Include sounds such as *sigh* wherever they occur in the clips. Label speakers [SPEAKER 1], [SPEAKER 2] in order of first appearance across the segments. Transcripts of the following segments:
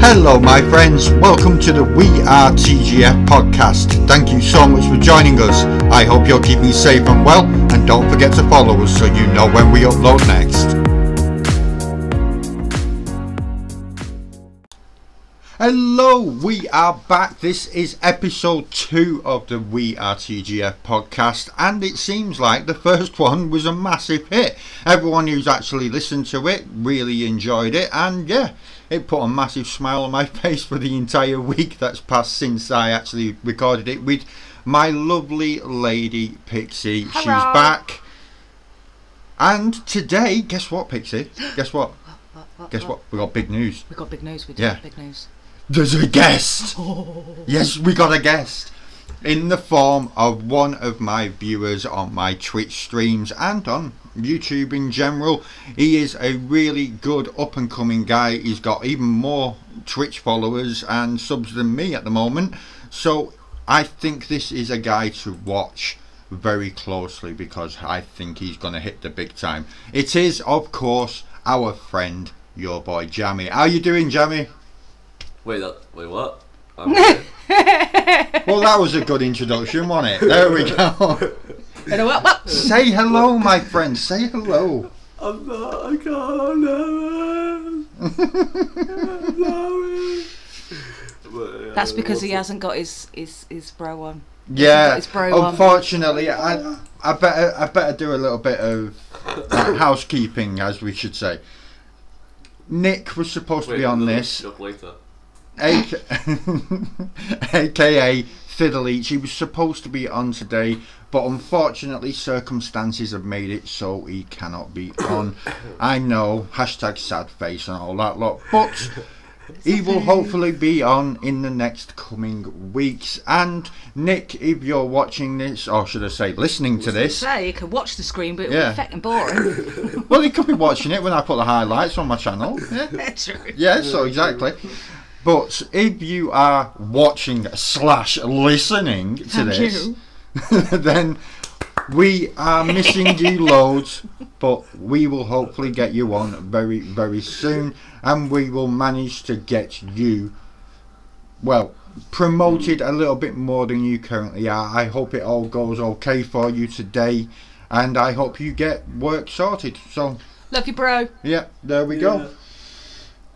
[SPEAKER 1] Hello, my friends. Welcome to the We Are TGF podcast. Thank you so much for joining us. I hope you're keeping safe and well, and don't forget to follow us so you know when we upload next. Hello, we are back. This is episode two of the We Are TGF podcast, and it seems like the first one was a massive hit. Everyone who's actually listened to it really enjoyed it, and yeah, it put a massive smile on my *laughs* face for the entire week that's passed since I actually recorded it with my lovely lady Pixie. She's
[SPEAKER 2] Hello.
[SPEAKER 1] back, and today, guess what, Pixie? Guess what?
[SPEAKER 2] *gasps* What, what,
[SPEAKER 1] Guess what? We got big news.
[SPEAKER 2] We got big news. We did
[SPEAKER 1] Yeah.
[SPEAKER 2] have big *laughs* news.
[SPEAKER 1] There's a guest. Yes, we got a guest in the form of one of my viewers on my Twitch streams and on YouTube in general. He is a really good up and coming guy. He's got even more Twitch followers and subs than me at the moment. So I think this is a guy to watch very closely because I think he's going to hit the big time. It is, of course, our friend, your boy Jammy. How you doing, Jammy?
[SPEAKER 3] Wait, that, wait, what?
[SPEAKER 2] *laughs*
[SPEAKER 3] I'm good.
[SPEAKER 1] Well, that was a good introduction, wasn't it? There we go.
[SPEAKER 2] And a what, what?
[SPEAKER 1] Say hello, my friend. Say hello.
[SPEAKER 3] I'm not. I can't. I'm nervous. I'm nervous. But, yeah,
[SPEAKER 2] That's because he
[SPEAKER 3] what's-
[SPEAKER 2] hasn't got his his his bro on.
[SPEAKER 1] *laughs* Yeah.
[SPEAKER 2] It's bro one.
[SPEAKER 1] Unfortunately, I I better I better do a little bit of uh, housekeeping, as we should say. Nick was supposed to
[SPEAKER 3] Wait,
[SPEAKER 1] be on
[SPEAKER 3] another
[SPEAKER 1] this,
[SPEAKER 3] joke later.
[SPEAKER 1] *laughs* AK- aka Fiddle Eats. He was supposed to be on today, but unfortunately, circumstances have made it so he cannot be on. I know, hashtag sad face and all that lot, but he will hopefully be on in the next coming weeks. And Nick, if you're watching this, or should I say, listening to this,
[SPEAKER 2] So you could watch the screen, but it
[SPEAKER 1] Yeah.
[SPEAKER 2] would be fucking boring. *laughs*
[SPEAKER 1] well, he could be watching it when I put the highlights on my channel. Yeah.
[SPEAKER 2] True.
[SPEAKER 1] Yeah, so exactly. But if you are watching slash listening to
[SPEAKER 2] Thank
[SPEAKER 1] this,
[SPEAKER 2] you.
[SPEAKER 1] *laughs* then we are missing you loads, but we will hopefully get you on very, very soon, and we will manage to get you, well, promoted a little bit more than you currently are. I hope it all goes okay for you today, and I hope you get work sorted. So,
[SPEAKER 2] Love you, bro.
[SPEAKER 1] yeah, there we go.
[SPEAKER 3] Yeah.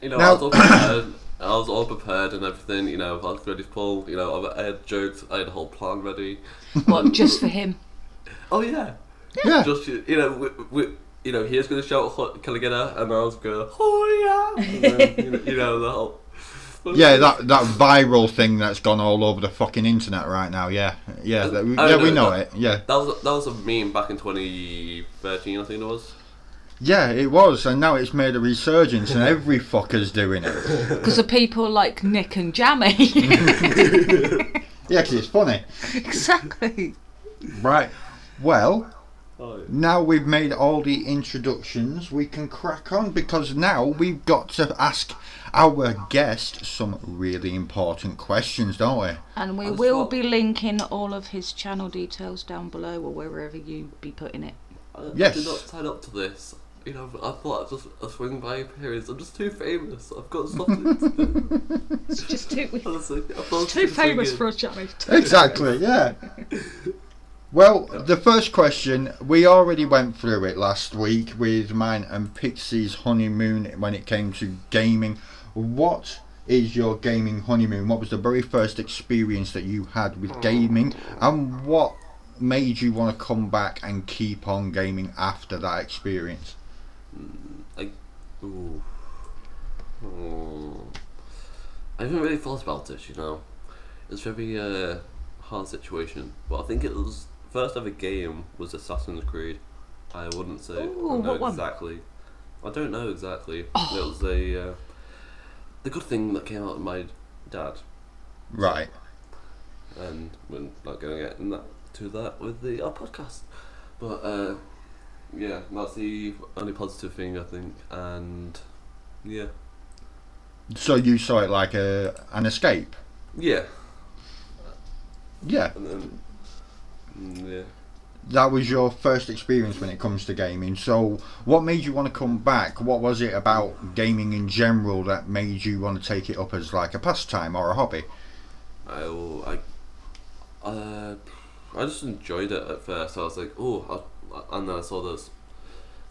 [SPEAKER 3] You know,
[SPEAKER 1] Now-
[SPEAKER 3] I was all prepared. I was all prepared and everything. You know, I was ready to pull. You know, I had jokes. I had a whole plan ready.
[SPEAKER 2] What? Just for him.
[SPEAKER 3] Oh yeah.
[SPEAKER 1] Yeah.
[SPEAKER 3] Just you you know, we, we, you know, he's gonna shout "Ho- "Can I get her?" and I was going, "Oh yeah!" And then, you, know, you know the whole.
[SPEAKER 1] Yeah, that that viral thing that's gone all over the fucking internet right now. Yeah, yeah, that,
[SPEAKER 3] Oh,
[SPEAKER 1] yeah, we
[SPEAKER 3] no,
[SPEAKER 1] know
[SPEAKER 3] that-
[SPEAKER 1] it. Yeah,
[SPEAKER 3] That was that was a meme back in 2013, I think it was.
[SPEAKER 1] yeah, it was, and now it's made a resurgence, and every fucker's doing it.
[SPEAKER 2] Because of people like Nick and *laughs* Jammy.
[SPEAKER 1] Yeah, 'cause it's funny,
[SPEAKER 2] exactly.
[SPEAKER 1] right? Well,
[SPEAKER 3] Oh, yeah.
[SPEAKER 1] now we've made all the introductions, we can crack on because now we've got to ask our guest some really important questions, don't we?
[SPEAKER 2] And we
[SPEAKER 3] On the
[SPEAKER 2] will
[SPEAKER 3] spot.
[SPEAKER 2] be linking all of his channel details down below or wherever you be putting it.
[SPEAKER 3] I,
[SPEAKER 1] Yes.
[SPEAKER 3] I did not sign up to this. You know, I thought I'd just I'd swing by appearance. I'm just too famous. I've got something
[SPEAKER 2] *laughs*
[SPEAKER 3] to do.
[SPEAKER 1] *laughs*
[SPEAKER 2] It's just too,
[SPEAKER 3] Honestly, I've got
[SPEAKER 2] too
[SPEAKER 3] something
[SPEAKER 2] famous
[SPEAKER 3] to
[SPEAKER 2] for us, Jammy.
[SPEAKER 1] Exactly, yeah. Well, the first question, we already went through it last week with mine and Pixie's honeymoon when it came to gaming. What is your gaming honeymoon? What was the very first experience that you had with gaming? And what made you want to come back and keep on gaming after that experience?
[SPEAKER 3] do. Ooh. Hmm. I haven't really thought about it. You know, it's a very uh, hard situation. But I think it was first ever game was Assassin's Creed. I wouldn't say
[SPEAKER 2] Ooh,
[SPEAKER 3] I know
[SPEAKER 2] what one? Oh.
[SPEAKER 3] exactly. I don't know exactly. It was a uh, the good thing that came out of my dad.
[SPEAKER 1] Right.
[SPEAKER 3] and we're not going to get in that, to that with the our podcast. But uh, yeah, that's the only positive thing I think, and yeah,
[SPEAKER 1] So you saw it like a an escape?
[SPEAKER 3] yeah,
[SPEAKER 1] Yeah.
[SPEAKER 3] and then mm, yeah.
[SPEAKER 1] that was your first experience when it comes to gaming. So, what made you want to come back? What was it about gaming in general that made you want to take it up as like a pastime or a hobby?
[SPEAKER 3] I will- I uh, I just enjoyed it at first. I was like, oh, I, and then I saw those,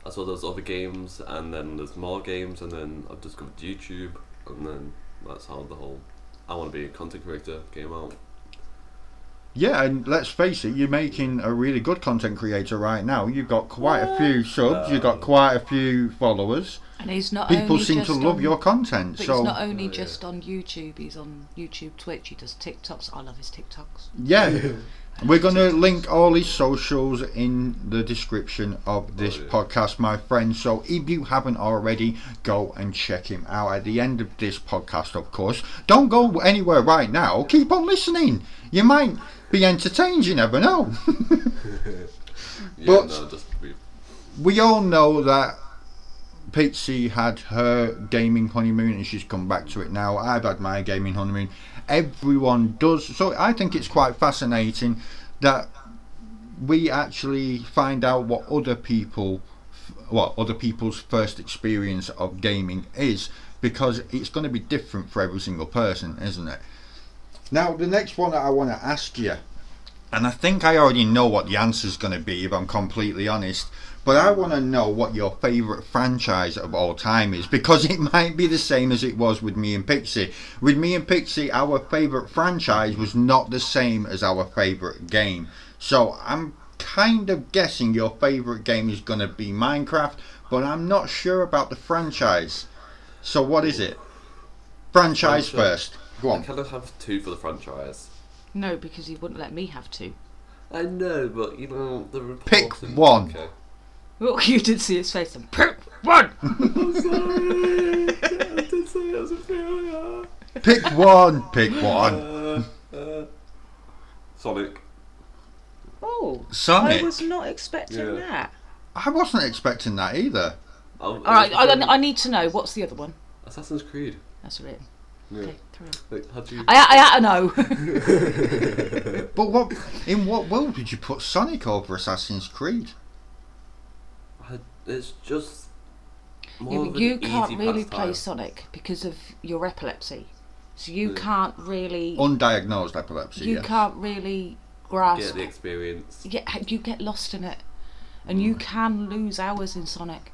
[SPEAKER 3] I saw those other games, and then there's more games, and then I've discovered YouTube, and then that's how the whole I want to be a content creator came out.
[SPEAKER 1] Yeah, and let's face it, you're making a really good content creator right now. You've got quite a few subs, you've got quite a few followers.
[SPEAKER 2] And he's not
[SPEAKER 1] People
[SPEAKER 2] only
[SPEAKER 1] seem
[SPEAKER 2] just
[SPEAKER 1] to love
[SPEAKER 2] on,
[SPEAKER 1] your content.
[SPEAKER 2] But he's
[SPEAKER 1] So,
[SPEAKER 2] not only
[SPEAKER 3] Oh, yeah.
[SPEAKER 2] just on YouTube. He's on YouTube, Twitch. He does TikToks. I love his TikToks.
[SPEAKER 1] yeah, we're going to link all his socials in the description of this
[SPEAKER 3] yeah.
[SPEAKER 1] podcast, my friends. So, if you haven't already, go and check him out at the end of this podcast, of course. Don't go anywhere right now. Keep on listening. You might be entertained, you never know.
[SPEAKER 3] Yeah,
[SPEAKER 1] But-
[SPEAKER 3] no, just we,
[SPEAKER 1] we all know that Pitsy had her gaming honeymoon and she's come back to it now. I've had my gaming honeymoon. Everyone does. So I think it's quite fascinating that we actually find out what other people what other people's first experience of gaming is because it's going to be different for every single person, isn't it? Now, the next one that I want to ask you and I think I already know what the answer's going to be, if I'm completely honest. But I want to know what your favourite franchise of all time is, because it *laughs* might be the same as it was with me and Pixie. With me and Pixie, our favourite franchise was not the same as our favourite game. So I'm kind of guessing your favourite game is going to be Minecraft, but I'm not sure about the franchise. So what is it? Franchise
[SPEAKER 3] Franchise.
[SPEAKER 1] first. Go
[SPEAKER 3] I
[SPEAKER 1] on.
[SPEAKER 3] kind of have two for the franchise.
[SPEAKER 2] No, because he wouldn't let me have two. *laughs*
[SPEAKER 3] I know, but you know the report.
[SPEAKER 1] Pick one.
[SPEAKER 3] Okay.
[SPEAKER 2] Well, Oh, you did see his face. And pick one.
[SPEAKER 3] I'm sorry. I did say it was a failure.
[SPEAKER 1] Pick one. Pick one.
[SPEAKER 3] Uh, uh, *laughs* Sonic.
[SPEAKER 2] Oh,
[SPEAKER 1] Sonic.
[SPEAKER 2] I was not expecting
[SPEAKER 3] Yeah.
[SPEAKER 2] that.
[SPEAKER 1] I wasn't expecting that either.
[SPEAKER 3] All
[SPEAKER 2] All right, I, I need to know what's the other one.
[SPEAKER 3] Assassin's Creed.
[SPEAKER 2] That's it.
[SPEAKER 3] Yeah.
[SPEAKER 2] Okay, carry on.
[SPEAKER 3] Like, how do you? *laughs*
[SPEAKER 2] I, I, I know. *laughs*
[SPEAKER 1] But what in what world would you put Sonic over Assassin's Creed?
[SPEAKER 3] I- it's just.
[SPEAKER 2] Yeah,
[SPEAKER 3] More
[SPEAKER 2] but
[SPEAKER 3] of
[SPEAKER 2] you
[SPEAKER 3] an
[SPEAKER 2] can't
[SPEAKER 3] easy
[SPEAKER 2] really
[SPEAKER 3] pastime.
[SPEAKER 2] play Sonic because of your epilepsy. So you
[SPEAKER 3] Yeah.
[SPEAKER 2] can't really
[SPEAKER 1] Undiagnosed epilepsy.
[SPEAKER 2] you
[SPEAKER 1] yes.
[SPEAKER 2] can't really
[SPEAKER 3] Yeah,
[SPEAKER 2] grasp.
[SPEAKER 3] the Mm. experience.
[SPEAKER 2] Yeah, you get lost in it, and you can lose hours in Sonic.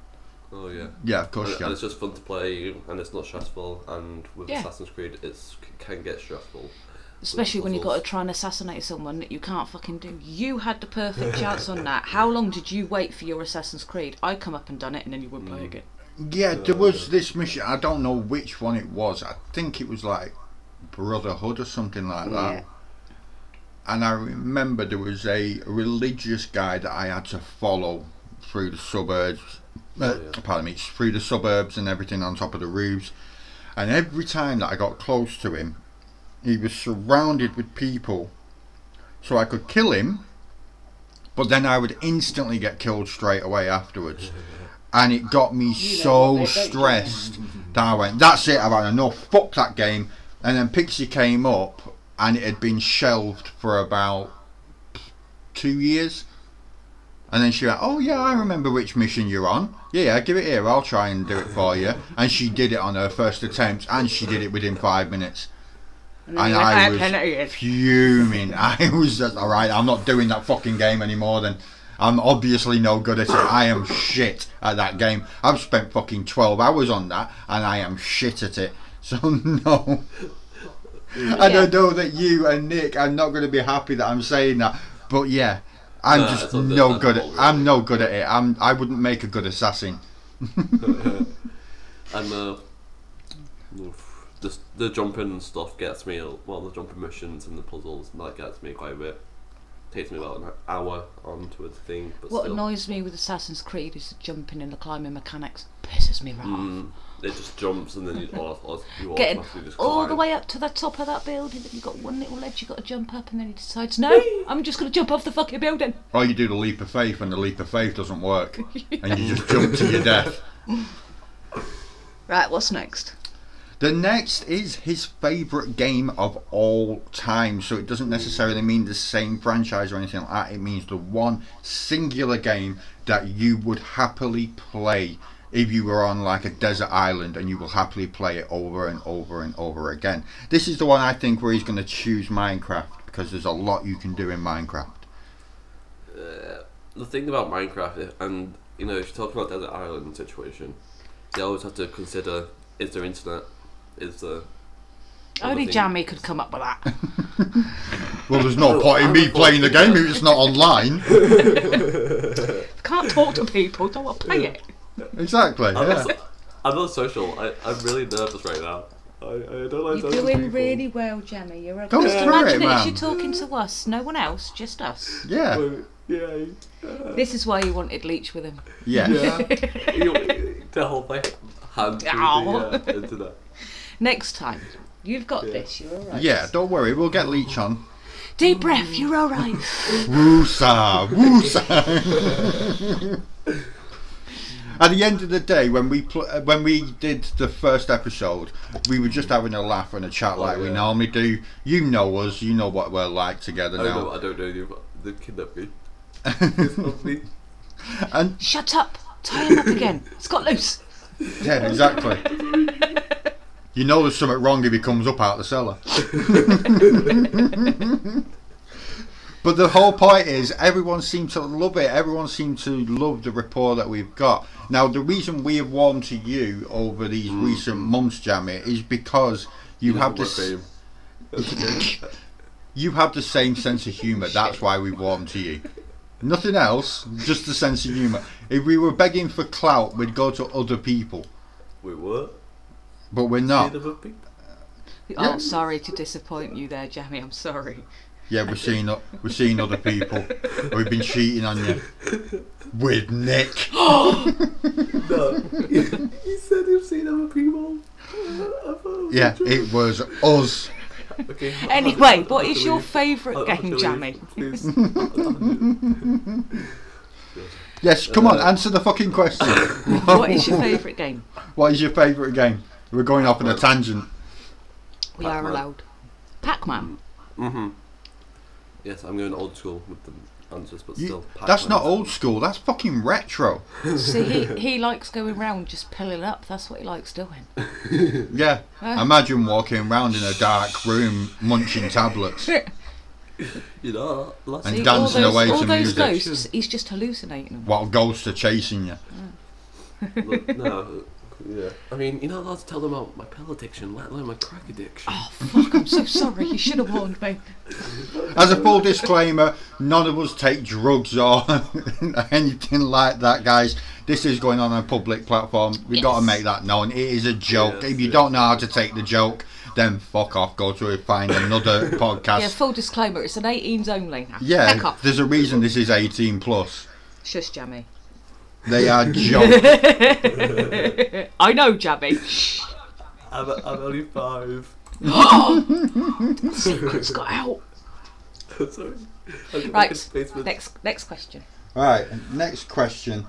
[SPEAKER 3] Oh yeah.
[SPEAKER 1] Yeah, of course
[SPEAKER 3] And,
[SPEAKER 1] you
[SPEAKER 3] and
[SPEAKER 1] can.
[SPEAKER 3] it's just fun to play, and it's not stressful. And with
[SPEAKER 2] Yeah.
[SPEAKER 3] Assassin's Creed, it's can get stressful.
[SPEAKER 2] Especially when you've got to
[SPEAKER 3] puzzles.
[SPEAKER 2] try and assassinate someone that you can't fucking do. You had the
[SPEAKER 3] *laughs*
[SPEAKER 2] perfect chance on that. How long did you wait for your Assassin's Creed? I come up and done it, and then you wouldn't
[SPEAKER 3] Mm,
[SPEAKER 2] play again.
[SPEAKER 1] Yeah, there was this mission. I don't know which one it was. I think it was like Brotherhood or something like that.
[SPEAKER 2] Yeah.
[SPEAKER 1] And I remember there was a religious guy that I had to follow through the suburbs. Uh,
[SPEAKER 3] Oh, yeah.
[SPEAKER 1] Pardon me, through the suburbs and everything on top of the roofs. And every time that I got close to him, he was surrounded with people. So I could kill him, but then I would instantly get killed straight away afterwards. And it got me
[SPEAKER 2] You know
[SPEAKER 1] so
[SPEAKER 2] what they don't do.
[SPEAKER 1] stressed that I went, that's it, I've had enough, fuck that game. And then Pixie came up and it had been shelved for about two years. And then she went, oh yeah, I remember which mission you're on. Yeah, yeah, give it here, I'll try and do it for you. And she did it on her first attempt and she did it within five minutes
[SPEAKER 2] And
[SPEAKER 1] And
[SPEAKER 2] then you
[SPEAKER 1] I
[SPEAKER 2] went, "Ah,
[SPEAKER 1] was-
[SPEAKER 2] penalty is."
[SPEAKER 1] fuming. *laughs* I was just all right. I'm not doing that fucking game anymore. Then I'm obviously no good at it. I am shit at that game. I've spent fucking twelve hours on that, and I am shit at it. *laughs* So no. And I
[SPEAKER 2] Yeah.
[SPEAKER 1] know that you and Nick are not going to be happy that I'm saying that, but yeah, I'm
[SPEAKER 3] No,
[SPEAKER 1] just
[SPEAKER 3] it's not-
[SPEAKER 1] no
[SPEAKER 3] that's
[SPEAKER 1] good. At,
[SPEAKER 3] not what
[SPEAKER 1] I'm no good at it. I'm. I wouldn't make a good assassin.
[SPEAKER 3] *laughs* And uh, oof, the the jumping stuff gets me. a- Well, the jumping missions and the puzzles and that gets me quite a bit. Takes me about an hour onto a thing, but
[SPEAKER 2] What
[SPEAKER 3] still,
[SPEAKER 2] annoys me with Assassin's Creed is the jumping and the climbing mechanics. Pisses me right off.
[SPEAKER 3] Mm, it just jumps and then you, all,
[SPEAKER 2] *laughs*
[SPEAKER 3] all, you
[SPEAKER 2] getting
[SPEAKER 3] automatically just
[SPEAKER 2] all the
[SPEAKER 3] climb.
[SPEAKER 2] way up to the top of that building. Then you've got one little ledge you've got to jump up, and then he decides, no, I'm just going to jump off the fucking building.
[SPEAKER 1] Or you do the leap of faith, and the leap of faith doesn't work, and you just jump to your death.
[SPEAKER 2] Right, what's next?
[SPEAKER 1] The next is his favourite game of all time. So it doesn't necessarily mean the same franchise or anything like that. It means the one singular game that you would happily play if you were on like a desert island and you will happily play it over and over and over again. This is the one I think where he's going to choose Minecraft because there's a lot you can do in Minecraft.
[SPEAKER 3] Uh, the thing about Minecraft, if- and you know, if you're talking about desert island situation, you always have to consider: is there internet? Is there
[SPEAKER 2] Only
[SPEAKER 3] thing-
[SPEAKER 2] Jammy could come up with that.
[SPEAKER 1] Well, there's no
[SPEAKER 3] Oh,
[SPEAKER 1] point in
[SPEAKER 3] I'm
[SPEAKER 1] me
[SPEAKER 3] a
[SPEAKER 1] playing the game
[SPEAKER 3] fool.
[SPEAKER 1] if it's not online.
[SPEAKER 2] Can't talk to people, don't want to play it.
[SPEAKER 1] exactly.
[SPEAKER 3] I'm,
[SPEAKER 1] Yeah.
[SPEAKER 3] not, so- *laughs* I'm not social. I, I'm really nervous right now. I, I don't like
[SPEAKER 2] You're
[SPEAKER 3] social
[SPEAKER 2] doing
[SPEAKER 3] people.
[SPEAKER 2] really well, Jammy. You're okay.
[SPEAKER 1] Don't
[SPEAKER 2] Just
[SPEAKER 1] throw
[SPEAKER 2] imagine
[SPEAKER 1] it,
[SPEAKER 2] it, if
[SPEAKER 1] man.
[SPEAKER 2] you're talking to us, no one else, just us.
[SPEAKER 1] Yeah.
[SPEAKER 3] Well, Yeah.
[SPEAKER 2] This is why you wanted Leech with him.
[SPEAKER 1] Yeah.
[SPEAKER 3] yeah. You- to hold my hand through the
[SPEAKER 2] Ow.
[SPEAKER 3] uh, internet.
[SPEAKER 2] Next time, you've got
[SPEAKER 3] Yeah.
[SPEAKER 2] this. You're alright.
[SPEAKER 1] Yeah, don't worry, we'll get Leech on.
[SPEAKER 2] Deep breath. You're alright.
[SPEAKER 1] Woosa, woosa. At the end of the day, when we pl- uh, when we did the first episode, we were just having a laugh and a chat
[SPEAKER 3] Oh,
[SPEAKER 1] like we
[SPEAKER 3] yeah.
[SPEAKER 1] normally do. You know us, you know what we're like together
[SPEAKER 3] Oh
[SPEAKER 1] *laughs*
[SPEAKER 3] no,
[SPEAKER 1] now.
[SPEAKER 3] I don't know you. but They kidnapped me. It's not me.
[SPEAKER 1] and
[SPEAKER 2] Shut up. Tie him up again. It's got loose.
[SPEAKER 1] yeah, exactly. you know there's something wrong if he comes up out the cellar. But the whole point is, everyone seemed to love it. Everyone seemed to love the rapport that we've got. Now, the reason we have warmed to you over these recent months, Jamie, is because you, have
[SPEAKER 3] Not my
[SPEAKER 1] this.
[SPEAKER 3] fame.
[SPEAKER 1] *laughs* You have the same sense of humour. That's why we warm to you. Nothing else, just the sense of humour. If we were begging for clout, we'd go to other people,
[SPEAKER 3] Wait, what?
[SPEAKER 1] but we're not.
[SPEAKER 3] Kidnapped me?
[SPEAKER 2] Oh,
[SPEAKER 1] Yeah.
[SPEAKER 2] sorry to disappoint you there, Jammy. I'm sorry.
[SPEAKER 1] Yeah, we're seeing o- we're seeing other people. We've been cheating on you with Nick. *laughs*
[SPEAKER 3] No. he said he'd seen other people. I thought it was
[SPEAKER 1] Yeah,
[SPEAKER 3] a joke.
[SPEAKER 1] it was us.
[SPEAKER 3] Okay. I'll- I'll-
[SPEAKER 2] Anyway,
[SPEAKER 3] I'll
[SPEAKER 2] what
[SPEAKER 3] have
[SPEAKER 2] is
[SPEAKER 3] to
[SPEAKER 2] your
[SPEAKER 3] leave.
[SPEAKER 2] favourite
[SPEAKER 3] I'll have to
[SPEAKER 2] game,
[SPEAKER 3] leave, *laughs*
[SPEAKER 1] *laughs*
[SPEAKER 2] Jammy?
[SPEAKER 3] please. I'll-
[SPEAKER 1] Yes, come on, answer the fucking question.
[SPEAKER 2] What is your favourite game?
[SPEAKER 1] What is your favourite game? We're going off on a tangent.
[SPEAKER 2] We are
[SPEAKER 3] Pac-Man.
[SPEAKER 2] allowed. Pac-Man.
[SPEAKER 1] Mm-hmm.
[SPEAKER 3] Yes, I'm going old school with the answers, but
[SPEAKER 1] You-
[SPEAKER 3] still.
[SPEAKER 1] that's
[SPEAKER 3] Pac-Man.
[SPEAKER 1] not old school. That's fucking retro.
[SPEAKER 2] See, he, he likes going round just pilling up. That's what he likes doing.
[SPEAKER 1] Yeah.
[SPEAKER 2] Huh?
[SPEAKER 1] Imagine walking around in a dark room munching tablets.
[SPEAKER 3] You know, last
[SPEAKER 1] And
[SPEAKER 2] See,
[SPEAKER 1] dancing
[SPEAKER 2] all those,
[SPEAKER 1] away to
[SPEAKER 2] all those
[SPEAKER 1] music.
[SPEAKER 2] ghosts, he's just hallucinating them.
[SPEAKER 1] While ghosts are chasing you.
[SPEAKER 3] Look, *laughs* no. Yeah. I mean, you're not allowed to tell them about my pill addiction, let alone my crack addiction.
[SPEAKER 2] Oh fuck! I'm so *laughs* sorry. You should have warned me.
[SPEAKER 1] As a full disclaimer, none of us take drugs or *laughs* anything like that, guys. This is going on a public platform. we got to
[SPEAKER 2] Yes.
[SPEAKER 1] make that known. It is a joke.
[SPEAKER 3] Yes,
[SPEAKER 1] if you
[SPEAKER 3] yes.
[SPEAKER 1] don't know how to take the joke, then fuck off. Go to find another podcast.
[SPEAKER 2] *laughs* Yeah. Full disclaimer: it's an 18s only now.
[SPEAKER 1] Yeah,
[SPEAKER 2] Heck off.
[SPEAKER 1] there's a reason this is 18 plus.
[SPEAKER 2] Shush,
[SPEAKER 3] *laughs*
[SPEAKER 2] Jammy.
[SPEAKER 1] They
[SPEAKER 2] *laughs*
[SPEAKER 1] are jokes.
[SPEAKER 2] I know, Jammy. Shh.
[SPEAKER 3] I'm, I'm only *laughs* five.
[SPEAKER 2] Secrets got out.
[SPEAKER 3] Sorry. I'm
[SPEAKER 2] Right.
[SPEAKER 3] Basement.
[SPEAKER 2] Next, next question.
[SPEAKER 1] All right, next question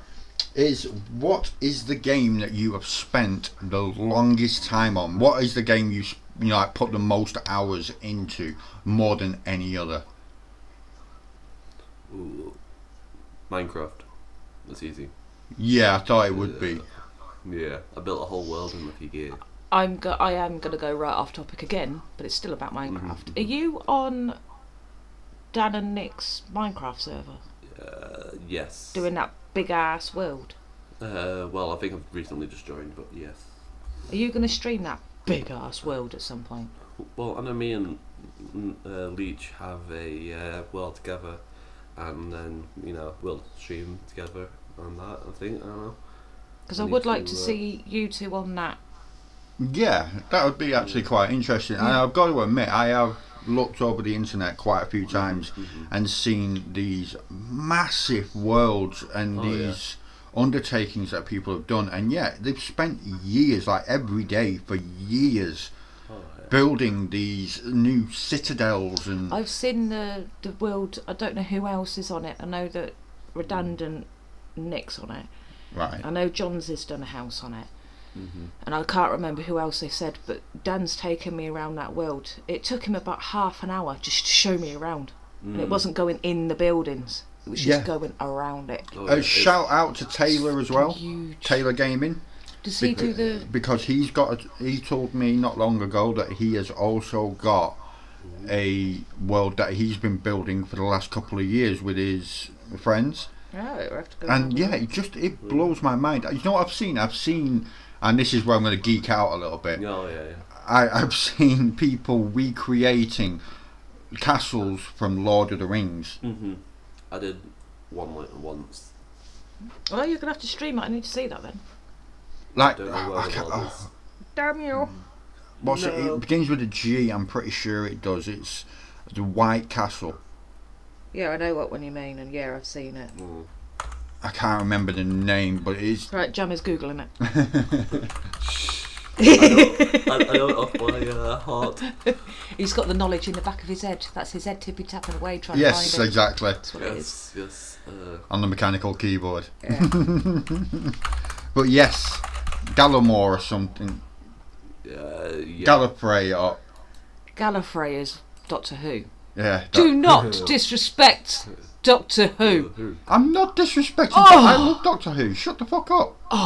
[SPEAKER 1] is what is the game that you have spent the longest time on? What is the game you s- you know like put the most hours into more than any other?
[SPEAKER 3] Ooh. Minecraft. That's easy.
[SPEAKER 1] Yeah, I thought it would be.
[SPEAKER 3] Yeah. I built a whole world in like a year.
[SPEAKER 2] I'm go- I am gonna go right off topic again, but it's still about Minecraft.
[SPEAKER 1] Mm-hmm.
[SPEAKER 2] Are you on Dan and Nick's Minecraft server
[SPEAKER 3] Uh, yes.
[SPEAKER 2] doing that big ass world?
[SPEAKER 3] Uh, well, I think I've recently just joined, but yes.
[SPEAKER 2] Are you gonna stream that big ass world at some point?
[SPEAKER 3] Well, I know me and mm, uh, Leech have a uh, world together, and then you know we'll stream together on that. I think I don't know.
[SPEAKER 2] Because
[SPEAKER 3] I
[SPEAKER 2] I
[SPEAKER 3] need
[SPEAKER 2] would like
[SPEAKER 3] to,
[SPEAKER 2] to
[SPEAKER 3] uh,
[SPEAKER 2] see you two on that.
[SPEAKER 1] Yeah, that would be actually quite interesting. And I've got to admit, I have looked over the internet quite a few times
[SPEAKER 3] Mm-hmm.
[SPEAKER 1] and seen these massive worlds and
[SPEAKER 3] Oh, yeah.
[SPEAKER 1] these undertakings that people have done. And yeah, they've spent years, like every day for years,
[SPEAKER 3] Oh,
[SPEAKER 1] building these new citadels and
[SPEAKER 2] I've seen the the world. I don't know who else is on it. I know that redundant Nick's on it.
[SPEAKER 1] right.
[SPEAKER 2] I know John's has done a house on it.
[SPEAKER 3] Mm-hmm.
[SPEAKER 2] and I can't remember who else they said, but Dan's taken me around that world. It took him about half an hour just to show me around, and it wasn't going in the buildings; it was
[SPEAKER 1] Mm.
[SPEAKER 2] just
[SPEAKER 1] Yeah.
[SPEAKER 2] going around it.
[SPEAKER 3] Oh,
[SPEAKER 1] A
[SPEAKER 3] yeah, it's-
[SPEAKER 1] shout out to Taylor as well.
[SPEAKER 2] Huge.
[SPEAKER 1] Taylor Gaming
[SPEAKER 2] Does he do the?
[SPEAKER 1] because he's got. A, he told me not long ago that he has also got a world that he's been building for the last couple of years with his friends.
[SPEAKER 2] Oh, we have to go.
[SPEAKER 1] and yeah, it just it blows my mind. You know what I've seen? I've seen, and this is where I'm going to geek out a little bit.
[SPEAKER 3] Oh yeah, yeah.
[SPEAKER 1] I, I've *laughs* seen people recreating castles from Lord of the Rings.
[SPEAKER 3] Mm-hmm. I did one like once.
[SPEAKER 2] Well, Oh, you're gonna have to stream it. I need to see that then.
[SPEAKER 1] Like,
[SPEAKER 3] Don't know
[SPEAKER 1] Ah, I
[SPEAKER 3] where the
[SPEAKER 1] can't-
[SPEAKER 3] world is.
[SPEAKER 2] Damn you!
[SPEAKER 1] Mm. what's it?
[SPEAKER 3] No.
[SPEAKER 1] It begins with a G. I'm pretty sure it does. It's the White Castle.
[SPEAKER 2] Yeah, I know what one you mean, and yeah, I've seen it.
[SPEAKER 3] Mm.
[SPEAKER 1] I can't remember the name, but it is.
[SPEAKER 2] Right, Jam is googling it.
[SPEAKER 1] *laughs*
[SPEAKER 2] *laughs*
[SPEAKER 3] I, I know it off my uh, heart.
[SPEAKER 2] He's got the knowledge in the back of his head. That's his head tippy tapping away trying
[SPEAKER 1] Yes,
[SPEAKER 2] to find it.
[SPEAKER 1] exactly.
[SPEAKER 2] That's what it is.
[SPEAKER 3] Yes, yes. Uh,
[SPEAKER 1] On the mechanical keyboard.
[SPEAKER 2] Yeah.
[SPEAKER 1] *laughs* But yes, Gallimore or something.
[SPEAKER 3] yeah, yeah.
[SPEAKER 1] Gallifrey or.
[SPEAKER 2] Gallifrey is Doctor Who.
[SPEAKER 1] Yeah. that-
[SPEAKER 2] Do not disrespect Doctor Who.
[SPEAKER 3] Who?
[SPEAKER 1] I'm not disrespecting.
[SPEAKER 2] Oh.
[SPEAKER 1] I love Doctor Who. Shut the fuck up. But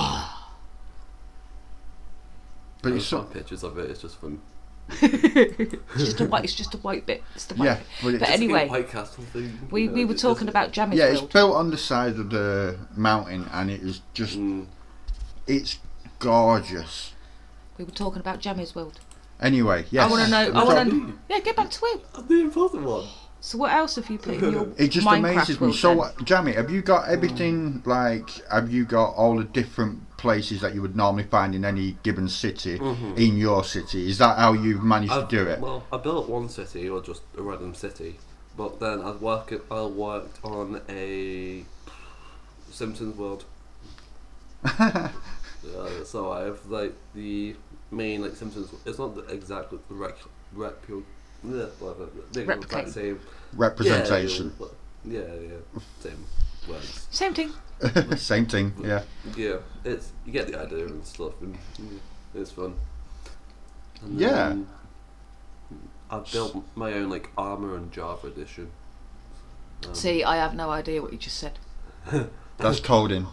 [SPEAKER 3] There's
[SPEAKER 1] it's
[SPEAKER 3] some
[SPEAKER 1] so,
[SPEAKER 3] pictures of it. It's just fun.
[SPEAKER 2] *laughs* It's just a white. It's just a white bit. It's the white.
[SPEAKER 1] yeah,
[SPEAKER 2] bit.
[SPEAKER 1] but
[SPEAKER 2] But
[SPEAKER 1] it's,
[SPEAKER 2] anyway,
[SPEAKER 3] White Castle thing.
[SPEAKER 2] we,
[SPEAKER 3] you know,
[SPEAKER 2] we were
[SPEAKER 3] it's-
[SPEAKER 2] talking
[SPEAKER 3] it's-
[SPEAKER 2] about Jammy's
[SPEAKER 1] yeah, it's
[SPEAKER 2] World.
[SPEAKER 1] built on the side of the mountain, and it is just
[SPEAKER 3] Mm,
[SPEAKER 1] it's gorgeous.
[SPEAKER 2] We were talking about Jammy's World.
[SPEAKER 1] Anyway, yes.
[SPEAKER 2] I want to know. I
[SPEAKER 1] So-
[SPEAKER 2] want to. Yeah, get back to it.
[SPEAKER 3] I'm the important one.
[SPEAKER 2] So what else have you put in your
[SPEAKER 1] *laughs* It just
[SPEAKER 2] Minecraft
[SPEAKER 1] amazes me.
[SPEAKER 2] world
[SPEAKER 1] So,
[SPEAKER 2] then?
[SPEAKER 1] uh, Jamie, have you got everything? Like, have you got all the different places that you would normally find in any given city
[SPEAKER 3] Mhm.
[SPEAKER 1] in your city? Is that how you've managed
[SPEAKER 3] I've-
[SPEAKER 1] to do it?
[SPEAKER 3] Well, I built one city or just a random city, but then I work. It, I worked on a Simpsons
[SPEAKER 1] *laughs*
[SPEAKER 3] world. Uh, so I have like the main like Simpsons. It's not the exact the rec, rep, whatever. the
[SPEAKER 2] Replicate.
[SPEAKER 3] exact same
[SPEAKER 1] Representation,
[SPEAKER 3] Yeah, yeah, yeah, same words.
[SPEAKER 2] Same thing.
[SPEAKER 1] *laughs* same thing.
[SPEAKER 3] *laughs*
[SPEAKER 1] Yeah.
[SPEAKER 3] Yeah, it's you get the idea and stuff, and yeah, it's fun. And
[SPEAKER 1] Yeah.
[SPEAKER 3] then I've built my own like armor and Java edition. Um,
[SPEAKER 2] See, I have no idea what you just said.
[SPEAKER 1] That's coding.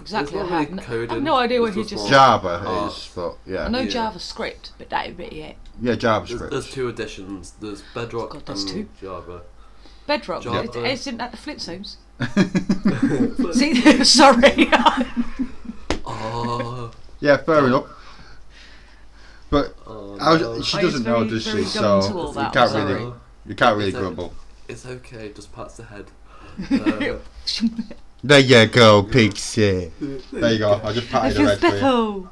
[SPEAKER 2] Exactly. I
[SPEAKER 3] not
[SPEAKER 2] have,
[SPEAKER 3] really
[SPEAKER 2] no, I have
[SPEAKER 3] coding,
[SPEAKER 2] no idea what
[SPEAKER 3] it's
[SPEAKER 2] you
[SPEAKER 3] just
[SPEAKER 2] just
[SPEAKER 3] more-
[SPEAKER 2] said.
[SPEAKER 1] Java
[SPEAKER 3] Oh.
[SPEAKER 1] is, but
[SPEAKER 2] I
[SPEAKER 1] yeah,
[SPEAKER 2] know
[SPEAKER 3] Yeah.
[SPEAKER 2] JavaScript, but that would be it.
[SPEAKER 1] yeah,
[SPEAKER 3] There's,
[SPEAKER 1] JavaScript.
[SPEAKER 3] there's two editions. There's Bedrock
[SPEAKER 2] God, there's
[SPEAKER 3] and
[SPEAKER 2] two.
[SPEAKER 3] Java.
[SPEAKER 2] Bedrock.
[SPEAKER 3] Java.
[SPEAKER 2] It, isn't that the Flintstones? *laughs*
[SPEAKER 3] But-
[SPEAKER 2] See, *laughs* sorry.
[SPEAKER 3] oh,
[SPEAKER 1] *laughs* Yeah, fair enough. But
[SPEAKER 3] oh,
[SPEAKER 1] I
[SPEAKER 3] no.
[SPEAKER 1] was, she
[SPEAKER 2] I was
[SPEAKER 1] doesn't know,
[SPEAKER 2] very-
[SPEAKER 1] does she?
[SPEAKER 2] very
[SPEAKER 1] So
[SPEAKER 2] dumb to all
[SPEAKER 1] you
[SPEAKER 2] that,
[SPEAKER 1] can't
[SPEAKER 2] I'm
[SPEAKER 1] really,
[SPEAKER 3] sorry.
[SPEAKER 1] you can't really
[SPEAKER 3] It's okay.
[SPEAKER 1] grumble.
[SPEAKER 3] It's okay. Just pats
[SPEAKER 2] *laughs*
[SPEAKER 3] the head. Uh,
[SPEAKER 1] There you go, Pixie. There you go. I just patted her head for you.
[SPEAKER 2] hole.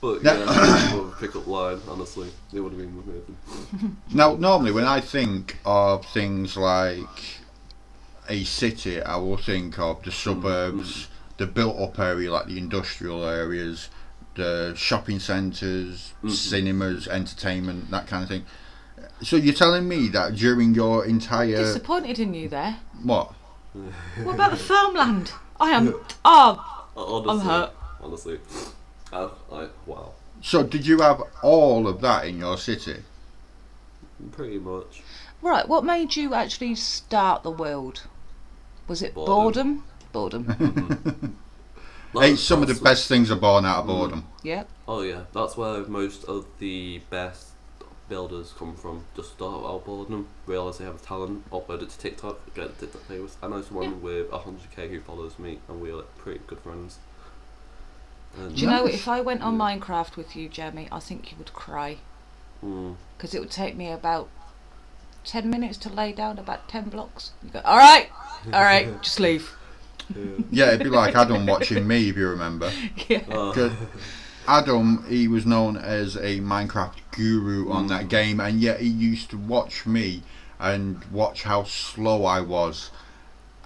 [SPEAKER 3] but
[SPEAKER 1] No.
[SPEAKER 3] yeah, it's more of a pickup line. Honestly, it would have been amazing.
[SPEAKER 1] Now, normally when I think of things like a city, I will think of the suburbs, the built-up area, like the industrial areas, the shopping centres, cinemas, entertainment, that kind of thing. So you're telling me that during your entire
[SPEAKER 2] Disappointed in you there.
[SPEAKER 1] what?
[SPEAKER 2] What about the farmland? I am. Ah,
[SPEAKER 3] Honestly,
[SPEAKER 2] hurt.
[SPEAKER 3] honestly, I, I wow,
[SPEAKER 1] So did you have all of that in your city?
[SPEAKER 3] pretty much.
[SPEAKER 2] right. What made you actually start the world? Was it
[SPEAKER 3] Boredom.
[SPEAKER 2] boredom? Boredom.
[SPEAKER 1] Hey,
[SPEAKER 3] That-
[SPEAKER 1] some of the
[SPEAKER 3] that's-
[SPEAKER 1] best things are born out of boredom.
[SPEAKER 2] yep.
[SPEAKER 3] Oh yeah, that's where most of the best builders come from. Just start out boredom, realise they have a talent, upload it to TikTok, get a TikTok famous. I know someone
[SPEAKER 2] Yeah.
[SPEAKER 3] with hundred k who follows me, and we're like pretty good friends. And,
[SPEAKER 2] Do you know
[SPEAKER 1] Nice.
[SPEAKER 2] if I went on Minecraft with you, Jamie, I think you would cry *laughs*
[SPEAKER 3] Mm,
[SPEAKER 2] because it would take me about ten minutes to lay down about ten blocks. You go, all right, all right, just leave. *laughs*
[SPEAKER 1] Yeah, it'd be like Adam watching me, if you remember.
[SPEAKER 2] Yeah.
[SPEAKER 3] uh,
[SPEAKER 1] 'Cause Adam, he was known as a Minecraft guru on that game, and yet he used to watch me and watch how slow I was,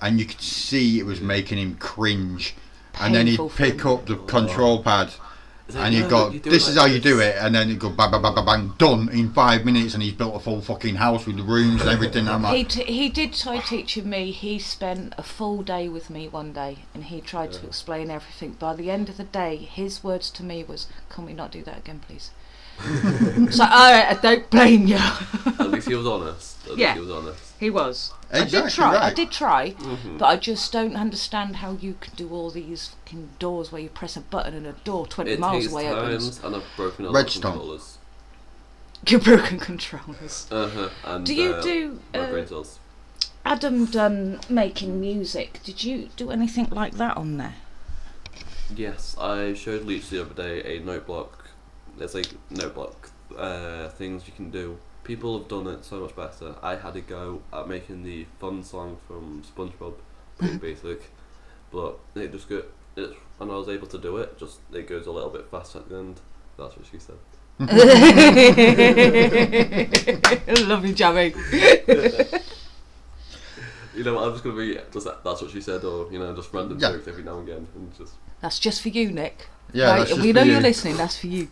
[SPEAKER 1] and you could see it was making him cringe. And then he'd
[SPEAKER 2] Painful for
[SPEAKER 1] pick
[SPEAKER 2] him.
[SPEAKER 1] up the control pad
[SPEAKER 3] It's like,
[SPEAKER 1] and you
[SPEAKER 3] no,
[SPEAKER 1] go,
[SPEAKER 3] you do it
[SPEAKER 1] this
[SPEAKER 3] like
[SPEAKER 1] is how you do it, and then you go bang, bang, bang, bang, bang, done in five minutes, and he's built a full fucking house with the rooms and everything. I'm
[SPEAKER 2] He,
[SPEAKER 1] like,
[SPEAKER 2] t- he did try teaching me. He spent a full day with me one day and he tried to explain everything. By the end of the day, his words to me was, Can we not do that again, please? so, alright, I don't blame you.
[SPEAKER 3] *laughs*
[SPEAKER 2] *laughs*
[SPEAKER 3] At least he was honest. At least
[SPEAKER 2] Yeah.
[SPEAKER 3] he was honest.
[SPEAKER 2] He was. I
[SPEAKER 1] Exactly
[SPEAKER 2] did try. I
[SPEAKER 1] right.
[SPEAKER 2] did try, but I just don't understand how you can do all these fucking doors where you press a button and a door 20
[SPEAKER 3] It
[SPEAKER 2] miles
[SPEAKER 3] takes
[SPEAKER 2] away opens.
[SPEAKER 3] times, and I've broken all
[SPEAKER 1] Red
[SPEAKER 3] the
[SPEAKER 1] Storm.
[SPEAKER 3] controllers.
[SPEAKER 2] You're broken controllers.
[SPEAKER 3] Uh huh. And
[SPEAKER 2] Do you
[SPEAKER 3] uh,
[SPEAKER 2] do,
[SPEAKER 3] my
[SPEAKER 2] uh,
[SPEAKER 3] brain cells?
[SPEAKER 2] Adam done making music. Did you do anything like that on *laughs* there?
[SPEAKER 3] Yes, I showed Leech the other day a note block. There's like note block uh, things you can do. People have done it so much better. I had a go at making the fun song from SpongeBob, pretty basic, but it just got it, and I was able to do it. Just it goes a little bit faster at the end. That's what she said.
[SPEAKER 2] Love you, Jamie.
[SPEAKER 3] You know, I'm just gonna be just that- that's what she said, or you know, just random
[SPEAKER 1] Yeah.
[SPEAKER 3] jokes every now and again, and just
[SPEAKER 2] That's just for you, Nick.
[SPEAKER 1] yeah,
[SPEAKER 2] Right,
[SPEAKER 1] that's just
[SPEAKER 2] we
[SPEAKER 1] for
[SPEAKER 2] know
[SPEAKER 1] you.
[SPEAKER 2] are listening. That's for you.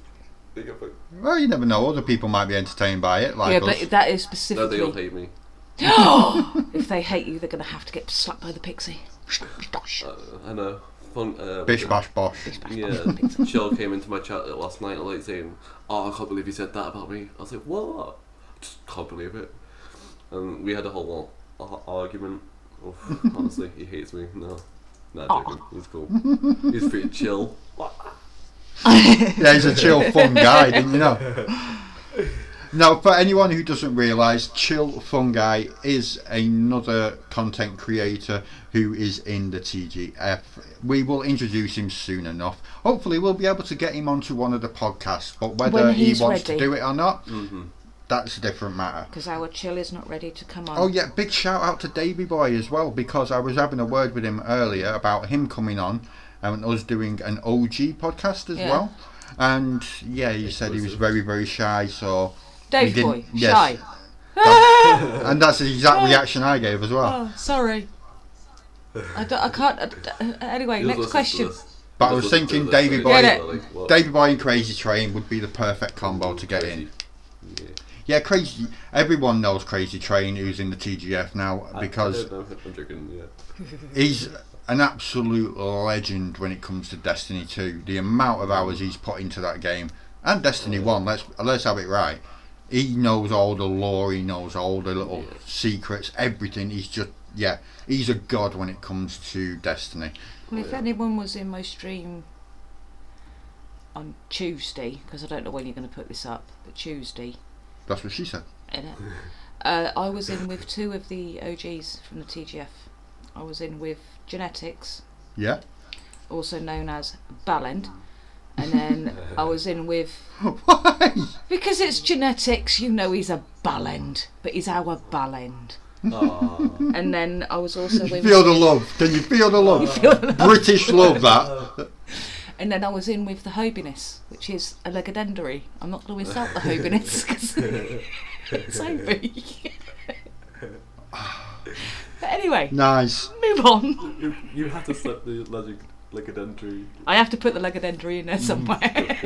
[SPEAKER 3] think of it.
[SPEAKER 1] Well, you never know. Other people might be entertained by it, like
[SPEAKER 2] yeah,
[SPEAKER 1] us.
[SPEAKER 2] but that is
[SPEAKER 3] No, they all
[SPEAKER 2] specifically.
[SPEAKER 3] hate me.
[SPEAKER 2] if they hate you, they're going to have to get slapped by the pixie.
[SPEAKER 3] Uh, I know. Fun, uh,
[SPEAKER 1] Bish bash bosh.
[SPEAKER 2] *laughs*
[SPEAKER 3] Yeah, Cheryl came into my chat last night like saying, "Oh, I can't believe you said that about me." I was like, "What? Just can't believe it." And we had a whole ar- argument.
[SPEAKER 2] *laughs*
[SPEAKER 3] Oof, honestly, he hates me. No, nah, joking. He's cool. He's
[SPEAKER 2] *laughs*
[SPEAKER 3] pretty chill.
[SPEAKER 1] Yeah, he's a chill, fun guy, didn't you know?
[SPEAKER 2] *laughs*
[SPEAKER 1] Now, for anyone who doesn't realise, Chill Fungi is another content creator who is in the TGF. We will introduce him soon enough. Hopefully, we'll be able to get him onto one of the podcasts, but whether
[SPEAKER 2] When
[SPEAKER 1] he
[SPEAKER 2] he's
[SPEAKER 1] wants
[SPEAKER 2] ready.
[SPEAKER 1] to do it or not, that's a different matter.
[SPEAKER 2] Because our chill is not ready to come on.
[SPEAKER 1] Oh yeah, big shout out to Davy Boy as well because I was having a word with him earlier about him coming on and us doing an OG podcast as
[SPEAKER 2] Yeah.
[SPEAKER 1] well. And yeah, he said he was very very shy. So
[SPEAKER 2] Dave
[SPEAKER 1] we
[SPEAKER 2] boy,
[SPEAKER 1] didn't- yes.
[SPEAKER 2] shy.
[SPEAKER 1] and that's the exact reaction I gave as well.
[SPEAKER 2] Oh,
[SPEAKER 3] *laughs*
[SPEAKER 2] sorry. I, don't, I can't. I d- uh, anyway,
[SPEAKER 3] He was listening
[SPEAKER 2] next
[SPEAKER 3] to
[SPEAKER 2] question.
[SPEAKER 3] this.
[SPEAKER 1] But
[SPEAKER 3] He
[SPEAKER 1] I was
[SPEAKER 3] listening to
[SPEAKER 1] thinking
[SPEAKER 3] this,
[SPEAKER 1] Davey
[SPEAKER 3] so he's
[SPEAKER 2] Boy-
[SPEAKER 3] like, what?
[SPEAKER 1] Davy Boy and Crazy Train would be the perfect combo to get in.
[SPEAKER 3] Yeah.
[SPEAKER 1] Yeah, Crazy. Everyone knows Crazy Train who's in the TGF now
[SPEAKER 3] I- I
[SPEAKER 1] because
[SPEAKER 3] don't know, I'm joking. Yeah.
[SPEAKER 1] He's an absolute legend when it comes to Destiny 2. The amount of hours he's put into that game and Destiny 1, let's let's have it right. He knows all the lore, he knows all the little
[SPEAKER 3] Yeah.
[SPEAKER 1] secrets, everything. He's just yeah, he's a god when it comes to Destiny.
[SPEAKER 2] Well, if anyone was in my stream on Tuesday, because I don't know when you're going to put this up, but Tuesday,
[SPEAKER 1] That's what she said. *laughs*
[SPEAKER 2] innit? Uh, I was in with two of the OGs from the TGF. I was in with Genetics,
[SPEAKER 1] Yeah. *laughs*
[SPEAKER 2] also known as Balend, and then I was in with.
[SPEAKER 1] Why?
[SPEAKER 2] Because it's Genetics, you know he's a Balend, but he's our Balend.
[SPEAKER 1] *laughs* Ah.
[SPEAKER 3] Aw.
[SPEAKER 2] And then I was also with.
[SPEAKER 1] Feel the love. Can you feel the love?
[SPEAKER 2] *laughs*
[SPEAKER 1] British love *laughs* that.
[SPEAKER 2] And then I was in with the Hobinis, which is a legodendary. I'm not going to insult the Hobinis because *laughs* it's Hobie. but anyway,
[SPEAKER 1] Nice.
[SPEAKER 2] move on.
[SPEAKER 3] you, you had to slip the logic like an entry.
[SPEAKER 2] I have to put the legodendary
[SPEAKER 1] Mm.
[SPEAKER 2] in there *laughs* somewhere.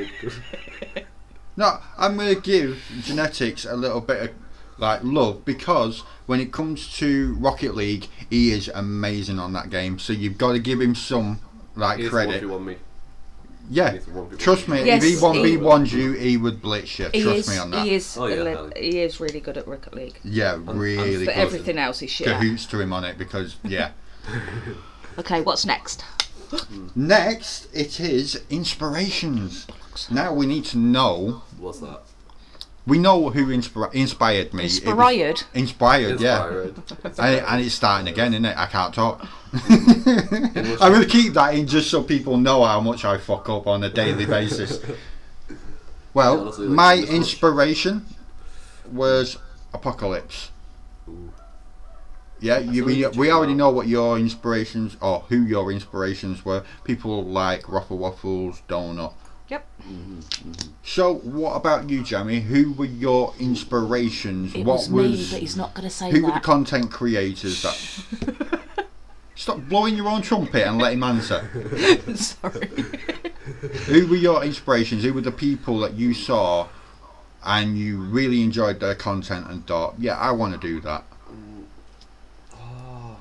[SPEAKER 1] No, I'm going to give genetics a little bit of like love because when it comes to Rocket League, he is amazing on that game. So you've got to give him some like
[SPEAKER 3] He's
[SPEAKER 1] credit.
[SPEAKER 3] 1v1 me.
[SPEAKER 1] Yeah,
[SPEAKER 3] He's 1v1.
[SPEAKER 1] trust me,
[SPEAKER 2] Yes,
[SPEAKER 1] if he one
[SPEAKER 2] he-
[SPEAKER 1] v one you, he would blitz you.
[SPEAKER 2] he
[SPEAKER 1] trust
[SPEAKER 2] is,
[SPEAKER 1] me on that.
[SPEAKER 2] he is,
[SPEAKER 3] Oh, yeah,
[SPEAKER 2] a le-
[SPEAKER 3] Harry.
[SPEAKER 2] he is really good at Rocket League.
[SPEAKER 1] Yeah,
[SPEAKER 3] I'm
[SPEAKER 1] really
[SPEAKER 2] But
[SPEAKER 3] Because-
[SPEAKER 1] good.
[SPEAKER 2] everything else is shit. at.
[SPEAKER 1] Cahoots to him on it because yeah.
[SPEAKER 2] Okay, what's next?
[SPEAKER 1] Next, it is inspirations. Now we need to know.
[SPEAKER 3] What's that?
[SPEAKER 1] Uh, We know who inspira- inspired me. It was-
[SPEAKER 2] Inspired.
[SPEAKER 1] Inspired, yeah.
[SPEAKER 3] Inspired.
[SPEAKER 1] And, it, and it's starting again, isn't it? I can't talk. *laughs* I'm going to keep that in just so people know how much I fuck up on a daily
[SPEAKER 3] *laughs*
[SPEAKER 1] basis. Well,
[SPEAKER 3] Yeah, honestly, like,
[SPEAKER 1] my
[SPEAKER 3] this much.
[SPEAKER 1] inspiration was Apocalypse.
[SPEAKER 3] Ooh.
[SPEAKER 1] Yeah, you,
[SPEAKER 3] feel like
[SPEAKER 1] we,
[SPEAKER 3] it's
[SPEAKER 1] we
[SPEAKER 3] just
[SPEAKER 1] already
[SPEAKER 3] about-
[SPEAKER 1] know what your inspirations or who your inspirations were. People like Ruffle Waffles, Donut.
[SPEAKER 2] Yep.
[SPEAKER 1] So, what about you, Jamie? Who were your inspirations?
[SPEAKER 2] It
[SPEAKER 1] what
[SPEAKER 2] was, me, but he's not going to say
[SPEAKER 1] Who were the
[SPEAKER 2] that.
[SPEAKER 1] content creators that? Stop blowing your own trumpet and let him answer.
[SPEAKER 2] *laughs* Sorry.
[SPEAKER 1] Who were your inspirations? Who were the people that you saw and you really enjoyed their content and thought, yeah, I want to do that?
[SPEAKER 3] Ah,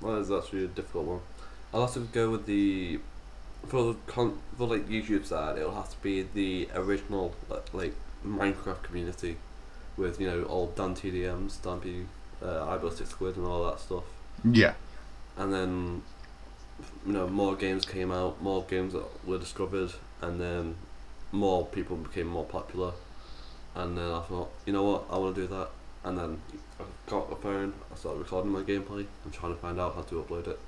[SPEAKER 3] well, that's actually a difficult one. I'll have to go with the for the con- for like YouTube side. It'll have to be the original like, like Minecraft community with you know old Dan TDMs, Dampy, uh, Eyeball Six Squid, and all that stuff.
[SPEAKER 1] Yeah.
[SPEAKER 3] And then you know more games came out, more games that were discovered, and then more people became more popular. And then I thought, you know what, I want to do that. And then I got a phone, I started recording my gameplay, I'm trying to find out how to upload it.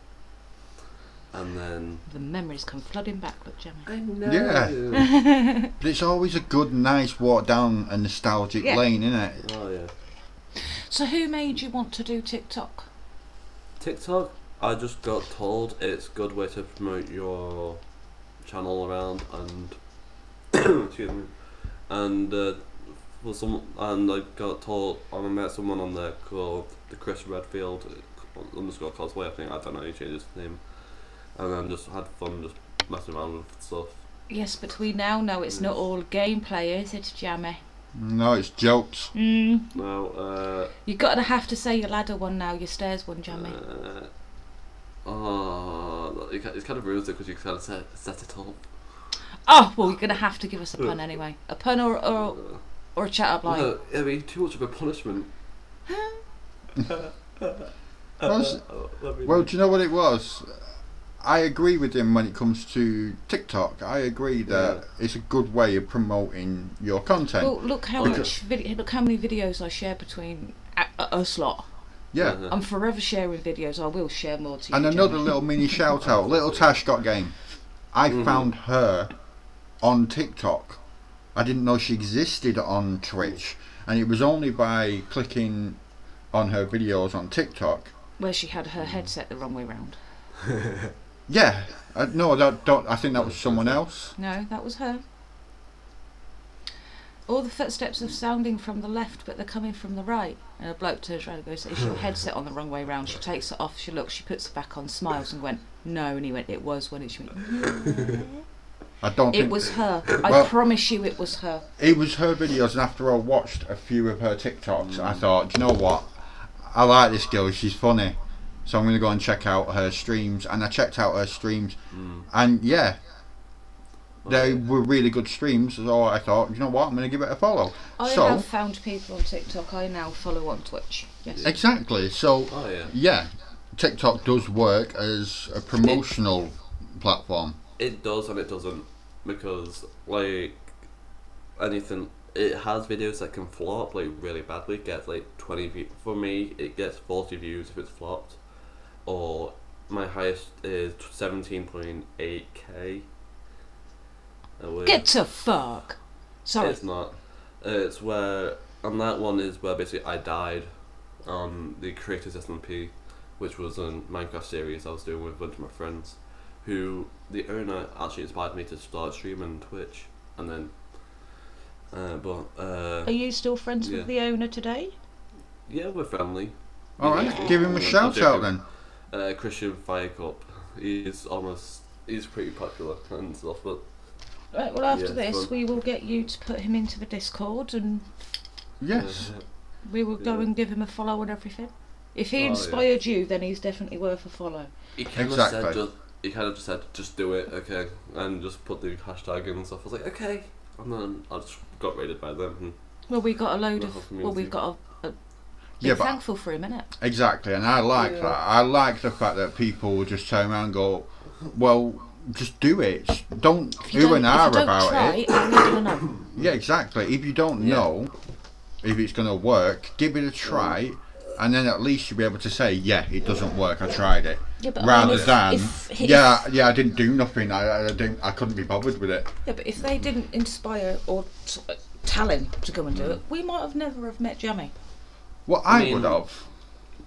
[SPEAKER 3] And then.
[SPEAKER 2] The memories come flooding back, look, Gemma.
[SPEAKER 3] I know!
[SPEAKER 1] Yeah. But it's always a good, nice walk down a nostalgic
[SPEAKER 2] Yeah.
[SPEAKER 1] lane, isn't it?
[SPEAKER 3] *laughs* oh, yeah.
[SPEAKER 2] So, who made you want to do TikTok?
[SPEAKER 3] TikTok, I just got told it's a good way to promote your channel around and *coughs* excuse me, and uh, for some and I got told I met someone on there called the Chris Redfield uh, underscore cosplay I think I don't know he changed his name, and then just had fun just messing around with stuff.
[SPEAKER 2] Yes, but we now know it's not all gameplay, is it, Jammy?
[SPEAKER 1] No, it's jokes.
[SPEAKER 2] Mm.
[SPEAKER 3] Now, uh,
[SPEAKER 2] You've got to have to say your ladder one now, your stairs one, Jammy.
[SPEAKER 3] uh, oh, it, ki- it kind of ruins it because you kind of set, set it up.
[SPEAKER 2] Oh, well, you're going to have to give us a pun anyway. A pun or, or,
[SPEAKER 3] Uh,
[SPEAKER 2] or a chat up line.
[SPEAKER 3] No, I mean, too much of a punishment. Uh,
[SPEAKER 1] That's- Well, do you know what it was? I agree with him when it comes to TikTok. I agree that it's a good way of promoting your content.
[SPEAKER 2] Well, look how
[SPEAKER 3] Okay.
[SPEAKER 2] much video, look how many videos I share between uh, uh, us lot.
[SPEAKER 1] yeah.
[SPEAKER 3] Uh-huh.
[SPEAKER 2] I'm forever sharing videos. I will share more to you.
[SPEAKER 1] Uh. And
[SPEAKER 2] Gemma.
[SPEAKER 1] another little mini shout out, little Tash got game. I
[SPEAKER 3] Mhm.
[SPEAKER 1] found her on TikTok. I didn't know she existed on Twitch, and it was only by clicking on her videos on TikTok.
[SPEAKER 2] where she had her headset the wrong way round.
[SPEAKER 1] Yeah, I, no, that don't. I think that was someone else.
[SPEAKER 2] No, that was her. All the footsteps are sounding from the left, but they're coming from the right. And a bloke turns round and goes, "Is your headset on the wrong way round?" She takes it off. She looks. She puts it back on. Smiles and went, "No." And he went, "It was." When it, she went,
[SPEAKER 1] I don't
[SPEAKER 2] "It
[SPEAKER 1] think
[SPEAKER 2] was her. I
[SPEAKER 1] Well-
[SPEAKER 2] promise you, it was her."
[SPEAKER 1] it was her videos, and after I watched a few of her TikToks, I thought, "Do you know what? I like this girl. She's funny, so I'm gonna go and check out her streams. And I checked out her streams,
[SPEAKER 3] Mm.
[SPEAKER 1] and yeah, they
[SPEAKER 3] Okay.
[SPEAKER 1] were really good streams. So I thought, you know what, I'm gonna give it a follow.
[SPEAKER 2] I
[SPEAKER 1] so
[SPEAKER 2] now found people on TikTok. I now follow on Twitch. Yes.
[SPEAKER 1] exactly, so
[SPEAKER 3] Oh yeah,
[SPEAKER 1] yeah, TikTok does work as a promotional platform.
[SPEAKER 3] it does and it doesn't because like anything, it has videos that can flop like really badly. Gets like twenty views for me. It gets forty views if it's flopped, or my highest is seventeen point eight k. Uh,
[SPEAKER 2] Get to fuck. Sorry.
[SPEAKER 3] It's not. It's where, and that one is where basically I died on the Creators SMP, which was a Minecraft series I was doing with a bunch of my friends, who the owner actually inspired me to start streaming Twitch, and then, uh, but
[SPEAKER 2] Are
[SPEAKER 3] uh,
[SPEAKER 2] you still friends
[SPEAKER 3] Yeah.
[SPEAKER 2] with the owner today?
[SPEAKER 3] yeah, we're friendly.
[SPEAKER 1] All right, give him a shout out then.
[SPEAKER 3] Uh, Christian Firecup, he's almost he's pretty popular and stuff, but
[SPEAKER 2] *laughs* Right, well, after
[SPEAKER 3] Yeah,
[SPEAKER 2] this,
[SPEAKER 3] fine.
[SPEAKER 2] we will get you to put him into the Discord and
[SPEAKER 1] Yes,
[SPEAKER 3] uh,
[SPEAKER 2] we will go
[SPEAKER 3] Yeah.
[SPEAKER 2] and give him a follow and everything. If he
[SPEAKER 3] Oh, yeah.
[SPEAKER 2] inspired you, then he's definitely worth a follow.
[SPEAKER 3] He kind of
[SPEAKER 1] Exactly.
[SPEAKER 3] said, just, he kind of just said, just do it, okay, and just put the hashtag in and stuff. I was like, okay, and then I just got raided by them. And
[SPEAKER 2] Well, we got a load
[SPEAKER 3] The
[SPEAKER 2] of.
[SPEAKER 3] whole
[SPEAKER 2] Well, we've
[SPEAKER 3] community.
[SPEAKER 2] got a. a be
[SPEAKER 1] Yeah, but-
[SPEAKER 2] thankful for him, innit?
[SPEAKER 1] exactly, and I like
[SPEAKER 3] Yeah.
[SPEAKER 1] that. I like the fact that people will just turn around and go, well. Just do it. Don't
[SPEAKER 2] If you
[SPEAKER 1] ooh
[SPEAKER 2] don't-
[SPEAKER 1] and
[SPEAKER 2] if you
[SPEAKER 1] ah
[SPEAKER 2] don't
[SPEAKER 1] about
[SPEAKER 2] try,
[SPEAKER 1] it.
[SPEAKER 2] I'm not gonna know.
[SPEAKER 1] *coughs* Yeah, exactly. If you don't
[SPEAKER 3] Yeah.
[SPEAKER 1] know if it's going to work, give it a try, and then at least you'll be able to say, "Yeah, it doesn't work. I tried it."
[SPEAKER 2] Yeah, but I mean,
[SPEAKER 1] Rather
[SPEAKER 2] if-
[SPEAKER 1] than,
[SPEAKER 2] if he-
[SPEAKER 1] "Yeah, yeah, I didn't do nothing. I, I- I didn't. I couldn't be bothered with it."
[SPEAKER 2] Yeah, but if they didn't inspire or t- uh, tell him to go and do
[SPEAKER 3] Mm.
[SPEAKER 2] it, we might have never have met Jammy.
[SPEAKER 1] Well, I,
[SPEAKER 3] mean-
[SPEAKER 1] would have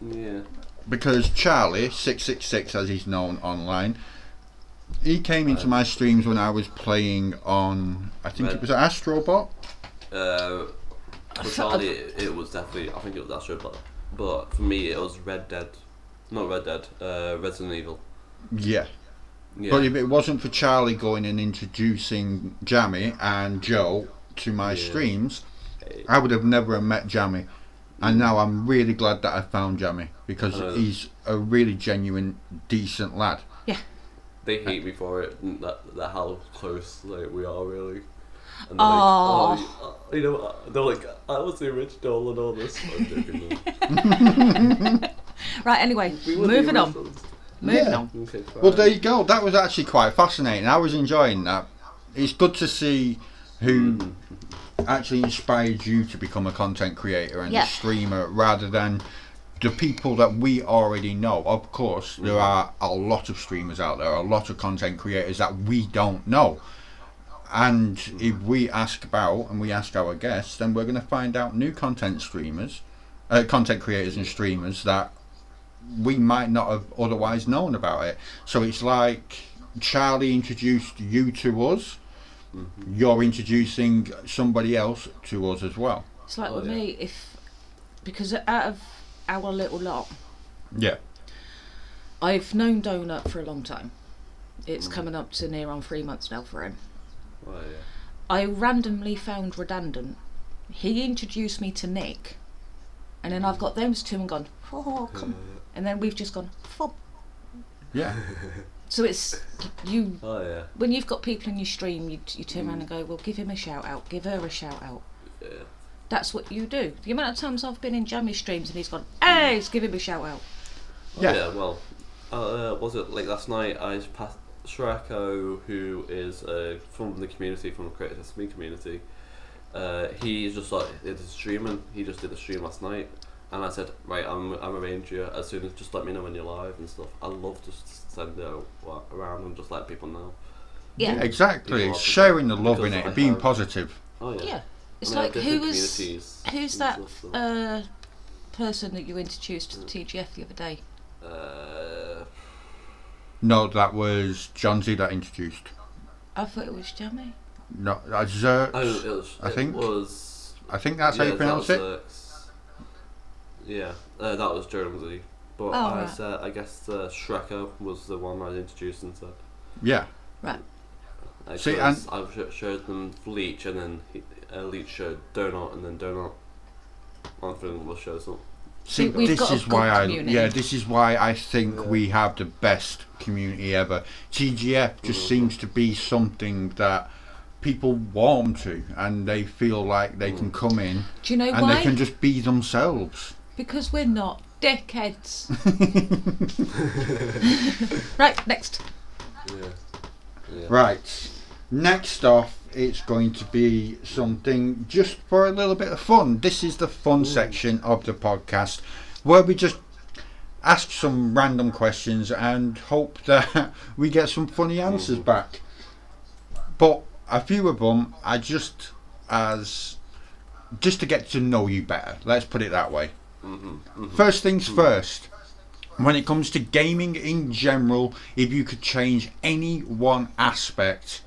[SPEAKER 3] yeah,
[SPEAKER 1] because Charlie six six six, as he's known online. He came into my streams when I was playing on, I think it
[SPEAKER 3] Right.
[SPEAKER 1] was Astrobot.
[SPEAKER 3] uh, for
[SPEAKER 2] felt-
[SPEAKER 3] Charlie, it, it was definitely. I think it was Astro, but but for me, it was Red Dead, not Red Dead, uh, Resident Evil.
[SPEAKER 1] Yeah,
[SPEAKER 3] Yeah.
[SPEAKER 1] But if it wasn't for Charlie going and introducing Jamie and Joe to my
[SPEAKER 3] Yeah.
[SPEAKER 1] streams, I would have never have met Jamie. And now I'm really glad that I found Jamie because
[SPEAKER 3] Uh.
[SPEAKER 1] he's a really genuine, decent lad.
[SPEAKER 3] they hate me for it. and That, that how close like we are really. And they're like,
[SPEAKER 2] Aw.
[SPEAKER 3] oh, you you know, they're like, I was the original and all this. I'm joking.
[SPEAKER 2] *laughs*
[SPEAKER 3] though.
[SPEAKER 2] Right, anyway,
[SPEAKER 3] We were the
[SPEAKER 2] moving on.
[SPEAKER 3] originals.
[SPEAKER 2] Moving
[SPEAKER 1] Yeah.
[SPEAKER 2] on.
[SPEAKER 3] Okay,
[SPEAKER 1] Well,
[SPEAKER 3] fine.
[SPEAKER 1] there you go. That was actually quite fascinating. I was enjoying that. It's good to see who actually inspired you to become a content creator and
[SPEAKER 2] Yeah.
[SPEAKER 1] a streamer rather than the people that we already know. Of course, there are a lot of streamers out there, a lot of content creators that we don't know. And if we ask about and we ask our guests, then we're going to find out new content streamers, uh, content creators and streamers that we might not have otherwise known about it. So it's like Charlie introduced you to us. You're introducing somebody else to us as well.
[SPEAKER 2] It's like
[SPEAKER 3] Oh,
[SPEAKER 2] with
[SPEAKER 3] yeah.
[SPEAKER 2] me, if because out of our little lot,
[SPEAKER 1] Yeah.
[SPEAKER 2] I've known Donut for a long time.
[SPEAKER 3] Mm.
[SPEAKER 2] It's coming up to near on three months now for him.
[SPEAKER 3] Oh, yeah.
[SPEAKER 2] I randomly found redundant. He introduced me to Nick, and then I've got those two and gone, oh, come. And then we've just gone, Fob.
[SPEAKER 1] Yeah.
[SPEAKER 2] So it's you
[SPEAKER 3] Oh, yeah.
[SPEAKER 2] when you've got people in your stream, you, you turn around and go, well, give him a shout out, give her a shout out.
[SPEAKER 3] Yeah.
[SPEAKER 2] That's what you do. The amount of times I've been in Jammy streams and he's gone, hey, let's give him a shout out.
[SPEAKER 1] Yeah.
[SPEAKER 3] Oh, Yeah. well, uh, was it like last night? I just passed Shrako, who is uh, from the community, from the Creative Sesame community. Uh, he's just like did a stream and he just did a stream last night, and I said, right, I'm I'm arranging you as soon as just let me know when you're live and stuff. I love just to send it out wa- around and just let people know.
[SPEAKER 2] Yeah. Yeah.
[SPEAKER 1] Exactly.
[SPEAKER 3] People
[SPEAKER 1] It's
[SPEAKER 3] are-
[SPEAKER 1] sharing the love in
[SPEAKER 3] because I
[SPEAKER 1] it, being
[SPEAKER 3] have-
[SPEAKER 1] positive.
[SPEAKER 3] Oh yeah.
[SPEAKER 2] It's
[SPEAKER 3] I mean,
[SPEAKER 2] like, who
[SPEAKER 3] different
[SPEAKER 2] was,
[SPEAKER 3] communities
[SPEAKER 2] who's
[SPEAKER 3] and
[SPEAKER 2] that
[SPEAKER 3] stuff, so-
[SPEAKER 2] uh, person that you introduced to the TGF the other day?
[SPEAKER 3] uh,
[SPEAKER 1] No, that was John Z that introduced.
[SPEAKER 2] I thought it was Jammy.
[SPEAKER 1] No, uh, Xerx.
[SPEAKER 3] oh, it was,
[SPEAKER 1] I
[SPEAKER 3] it
[SPEAKER 1] think-
[SPEAKER 3] was
[SPEAKER 1] I think that's how you
[SPEAKER 3] that
[SPEAKER 1] pronounce
[SPEAKER 3] was,
[SPEAKER 1] it.
[SPEAKER 3] uh, s- yeah, uh, that was Jonesy. But
[SPEAKER 2] Oh,
[SPEAKER 3] I,
[SPEAKER 2] right.
[SPEAKER 3] said, I guess uh, Shreko was the one I introduced and said.
[SPEAKER 1] Yeah.
[SPEAKER 2] Right.
[SPEAKER 3] Like,
[SPEAKER 1] See,
[SPEAKER 3] 'cause I sh- showed them Leech and then he, uh, Leech showed Donut and then Donut. One thing will show some.
[SPEAKER 1] See,
[SPEAKER 2] we've
[SPEAKER 1] this
[SPEAKER 2] got a
[SPEAKER 1] is
[SPEAKER 2] good
[SPEAKER 1] why I
[SPEAKER 2] community.
[SPEAKER 1] yeah, this is why I think we have the best community ever. TGF
[SPEAKER 3] Mm-hmm.
[SPEAKER 1] just seems to be something that people warm to, and they feel like they
[SPEAKER 3] Mm.
[SPEAKER 1] can come in
[SPEAKER 2] Do you know
[SPEAKER 1] and
[SPEAKER 2] why?
[SPEAKER 1] they can just be themselves.
[SPEAKER 2] Because we're not
[SPEAKER 1] *laughs*
[SPEAKER 2] dickheads. *laughs* right, next.
[SPEAKER 3] Yeah. Yeah.
[SPEAKER 1] Right. Next off, it's going to be something just for a little bit of fun. This is the fun section of the podcast where we just ask some random questions and hope that *laughs* we get some funny answers back. But a few of them are just as just to get to know you better. Let's put it that way. First things first. When it comes to gaming in general, if you could change any one aspect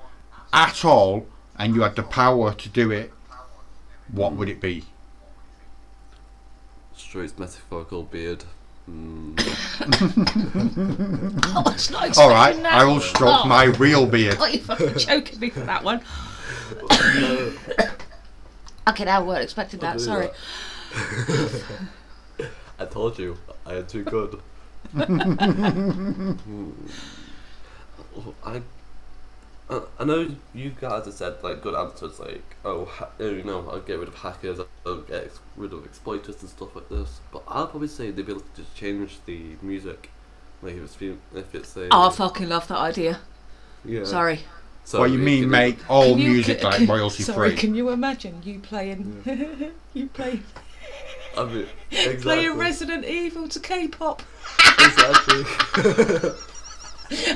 [SPEAKER 1] at all and you had the power to do it, what would it be?
[SPEAKER 3] Straight metaphorical beard. Mm.
[SPEAKER 2] Oh, it's not expecting
[SPEAKER 1] All right,
[SPEAKER 2] that.
[SPEAKER 1] I will stroke
[SPEAKER 2] Oh,
[SPEAKER 1] my real beard.
[SPEAKER 2] Oh, you fucking joking me for that one. *coughs* okay, now weren't expecting that.
[SPEAKER 3] do
[SPEAKER 2] Sorry.
[SPEAKER 3] I told you, I am too good.
[SPEAKER 1] *laughs*
[SPEAKER 3] Hmm. I, I, I know you guys have said like good answers, like oh, ha- oh, you know, I'll get rid of hackers, I'll get ex- rid of exploiters and stuff like this. But I'll probably say the ability to change the music, like if it's fem- if it's a
[SPEAKER 2] Oh, I fucking love that idea.
[SPEAKER 3] yeah.
[SPEAKER 2] Sorry.
[SPEAKER 3] So
[SPEAKER 1] What you
[SPEAKER 3] it
[SPEAKER 1] mean,
[SPEAKER 3] could-
[SPEAKER 1] make all
[SPEAKER 2] Oh, Can you-
[SPEAKER 1] music
[SPEAKER 2] can- *laughs*
[SPEAKER 1] like
[SPEAKER 2] can-
[SPEAKER 1] royalty
[SPEAKER 2] Sorry,
[SPEAKER 1] free?
[SPEAKER 2] can you imagine you playing, *laughs* you play,
[SPEAKER 3] I mean, exactly.
[SPEAKER 2] playing Resident Evil to K-pop? *laughs*
[SPEAKER 3] exactly. *laughs*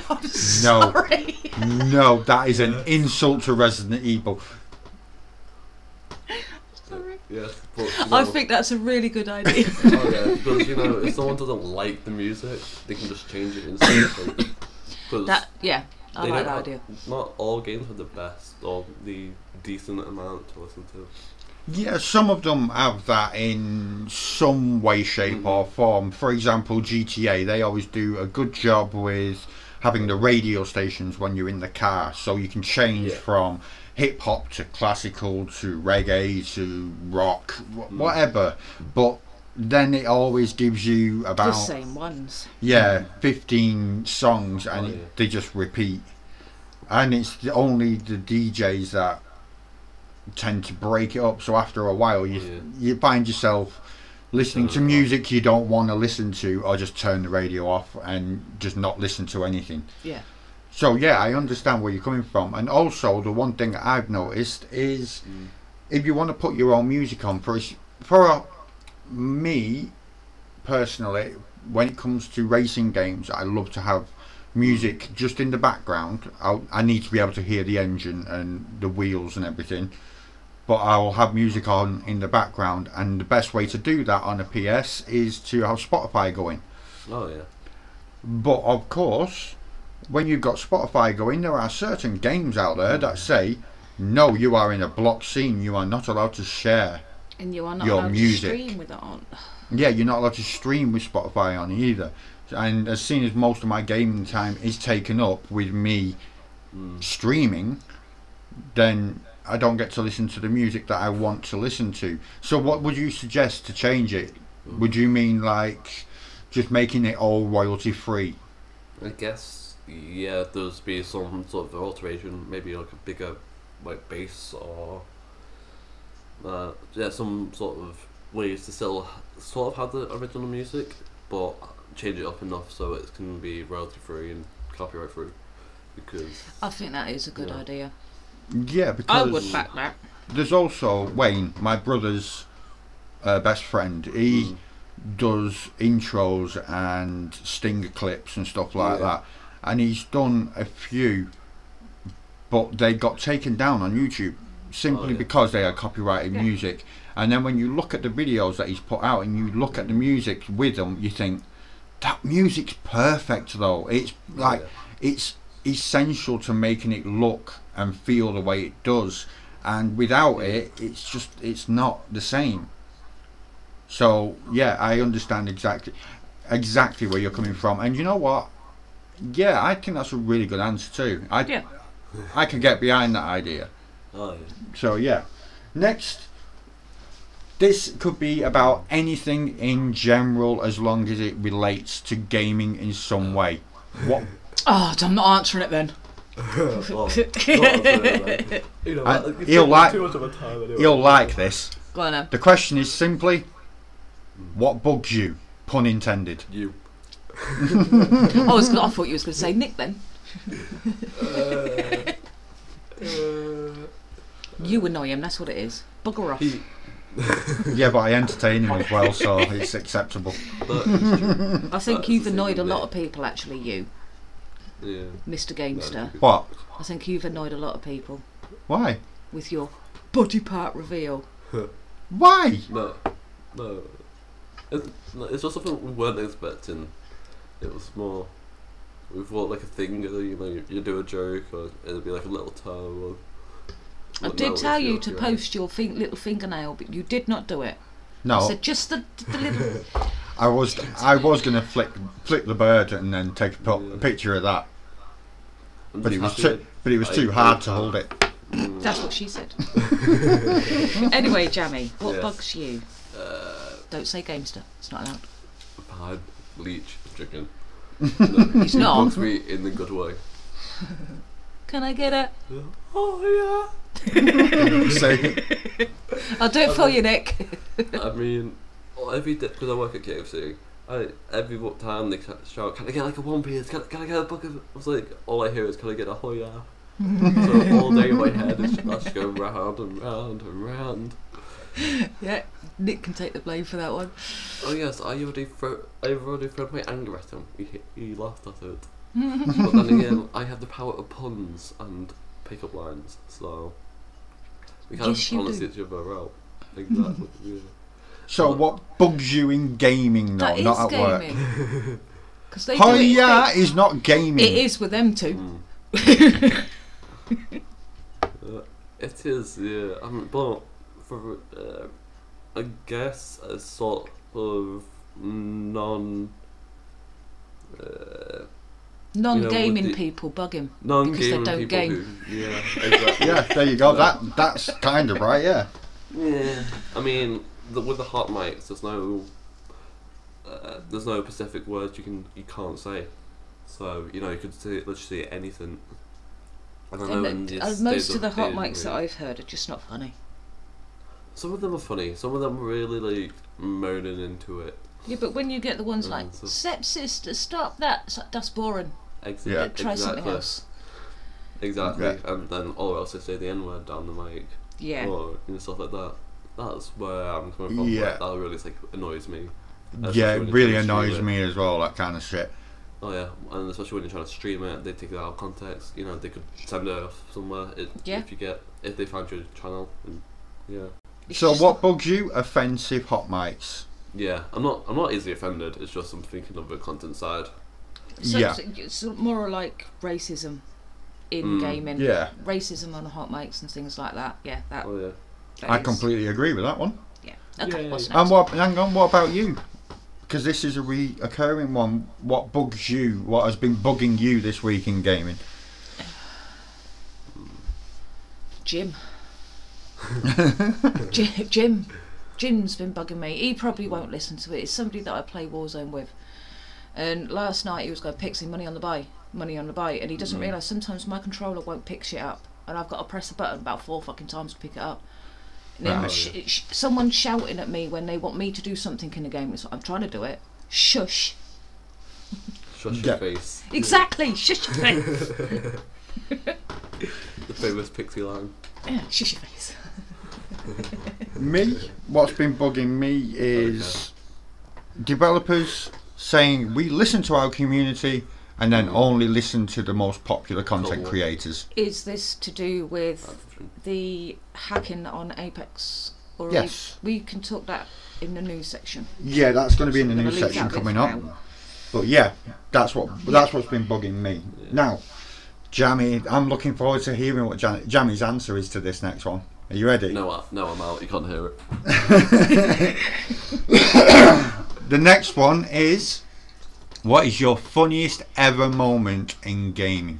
[SPEAKER 2] I'm
[SPEAKER 1] No.
[SPEAKER 2] sorry.
[SPEAKER 1] No, that is an insult to Resident Evil.
[SPEAKER 2] sorry.
[SPEAKER 3] Yes, but, you
[SPEAKER 2] I
[SPEAKER 3] know-
[SPEAKER 2] think that's a really good idea.
[SPEAKER 3] Oh yeah, because you know, if someone doesn't like the music, they can just change it
[SPEAKER 2] *coughs*
[SPEAKER 3] instantly. Because
[SPEAKER 2] that yeah, I
[SPEAKER 3] they
[SPEAKER 2] like
[SPEAKER 3] don't
[SPEAKER 2] that idea.
[SPEAKER 3] have- Not all games have the best or the decent amount to listen to.
[SPEAKER 1] Yeah, some of them have that in
[SPEAKER 2] Mm.
[SPEAKER 1] some way, shape, or form. For example, GTA, they always do a good job with having the radio stations when you're in the car, so you can change
[SPEAKER 4] Yeah.
[SPEAKER 1] from hip hop to classical to reggae to rock,
[SPEAKER 2] Mm.
[SPEAKER 1] wh- whatever. But then it always gives you
[SPEAKER 2] The
[SPEAKER 1] about
[SPEAKER 2] same ones.
[SPEAKER 1] yeah, 15 songs and
[SPEAKER 3] Oh,
[SPEAKER 1] it-
[SPEAKER 3] yeah.
[SPEAKER 1] they just repeat. And it's the, only the DJs that tend to break it up. So after a while, you
[SPEAKER 3] Oh, Yeah.
[SPEAKER 1] you find yourself listening
[SPEAKER 3] Turn
[SPEAKER 1] to
[SPEAKER 3] it off.
[SPEAKER 1] music you don't want to listen to, or just turn the radio off and just not listen to anything.
[SPEAKER 2] Yeah.
[SPEAKER 1] So yeah, I understand where you're coming from. And also, the one thing I've noticed is
[SPEAKER 3] Mm.
[SPEAKER 1] if you want to put your own music on for us- for me personally, when it comes to racing games, I love to have music just in the background. i I need to be able to hear the engine and the wheels and everything. But I will have music on in the background, and the best way to do that on a PS is to have Spotify going.
[SPEAKER 3] Oh yeah.
[SPEAKER 1] But of course, when you've got Spotify going, there are certain games out there that say, no, you are in a blocked scene. You are not allowed to share.
[SPEAKER 2] And you are not
[SPEAKER 1] Your
[SPEAKER 2] allowed
[SPEAKER 1] music.
[SPEAKER 2] to stream with it on.
[SPEAKER 1] Yeah, you're not allowed to stream with Spotify on either. And as soon as most of my gaming time is taken up with me
[SPEAKER 3] Mm.
[SPEAKER 1] streaming, then I don't get to listen to the music that I want to listen to. So, what would you suggest to change it? Would you mean like just making it all royalty free?
[SPEAKER 3] I guess yeah, there's be some sort of alteration, maybe like a bigger like bass or uh, yeah, some sort of ways to still h- sort of have the original music, but change it up enough so it can be royalty free and copyright free. Because
[SPEAKER 2] I think that is a good
[SPEAKER 3] Yeah.
[SPEAKER 2] idea.
[SPEAKER 1] Yeah,
[SPEAKER 2] I
[SPEAKER 1] because
[SPEAKER 2] would back that.
[SPEAKER 1] There's also Wayne, my brother's uh, best friend.
[SPEAKER 3] Hmm. Mm.
[SPEAKER 1] He does intros and stinger clips and stuff like
[SPEAKER 3] Yeah.
[SPEAKER 1] that, and he's done a few, but they got taken down on YouTube simply
[SPEAKER 3] Oh, yeah.
[SPEAKER 1] because they are copyrighted
[SPEAKER 2] Yeah.
[SPEAKER 1] music. And then when you look at the videos that he's put out and you look at the music with them, you think that music's perfect though. It's like
[SPEAKER 3] Yeah.
[SPEAKER 1] it's essential to making it look and feel the way it does and without it it's just it's not the same so yeah i understand exactly exactly where you're coming from and you know what yeah i think that's a really good answer too i
[SPEAKER 2] Yeah.
[SPEAKER 1] i can get behind that idea *laughs*
[SPEAKER 3] oh yeah.
[SPEAKER 1] so yeah next this could be about anything in general as long as it relates to gaming in some way what
[SPEAKER 2] Oh, I'm not answering it then.
[SPEAKER 3] Oh, God, that's right.
[SPEAKER 4] You know,
[SPEAKER 1] I-
[SPEAKER 4] that- it's
[SPEAKER 1] he'll
[SPEAKER 4] taking
[SPEAKER 1] like-
[SPEAKER 4] too much of a time anyway.
[SPEAKER 1] you'll like this
[SPEAKER 2] *laughs* Go on um, then.
[SPEAKER 1] The question is simply, what bugs you? Pun *laughs* intended.
[SPEAKER 3] you
[SPEAKER 2] I, was, I thought you was going to say Nick then.
[SPEAKER 4] Uh, uh,
[SPEAKER 2] You annoy him, that's what it is. Bugger off.
[SPEAKER 3] He-
[SPEAKER 1] Yeah, but I entertain him as well, so it's acceptable. *laughs*
[SPEAKER 3] that is true.
[SPEAKER 2] I think
[SPEAKER 3] that's
[SPEAKER 2] you've
[SPEAKER 3] the thing
[SPEAKER 2] annoyed a
[SPEAKER 3] with
[SPEAKER 2] lot
[SPEAKER 3] Nick.
[SPEAKER 2] of people, actually, you,
[SPEAKER 3] Yeah.
[SPEAKER 2] Mr. Gamester.
[SPEAKER 1] What?
[SPEAKER 2] I think you've annoyed a lot of people
[SPEAKER 1] Why?
[SPEAKER 2] with your body part reveal.
[SPEAKER 1] Why?
[SPEAKER 3] No, no. It's, no, it's just something we weren't expecting. It was more. We thought like a thing, you know, you, you do a joke, or it'll be like a little toe. Or,
[SPEAKER 2] I
[SPEAKER 3] but
[SPEAKER 2] did
[SPEAKER 3] no,
[SPEAKER 2] tell
[SPEAKER 3] it's
[SPEAKER 2] you
[SPEAKER 3] your-
[SPEAKER 2] to
[SPEAKER 3] your-
[SPEAKER 2] post your fin- little fingernail, but you did not do it. I
[SPEAKER 1] No,
[SPEAKER 2] said just the, the little.
[SPEAKER 1] I was I was gonna flick flick the bird and then take a, pu- a picture of that,
[SPEAKER 3] I'm
[SPEAKER 1] but it was
[SPEAKER 3] just
[SPEAKER 1] too
[SPEAKER 3] happy
[SPEAKER 1] but it was
[SPEAKER 3] I
[SPEAKER 1] too
[SPEAKER 3] did
[SPEAKER 1] hard to
[SPEAKER 3] that.
[SPEAKER 1] hold *laughs* it.
[SPEAKER 2] That's what she said. *laughs* anyway, Jamie, what
[SPEAKER 3] Yes.
[SPEAKER 2] bugs you?
[SPEAKER 3] that, Uh,
[SPEAKER 2] Don't say gamester. It's not allowed.
[SPEAKER 3] pad, bleach,
[SPEAKER 1] *laughs*
[SPEAKER 3] chicken. no,
[SPEAKER 2] He's not.
[SPEAKER 3] Bugs me in the good way.
[SPEAKER 2] Can I get it?
[SPEAKER 4] oh
[SPEAKER 1] Say-
[SPEAKER 2] I'll do it for you, Nick. *laughs*
[SPEAKER 3] I mean, well, every day because I work at KFC, I every what time they ca- shout, "Can I get like a one piece? Can, I- can I get a bucket?" of-" I was like, all I hear is, "Can I get
[SPEAKER 2] *laughs*
[SPEAKER 3] a hoya?" so all day in my head is just going round and round and round.
[SPEAKER 2] yeah, Nick can take the blame for that one. *laughs*
[SPEAKER 3] Oh yes, I already throw, I've already thrown my anger at him. He, hit- he laughed at it. but
[SPEAKER 2] *laughs*
[SPEAKER 3] then again, I have the power of puns and pickup lines, so we kind
[SPEAKER 2] Yes,
[SPEAKER 3] of
[SPEAKER 2] you
[SPEAKER 3] balance
[SPEAKER 2] do.
[SPEAKER 3] each other out. Exactly. yeah.
[SPEAKER 1] So what bugs you in gaming though,
[SPEAKER 2] That is
[SPEAKER 1] not at work?
[SPEAKER 2] gaming. Because they do it.
[SPEAKER 1] Hiya is not gaming.
[SPEAKER 2] It is with them two.
[SPEAKER 3] Mm. *laughs* Uh, it is, yeah. I mean, but for uh, I guess a sort of non uh,
[SPEAKER 2] Non-gaming
[SPEAKER 3] with the-
[SPEAKER 2] people bug him.
[SPEAKER 3] non
[SPEAKER 2] Because they
[SPEAKER 3] gaming
[SPEAKER 2] don't
[SPEAKER 3] people
[SPEAKER 2] game.
[SPEAKER 3] who yeah
[SPEAKER 1] *laughs*
[SPEAKER 3] exactly
[SPEAKER 1] Yeah, there you go. That that's kind of right. Yeah.
[SPEAKER 3] yeah I mean the, with the hot mics there's no uh, there's no specific words you can you can't say so you know you could say literally anything. I don't know. in
[SPEAKER 2] And,
[SPEAKER 3] these
[SPEAKER 2] uh,
[SPEAKER 3] days
[SPEAKER 2] most of the hot
[SPEAKER 3] dating,
[SPEAKER 2] mics that
[SPEAKER 3] really.
[SPEAKER 2] I've heard are just not funny.
[SPEAKER 3] Some of them are funny. Some of them are really like moaning into it.
[SPEAKER 2] Yeah, but when you get the ones
[SPEAKER 3] Mm,
[SPEAKER 2] like
[SPEAKER 3] so-
[SPEAKER 2] sepsis, to stop that, it's like, that's boring.
[SPEAKER 3] Exit.
[SPEAKER 1] Yeah.
[SPEAKER 2] Try something else.
[SPEAKER 3] Exactly.
[SPEAKER 1] Okay.
[SPEAKER 3] And then or else they say the N word down the mic.
[SPEAKER 2] Yeah.
[SPEAKER 3] Or you know, stuff like that. That's where I'm coming from.
[SPEAKER 1] Yeah.
[SPEAKER 3] Like, that really like annoys me.
[SPEAKER 1] yeah,
[SPEAKER 3] Especially when
[SPEAKER 1] it
[SPEAKER 3] you're
[SPEAKER 1] really
[SPEAKER 3] trying to
[SPEAKER 1] annoys
[SPEAKER 3] stream it.
[SPEAKER 1] me as well. That kind of shit.
[SPEAKER 3] Oh yeah, and especially when you're trying to stream it, they take it out of context. You know, they could send it off somewhere. It,
[SPEAKER 2] Yeah.
[SPEAKER 3] If you get if they find your channel, and yeah.
[SPEAKER 2] It's
[SPEAKER 1] So
[SPEAKER 2] just-
[SPEAKER 1] what bugs you? Offensive hot mics.
[SPEAKER 3] Yeah, I'm not. I'm not easily offended. It's just I'm thinking of the content side.
[SPEAKER 2] So,
[SPEAKER 1] Yeah.
[SPEAKER 2] so it's more like racism in
[SPEAKER 3] Mm,
[SPEAKER 2] gaming.
[SPEAKER 1] Yeah,
[SPEAKER 2] Racism on the hot mics and things like that. Yeah, that.
[SPEAKER 3] Oh yeah.
[SPEAKER 2] that
[SPEAKER 1] I
[SPEAKER 2] is-
[SPEAKER 1] completely agree with that one.
[SPEAKER 2] Yeah. Okay.
[SPEAKER 4] Yeah,
[SPEAKER 2] what's
[SPEAKER 4] yeah,
[SPEAKER 1] And what?
[SPEAKER 2] next?
[SPEAKER 1] Hang on. What about you? Because this is a recurring one. What bugs you? What has been bugging you this week in gaming?
[SPEAKER 2] Jim. Jim. Jim. Jim's been bugging me. He probably won't listen to it. It's somebody that I play Warzone with. And last night he was going pixie money on the buy, money on the buy, and he doesn't realise sometimes my controller won't pick shit up, and I've got to press the button about four fucking times to pick it up. And then
[SPEAKER 1] Right.
[SPEAKER 2] sh- sh- someone shouting at me when they want me to do something in a game. It's like, I'm trying to do it. Shush.
[SPEAKER 3] Shush
[SPEAKER 1] Yeah.
[SPEAKER 3] your face.
[SPEAKER 2] Exactly. Shush your face. *laughs*
[SPEAKER 3] The famous pixie line.
[SPEAKER 2] yeah, shush your face.
[SPEAKER 1] Me? What's been bugging me is developers saying we listen to our community and then only listen to the most popular content
[SPEAKER 3] Cool.
[SPEAKER 1] creators.
[SPEAKER 2] Is this to do with
[SPEAKER 3] That's true.
[SPEAKER 2] the hacking on Apex? Or are
[SPEAKER 1] Yes.
[SPEAKER 2] we, we can talk that in the news section.
[SPEAKER 1] Yeah, that's going to be in the
[SPEAKER 2] Gonna
[SPEAKER 1] news
[SPEAKER 2] leave
[SPEAKER 1] section
[SPEAKER 2] that bit
[SPEAKER 1] coming
[SPEAKER 2] for
[SPEAKER 1] up.
[SPEAKER 2] now.
[SPEAKER 1] But yeah, that's what that's what's been bugging me. Now, Jamie, I'm looking forward to hearing what Jam- Jamie's answer is to this next one. Are you ready?
[SPEAKER 3] No, I, no, I'm out. You can't hear it.
[SPEAKER 1] The next one is what is your funniest ever moment in gaming?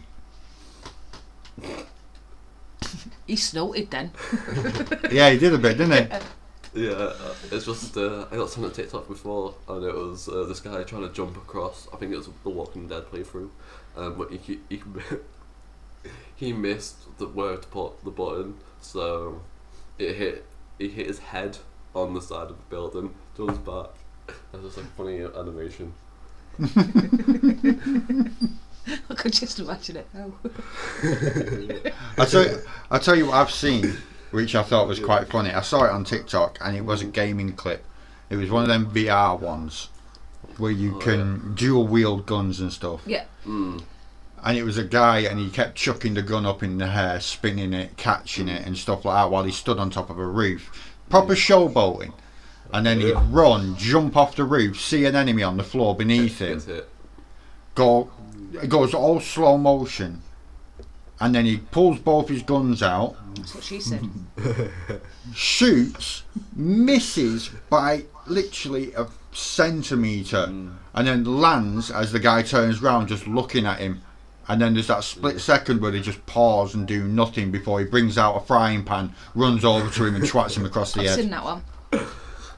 [SPEAKER 2] He snorted then. *laughs*
[SPEAKER 1] Yeah, he did a bit, didn't he?
[SPEAKER 3] Yeah, uh, it's just uh, I got sent a TikTok before, and it was uh, this guy trying to jump across. I think it was the Walking Dead playthrough, um, but he he, *laughs* he missed the where to put the button, so it hit he hit his head on the side of the building, jumps back. That's just like funny animation.
[SPEAKER 2] I could just imagine it. Oh.
[SPEAKER 1] I tell you, I tell you what I've seen, which I thought was quite funny. I saw it on TikTok, and it was a gaming clip. It was one of them VR ones where you
[SPEAKER 3] Oh,
[SPEAKER 1] can dual wield guns and stuff.
[SPEAKER 2] Yeah.
[SPEAKER 3] Mm.
[SPEAKER 1] And it was a guy, and he kept chucking the gun up in the air, spinning it, catching it, and stuff like that, while he stood on top of a roof, proper showboating. And then he'd
[SPEAKER 3] Yeah.
[SPEAKER 1] run, jump off the roof, see an enemy on the floor beneath him,
[SPEAKER 3] Gets hit.
[SPEAKER 1] go it goes all slow motion and then he pulls both his guns out
[SPEAKER 2] That's what she
[SPEAKER 1] *laughs*
[SPEAKER 2] said.
[SPEAKER 1] shoots misses by literally a centimeter and then lands as the guy turns round just looking at him and then there's that split second where they just pause and do nothing before he brings out a frying pan runs over to him and twats him across the
[SPEAKER 2] I've seen
[SPEAKER 1] head
[SPEAKER 2] that one.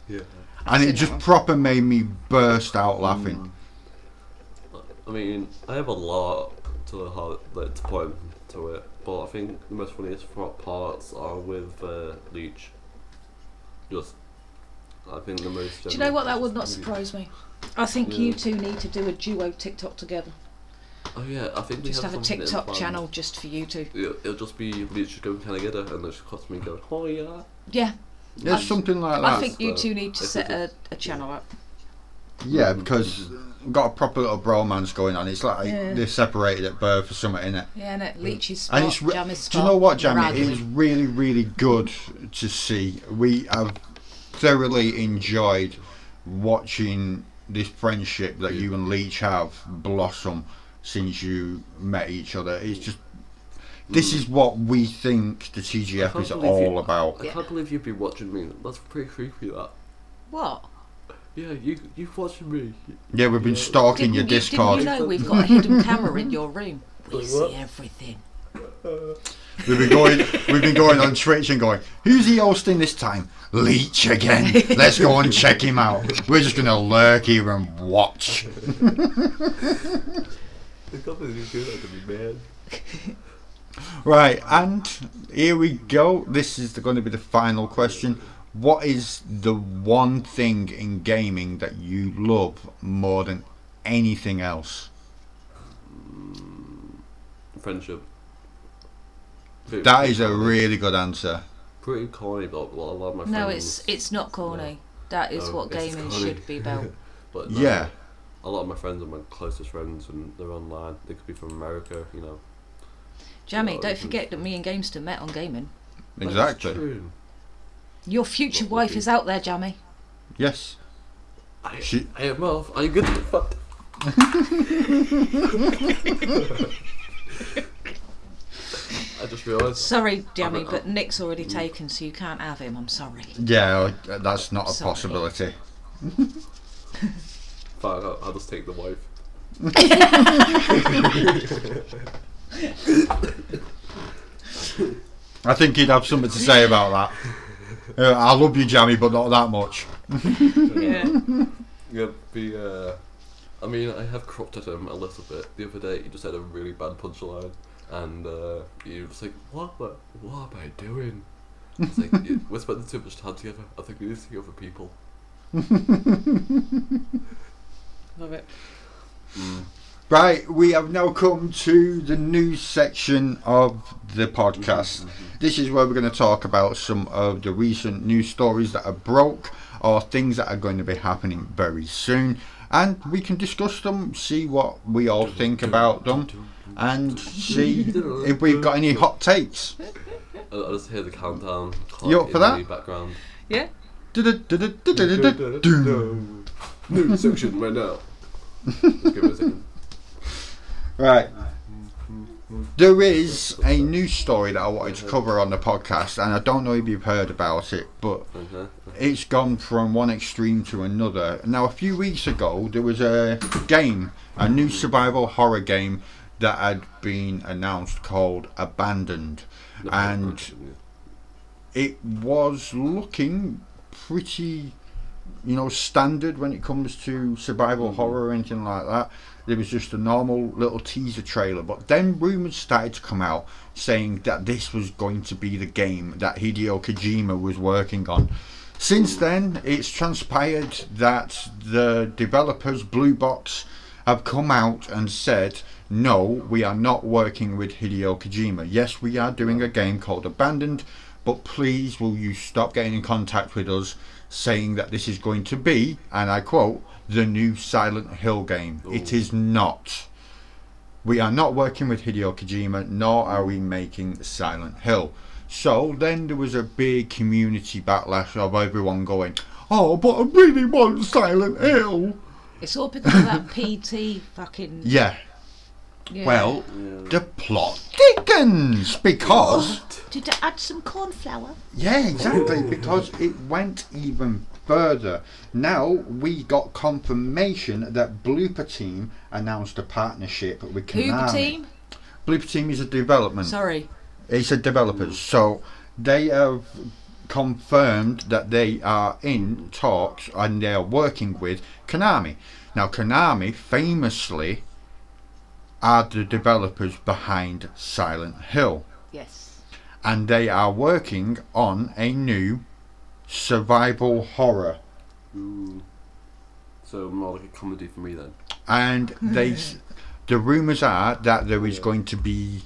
[SPEAKER 3] Yeah.
[SPEAKER 1] and it
[SPEAKER 2] seen that
[SPEAKER 1] just
[SPEAKER 2] one.
[SPEAKER 1] proper made me burst out laughing
[SPEAKER 3] I mean, I have a lot to the heart, like, to point to it, but I think the most funniest fro- parts are with uh, Leech. Just, I think the most.
[SPEAKER 2] Do you know what? That would not surprise me. I think
[SPEAKER 3] Yeah.
[SPEAKER 2] you two need to do a duo TikTok together.
[SPEAKER 3] Oh yeah, I think we
[SPEAKER 2] Just
[SPEAKER 3] have,
[SPEAKER 2] have a
[SPEAKER 3] something in
[SPEAKER 2] TikTok
[SPEAKER 3] plan.
[SPEAKER 2] channel just for you two.
[SPEAKER 3] It'll, it'll just be Leech going kind of get her, and then she cuts me going, oh yeah.
[SPEAKER 2] Yeah,
[SPEAKER 1] yeah something like that
[SPEAKER 2] I think you
[SPEAKER 3] the-
[SPEAKER 2] two need to
[SPEAKER 3] this
[SPEAKER 2] set a,
[SPEAKER 3] is
[SPEAKER 2] a channel up.
[SPEAKER 1] Yeah, because got a proper little bromance going on. It's like
[SPEAKER 2] Yeah.
[SPEAKER 1] they're separated at birth or something, innit?
[SPEAKER 2] Yeah, and it leeches spot,
[SPEAKER 1] And it's re-
[SPEAKER 2] Jam is
[SPEAKER 1] do
[SPEAKER 2] spot,
[SPEAKER 1] you know what, Jamie?
[SPEAKER 2] Rag
[SPEAKER 1] It
[SPEAKER 2] is-
[SPEAKER 1] is really, really good to see. We have thoroughly enjoyed watching this friendship that you and Leach have blossom since you met each other. It's just this is what we think the TGF
[SPEAKER 3] can't
[SPEAKER 1] is
[SPEAKER 3] believe you- *laughs*
[SPEAKER 1] all about.
[SPEAKER 3] I
[SPEAKER 2] Yeah.
[SPEAKER 3] can't believe you'd be watching me. That's pretty creepy. That
[SPEAKER 2] What?
[SPEAKER 3] Yeah, you you've watched me.
[SPEAKER 1] Yeah, we've been
[SPEAKER 4] Yeah.
[SPEAKER 1] stalking
[SPEAKER 2] Didn't
[SPEAKER 1] your
[SPEAKER 2] you,
[SPEAKER 1] Discord.
[SPEAKER 2] Didn't you know we've got a hidden camera in your
[SPEAKER 3] *laughs*
[SPEAKER 2] room? We
[SPEAKER 4] Wait, what?
[SPEAKER 2] see everything.
[SPEAKER 1] *laughs* We've been going. We've been going on Twitch and going. Who's he hosting this time? Leech again. Let's go and check him out. We're just gonna lurk here and watch.
[SPEAKER 4] The company's doing that to me, man.
[SPEAKER 1] Right, and here we go. This is going to be the final question. What is the one thing in gaming that you love more than anything else?
[SPEAKER 3] Mm. Friendship.
[SPEAKER 1] That is a really good answer.
[SPEAKER 3] pretty corny, but well, a lot of my friends.
[SPEAKER 2] No, it's it's not corny. That is
[SPEAKER 3] No,
[SPEAKER 2] what
[SPEAKER 3] it's
[SPEAKER 2] gaming
[SPEAKER 3] corny.
[SPEAKER 2] should be about.
[SPEAKER 3] *laughs* But no,
[SPEAKER 1] Yeah,
[SPEAKER 3] a lot of my friends are my closest friends, and they're online. They could be from America, you know.
[SPEAKER 2] Jamie,
[SPEAKER 3] No,
[SPEAKER 2] don't
[SPEAKER 3] it's-
[SPEAKER 2] forget that me and Gamester met on gaming.
[SPEAKER 3] But it's
[SPEAKER 1] exactly.
[SPEAKER 3] true.
[SPEAKER 2] Your future
[SPEAKER 3] What would
[SPEAKER 2] wife
[SPEAKER 3] be-
[SPEAKER 2] is out there, Jamie.
[SPEAKER 1] Yes.
[SPEAKER 3] I,
[SPEAKER 1] She-
[SPEAKER 3] I am off. Are you good? *laughs* Fuck. I just realised.
[SPEAKER 2] Sorry, Jamie, but Nick's already
[SPEAKER 3] Mm.
[SPEAKER 2] taken, so you can't have him. I'm sorry.
[SPEAKER 1] Yeah, uh, that's not a
[SPEAKER 2] Sorry.
[SPEAKER 1] possibility.
[SPEAKER 3] Fuck, I'll, I'll just take the wife.
[SPEAKER 1] I think he'd have something to say about that. Uh, I love you, Jamie, but not that much.
[SPEAKER 2] Yeah.
[SPEAKER 3] Yeah, be. Uh, I mean, I have cropped at him a little bit. The other day, he just had a really bad punchline, and uh, he was like, "What? the- What am I doing?" I was like, *laughs* "You- "We're spending too much time together. I think we need to see other people."
[SPEAKER 2] Love it.
[SPEAKER 1] Right, we have now come to the news section of the podcast. This is where we're going to talk about some of the recent news stories that are broke or things that are going to be happening very soon. And we can discuss them, see what we all think about them, and see if we've got any hot takes.
[SPEAKER 3] I, I just hear the countdown. clock
[SPEAKER 1] You up for
[SPEAKER 3] in the
[SPEAKER 1] that?
[SPEAKER 3] Background.
[SPEAKER 2] Yeah.
[SPEAKER 3] New section
[SPEAKER 1] *laughs*
[SPEAKER 3] right now. Just give it a second.
[SPEAKER 1] Right. There is a news story that I wanted to cover on the podcast, and I don't know if you've heard about it, but
[SPEAKER 3] Uh-huh.
[SPEAKER 1] it's gone from one extreme to another. Now, a few weeks ago, there was a game, a new survival horror game that had been announced called Abandoned, and it was looking pretty, you know, standard when it comes to survival horror or anything like that. It was just a normal little teaser trailer, but then rumors started to come out saying that this was going to be the game that Hideo Kojima was working on. Since then, it's transpired that the developers Blue Box have come out and said, no, we are not working with Hideo Kojima. Yes, we are doing a game called Abandoned, but please will you stop getting in contact with us saying that this is going to be, and I quote, the new Silent Hill game. It
[SPEAKER 3] Ooh.
[SPEAKER 1] is not. We are not working with Hideo Kojima, nor are we making Silent Hill. So then there was a big community backlash of everyone going, Oh, but I really want Silent Hill.
[SPEAKER 2] It's all because of that
[SPEAKER 3] *laughs*
[SPEAKER 2] PT fucking.
[SPEAKER 1] Yeah,
[SPEAKER 2] yeah.
[SPEAKER 1] well,
[SPEAKER 3] Yeah.
[SPEAKER 1] the plot thickens because.
[SPEAKER 2] Did I add some corn flour?
[SPEAKER 1] Yeah, exactly, because it went even further. Now we got confirmation that Blooper Team announced a partnership with Konami.
[SPEAKER 2] Hoover team?
[SPEAKER 1] Blooper Team is a development.
[SPEAKER 2] Sorry.
[SPEAKER 1] It's a developers, so they have confirmed that they are in talks and they are working with Konami. Now, Konami famously are the developers behind Silent Hill
[SPEAKER 2] Yes.
[SPEAKER 1] and they are working on a new survival horror
[SPEAKER 3] Ooh. So more like a comedy for me then.
[SPEAKER 1] and they s- the rumors are that there is going to be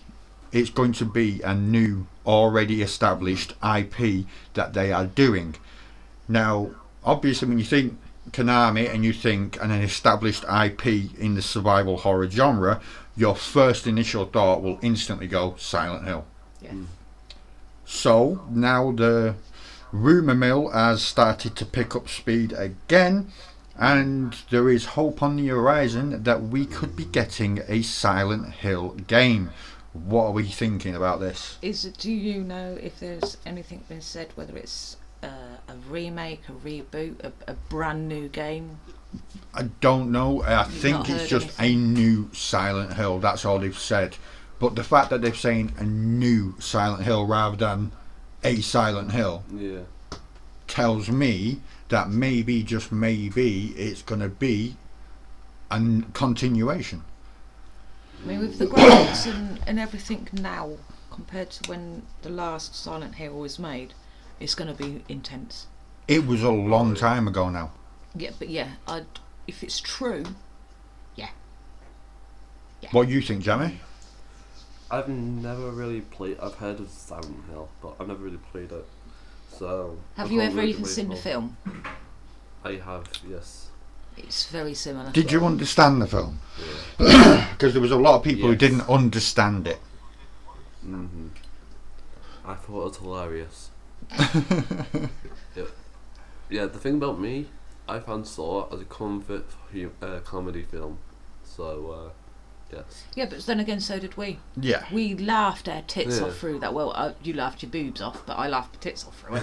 [SPEAKER 1] it's going to be a new already established IP that they are doing now obviously when you think Konami and you think an established IP in the survival horror genre your first initial thought will instantly go Silent Hill
[SPEAKER 2] Yeah.
[SPEAKER 3] Mm.
[SPEAKER 1] So now the rumour mill has started to pick up speed again, and there is hope on the horizon that we could be getting a Silent Hill game. What are we thinking about this?
[SPEAKER 2] Is do you know if there's anything been said whether it's a, a remake, a reboot, a, a brand new game?
[SPEAKER 1] I don't know. I think
[SPEAKER 2] not
[SPEAKER 1] it's
[SPEAKER 2] heard
[SPEAKER 1] just a
[SPEAKER 2] anything?
[SPEAKER 1] new Silent Hill. That's all they've said. But the fact that they've saying a new Silent Hill rather than a Silent Hill
[SPEAKER 3] Yeah.
[SPEAKER 1] tells me that maybe, just maybe, it's going to be a n- continuation.
[SPEAKER 2] I mean, with the graphics and, and everything now compared to when the last Silent Hill was made, it's going to be intense.
[SPEAKER 1] It was a long time ago now.
[SPEAKER 2] Yeah, but yeah, I'd, if it's true,
[SPEAKER 1] What do you think, Jamie?
[SPEAKER 3] I've never really played. I've heard of Silent Hill, but I've never really played it. So. I
[SPEAKER 2] have you
[SPEAKER 3] can't
[SPEAKER 2] ever
[SPEAKER 3] really
[SPEAKER 2] even
[SPEAKER 3] relate
[SPEAKER 2] seen the
[SPEAKER 3] at all.
[SPEAKER 2] film?
[SPEAKER 3] I have. Yes.
[SPEAKER 2] It's very similar.
[SPEAKER 1] Did you understand the film? *coughs* Because there was a lot of people who
[SPEAKER 3] Yes.
[SPEAKER 1] didn't understand it.
[SPEAKER 3] hmm I thought it was
[SPEAKER 1] *laughs*
[SPEAKER 3] hilarious. It- yeah, the thing about me, I found Saw as a comfort hu- uh, comedy film. So, uh, yes.
[SPEAKER 2] Yeah, but then again, so did we.
[SPEAKER 1] Yeah.
[SPEAKER 2] We laughed our tits
[SPEAKER 3] Yeah.
[SPEAKER 2] off through that. Well, uh, you laughed your boobs off, but I laughed my tits off through it.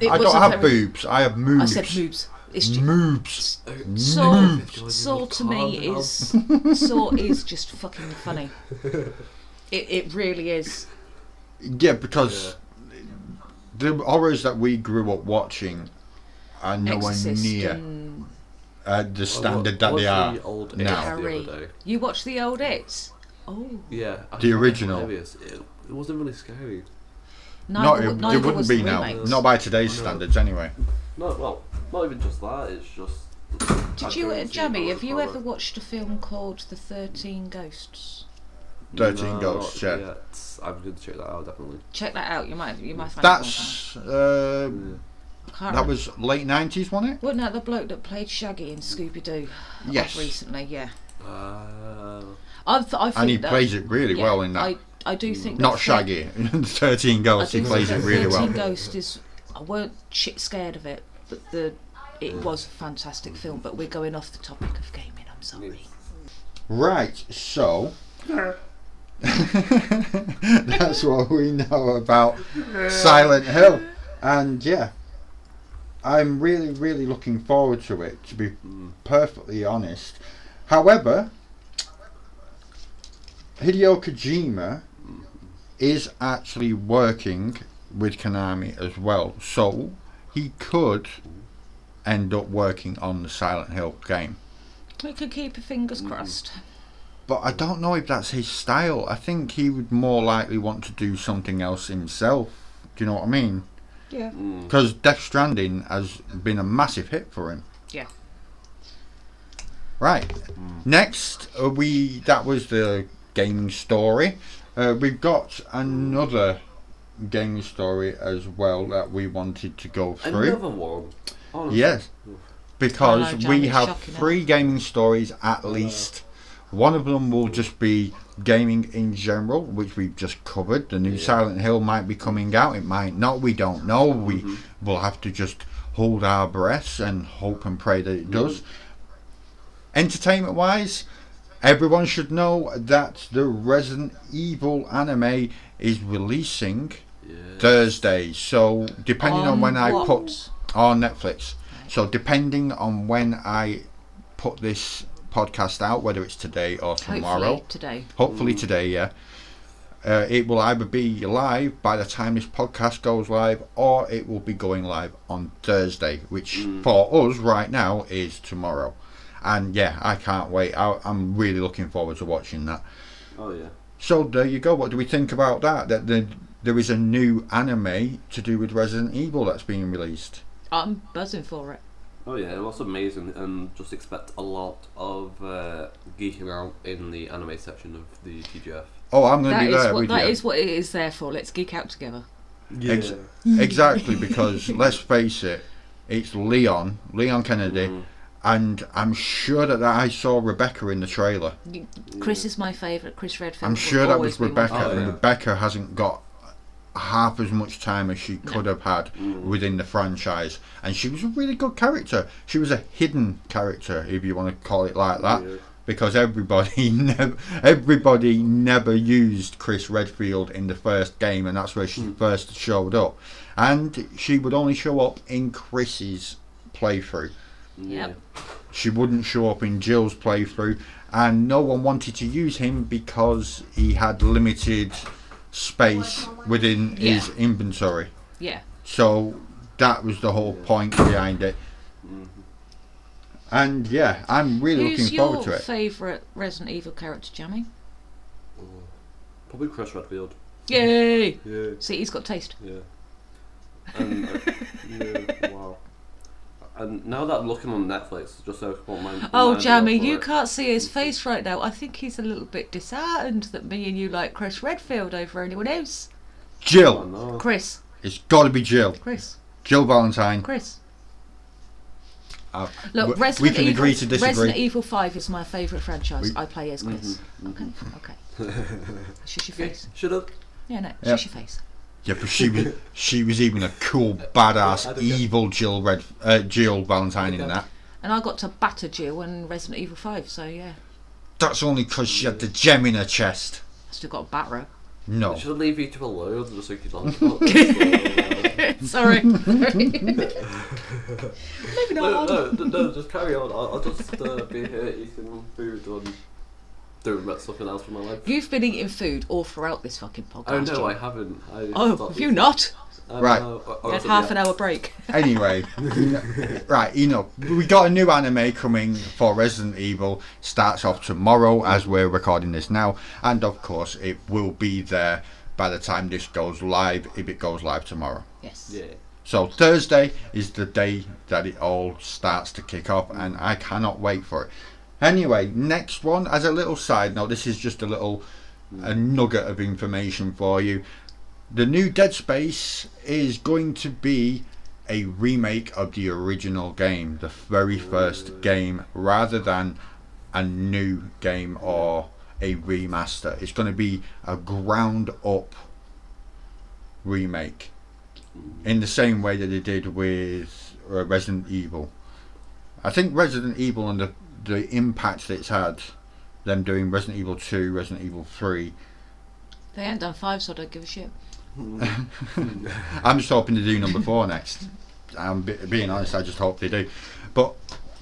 [SPEAKER 2] It
[SPEAKER 1] I don't
[SPEAKER 2] wasn't
[SPEAKER 1] have
[SPEAKER 2] very-
[SPEAKER 1] boobs. I have
[SPEAKER 2] I
[SPEAKER 1] moobs.
[SPEAKER 2] said boobs. It's ju-
[SPEAKER 1] Moobs.
[SPEAKER 2] Saw,
[SPEAKER 3] Moobs.
[SPEAKER 2] Saw to me
[SPEAKER 3] Calm
[SPEAKER 2] is Saw is just fucking funny. It it really is.
[SPEAKER 1] Yeah, because the horrors that we grew up watching are nowhere
[SPEAKER 2] Exorcist
[SPEAKER 1] near
[SPEAKER 2] and
[SPEAKER 1] uh, the standard that
[SPEAKER 3] What's
[SPEAKER 1] they are
[SPEAKER 3] the old
[SPEAKER 1] now.
[SPEAKER 3] It the
[SPEAKER 2] Harry.
[SPEAKER 3] other day.
[SPEAKER 2] You watch the old It's. Oh,
[SPEAKER 3] Yeah. I
[SPEAKER 1] The
[SPEAKER 3] found it
[SPEAKER 1] original.
[SPEAKER 3] hilarious. It, it wasn't really scary.
[SPEAKER 1] No,
[SPEAKER 2] neither,
[SPEAKER 1] it,
[SPEAKER 2] wa-
[SPEAKER 1] it
[SPEAKER 2] neither
[SPEAKER 1] wouldn't
[SPEAKER 2] was
[SPEAKER 1] be
[SPEAKER 2] the
[SPEAKER 1] now.
[SPEAKER 2] remakes.
[SPEAKER 1] Not by today's
[SPEAKER 3] No.
[SPEAKER 1] standards, anyway.
[SPEAKER 3] No, well, not even just that. It's just.
[SPEAKER 2] Did you, uh, Jamie? Have you ever watched a film called The Thirteen Ghosts?
[SPEAKER 1] 13 Ghosts, yeah.
[SPEAKER 3] I'm going to check that out definitely.
[SPEAKER 2] Check that out. You might you might find
[SPEAKER 1] That's uh,
[SPEAKER 2] it more fun. I can't
[SPEAKER 1] that
[SPEAKER 2] remember.
[SPEAKER 1] was late 90s, wasn't it?
[SPEAKER 2] wasn't that the bloke that played Shaggy in Scooby Doo?
[SPEAKER 1] Yes.
[SPEAKER 2] recently, yeah.
[SPEAKER 3] Uh,
[SPEAKER 2] I've, I think
[SPEAKER 1] And he
[SPEAKER 2] that,
[SPEAKER 1] plays it really
[SPEAKER 2] yeah,
[SPEAKER 1] well in that.
[SPEAKER 2] I, I do think that
[SPEAKER 1] Not
[SPEAKER 2] thir-
[SPEAKER 1] Shaggy. *laughs* 13
[SPEAKER 2] I
[SPEAKER 1] Ghosts,
[SPEAKER 2] do
[SPEAKER 1] he
[SPEAKER 2] think
[SPEAKER 1] plays
[SPEAKER 2] that
[SPEAKER 1] it really well.
[SPEAKER 2] Thirteen Ghost is. I weren't shit scared of it, but the it was a fantastic film. But we're going off the topic of gaming. I'm sorry.
[SPEAKER 1] Right, so. *laughs* That's what we know about Silent Hill. And yeah, I'm really, really looking forward to it, to be perfectly honest. However, Hideo Kojima is actually working with Konami as well, so he could end up working on the Silent Hill game.
[SPEAKER 2] We could keep our fingers
[SPEAKER 3] Mm-hmm.
[SPEAKER 2] crossed.
[SPEAKER 1] But I don't know if that's his style. I think he would more likely want to do something else himself. Do you know what I mean?
[SPEAKER 2] Yeah.
[SPEAKER 3] mm,
[SPEAKER 1] Because Death Stranding has been a massive hit for him.
[SPEAKER 2] Yeah.
[SPEAKER 1] Right.
[SPEAKER 3] Mm.
[SPEAKER 1] Next, uh, we that was the gaming story. Uh, we've got another gaming story as well that we wanted to go through.
[SPEAKER 3] another one. Honestly.
[SPEAKER 1] Yes, because
[SPEAKER 2] I know, Jan,
[SPEAKER 1] we
[SPEAKER 2] it's
[SPEAKER 1] have
[SPEAKER 2] shocking, isn't
[SPEAKER 1] three gaming stories at least. One of them will just be gaming in general, which we've just covered. The new
[SPEAKER 3] Yeah.
[SPEAKER 1] Silent Hill might be coming out. It might not. We don't know. We will have to just hold our breaths and hope and pray that it does. Entertainment wise, everyone should know that the Resident Evil anime is releasing
[SPEAKER 3] Yeah.
[SPEAKER 1] Thursday. So depending on, when I
[SPEAKER 2] what?
[SPEAKER 1] put on Netflix. So depending on when I put this podcast out, whether it's today or
[SPEAKER 2] Hopefully
[SPEAKER 1] tomorrow,
[SPEAKER 2] today.
[SPEAKER 1] hopefully today, yeah, uh, it will either be live by the time this podcast goes live, or it will be going live on Thursday, which for us right now is tomorrow. And yeah, I can't wait. I, I'm really looking forward to watching that.
[SPEAKER 3] Oh yeah.
[SPEAKER 1] So there you go. What do we think about that? That the, there is a new anime to do with Resident Evil that's being released.
[SPEAKER 2] I'm buzzing for it.
[SPEAKER 3] Oh yeah, it was amazing, and just expect a lot of uh, geeking out in the anime section of the TGF.
[SPEAKER 1] Oh, I'm going to
[SPEAKER 2] That
[SPEAKER 1] be
[SPEAKER 2] is
[SPEAKER 1] there
[SPEAKER 2] what
[SPEAKER 1] with
[SPEAKER 2] that
[SPEAKER 1] you.
[SPEAKER 2] is what it is there for. Let's geek out together.
[SPEAKER 1] Ex- *laughs* exactly, because let's face it, it's Leon, Leon Kennedy, and I'm sure that I saw Rebecca in the trailer.
[SPEAKER 2] You- Chris is my favourite. Chris Redfield.
[SPEAKER 1] I'm
[SPEAKER 2] will
[SPEAKER 1] sure that
[SPEAKER 2] always
[SPEAKER 1] was
[SPEAKER 2] be my
[SPEAKER 1] Rebecca.
[SPEAKER 3] Oh,
[SPEAKER 2] favourite.
[SPEAKER 1] and
[SPEAKER 3] yeah.
[SPEAKER 1] Rebecca hasn't got half as much time as she could have had
[SPEAKER 3] Mm.
[SPEAKER 1] within the franchise, and she was a really good character. She was a hidden character, if you want to call it like that,
[SPEAKER 3] Yeah.
[SPEAKER 1] because everybody *laughs* never, everybody never used Chris Redfield in the first game, and that's where she
[SPEAKER 3] Mm.
[SPEAKER 1] first showed up. And she would only show up in Chris's playthrough.
[SPEAKER 2] Yep.
[SPEAKER 1] She wouldn't show up in Jill's playthrough, and no one wanted to use him because he had limited space within his inventory.
[SPEAKER 2] Yeah.
[SPEAKER 1] So that was the whole point behind it. And yeah, I'm really
[SPEAKER 2] Who's
[SPEAKER 1] looking
[SPEAKER 2] your
[SPEAKER 1] forward to it.
[SPEAKER 2] favourite Resident Evil character, Jamie?
[SPEAKER 3] Probably Chris Redfield.
[SPEAKER 2] Yay!
[SPEAKER 3] Yeah.
[SPEAKER 2] See, he's got taste.
[SPEAKER 3] Yeah. And, uh, yeah, wow. And now that I'm looking on Netflix, just so I can put my
[SPEAKER 2] Oh,
[SPEAKER 3] my
[SPEAKER 2] Jamie,
[SPEAKER 3] for
[SPEAKER 2] you
[SPEAKER 3] it.
[SPEAKER 2] can't see his face right now. I think he's a little bit disheartened that me and you like Chris Redfield over anyone else.
[SPEAKER 3] Oh,
[SPEAKER 1] Jill,
[SPEAKER 3] no.
[SPEAKER 2] Chris,
[SPEAKER 1] it's got to be Jill.
[SPEAKER 2] Chris,
[SPEAKER 1] Jill Valentine.
[SPEAKER 2] Chris.
[SPEAKER 1] Uh,
[SPEAKER 2] Look,
[SPEAKER 1] w-
[SPEAKER 2] Resident
[SPEAKER 1] we can
[SPEAKER 2] Evil, E-
[SPEAKER 1] agree to disagree.
[SPEAKER 2] Resident Evil 5 is my favourite franchise.
[SPEAKER 1] We- Mm-hmm,
[SPEAKER 2] I play as Chris. Okay, okay.
[SPEAKER 1] *laughs*
[SPEAKER 2] Shush your face.
[SPEAKER 3] Shut up.
[SPEAKER 2] Yeah, no,
[SPEAKER 1] Yeah.
[SPEAKER 2] shush your face.
[SPEAKER 1] Yeah, but she was she was even a cool, badass,
[SPEAKER 3] I don't get-
[SPEAKER 1] evil Jill Red uh, Jill Valentine in
[SPEAKER 3] Okay.
[SPEAKER 1] that.
[SPEAKER 2] And I got to batter Jill in Resident Evil 5, so yeah.
[SPEAKER 1] That's only because she had the gem in her chest.
[SPEAKER 2] I still got a batter *laughs* her.
[SPEAKER 1] No,
[SPEAKER 3] I should leave you two alone just so you
[SPEAKER 2] *laughs*
[SPEAKER 3] can talk about this.
[SPEAKER 2] Sorry. *laughs* Maybe
[SPEAKER 3] no,
[SPEAKER 2] not.
[SPEAKER 3] no, no, no, just carry on. I'll, I'll just uh, be here eating food and doing something else with my life.
[SPEAKER 2] You've been eating food all throughout this fucking podcast.
[SPEAKER 3] Oh no,
[SPEAKER 2] Jim.
[SPEAKER 3] I haven't. I
[SPEAKER 2] Oh,
[SPEAKER 3] stopped
[SPEAKER 2] have you
[SPEAKER 3] eating.
[SPEAKER 2] not?
[SPEAKER 3] Um,
[SPEAKER 1] Right.
[SPEAKER 3] uh, or- or
[SPEAKER 2] You had
[SPEAKER 3] so,
[SPEAKER 2] half
[SPEAKER 3] yeah.
[SPEAKER 2] an hour break.
[SPEAKER 1] Anyway, *laughs* right, you know, we got a new anime coming for Resident Evil. Starts off tomorrow as we're recording this now, and of course, it will be there by the time this goes live, if it goes live tomorrow.
[SPEAKER 2] *laughs* Yes.
[SPEAKER 3] Yeah.
[SPEAKER 1] So Thursday is the day that it all starts to kick off, and I cannot wait for it. Anyway, next one as a little side note, this is just a little a nugget of information for you. The new Dead Space is going to be a remake of the original game, the very first game, rather than a new game or a remaster. It's going to be a ground up remake in the same way that they did with uh, Resident Evil. I think Resident Evil and the the impact that it's had, them doing Resident Evil Two, Resident Evil Three.
[SPEAKER 2] They ain't done five, so I don't give a shit.
[SPEAKER 1] I'm just hoping to do number four next. I'm be- being honest. I just hope they do. But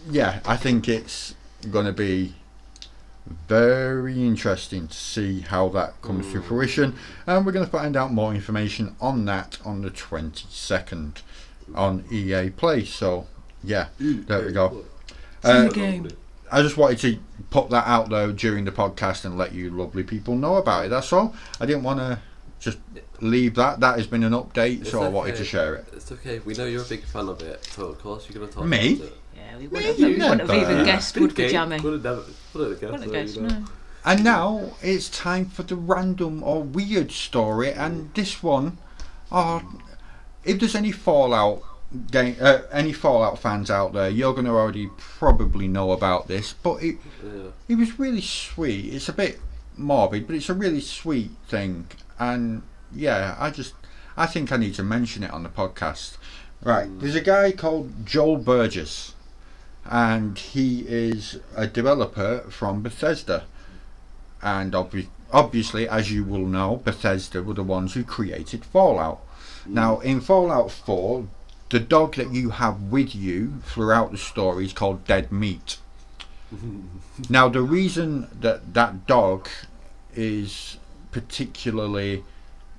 [SPEAKER 1] yeah, I think it's going to be very interesting to see how that comes to fruition, and we're going to find out more information on that on the twenty second on EA Play. So yeah, there we go. Uh,
[SPEAKER 2] game.
[SPEAKER 1] I just wanted to put that out though during the podcast and let you lovely people know about it. That's all. I didn't want to just leave that. That has been an update,
[SPEAKER 3] It's
[SPEAKER 1] so I wanted to
[SPEAKER 3] okay.
[SPEAKER 1] share it.
[SPEAKER 3] It's okay. We know you're a big fan of it, so of course you're gonna talk.
[SPEAKER 1] Me? Uh,
[SPEAKER 3] About it.
[SPEAKER 2] Yeah, we wouldn't,
[SPEAKER 1] you
[SPEAKER 2] we wouldn't
[SPEAKER 1] never.
[SPEAKER 2] have even
[SPEAKER 1] Yeah.
[SPEAKER 2] guessed,
[SPEAKER 3] Good
[SPEAKER 2] would we,
[SPEAKER 3] game.
[SPEAKER 2] Jamie?
[SPEAKER 3] Wouldn't have wouldn't have
[SPEAKER 2] Wouldn't have
[SPEAKER 3] guessed,
[SPEAKER 2] guessed,
[SPEAKER 3] though, you know.
[SPEAKER 2] no.
[SPEAKER 1] And now it's time for the random or weird story, and this one, oh, if there's any Fallout game, uh, any Fallout fans out there, you're going to already probably know about this, but it
[SPEAKER 3] Yeah.
[SPEAKER 1] It was really sweet. It's a bit morbid, but it's a really sweet thing. And yeah, I just I think I need to mention it on the podcast. Right, there's a guy called Joel Burgess, and he is a developer from Bethesda. And obvi- obviously, as you will know, Bethesda were the ones who created Fallout. Now, in Fallout 4, the dog that you have with you throughout the story is called Dead Meat. Now, the reason that that dog is particularly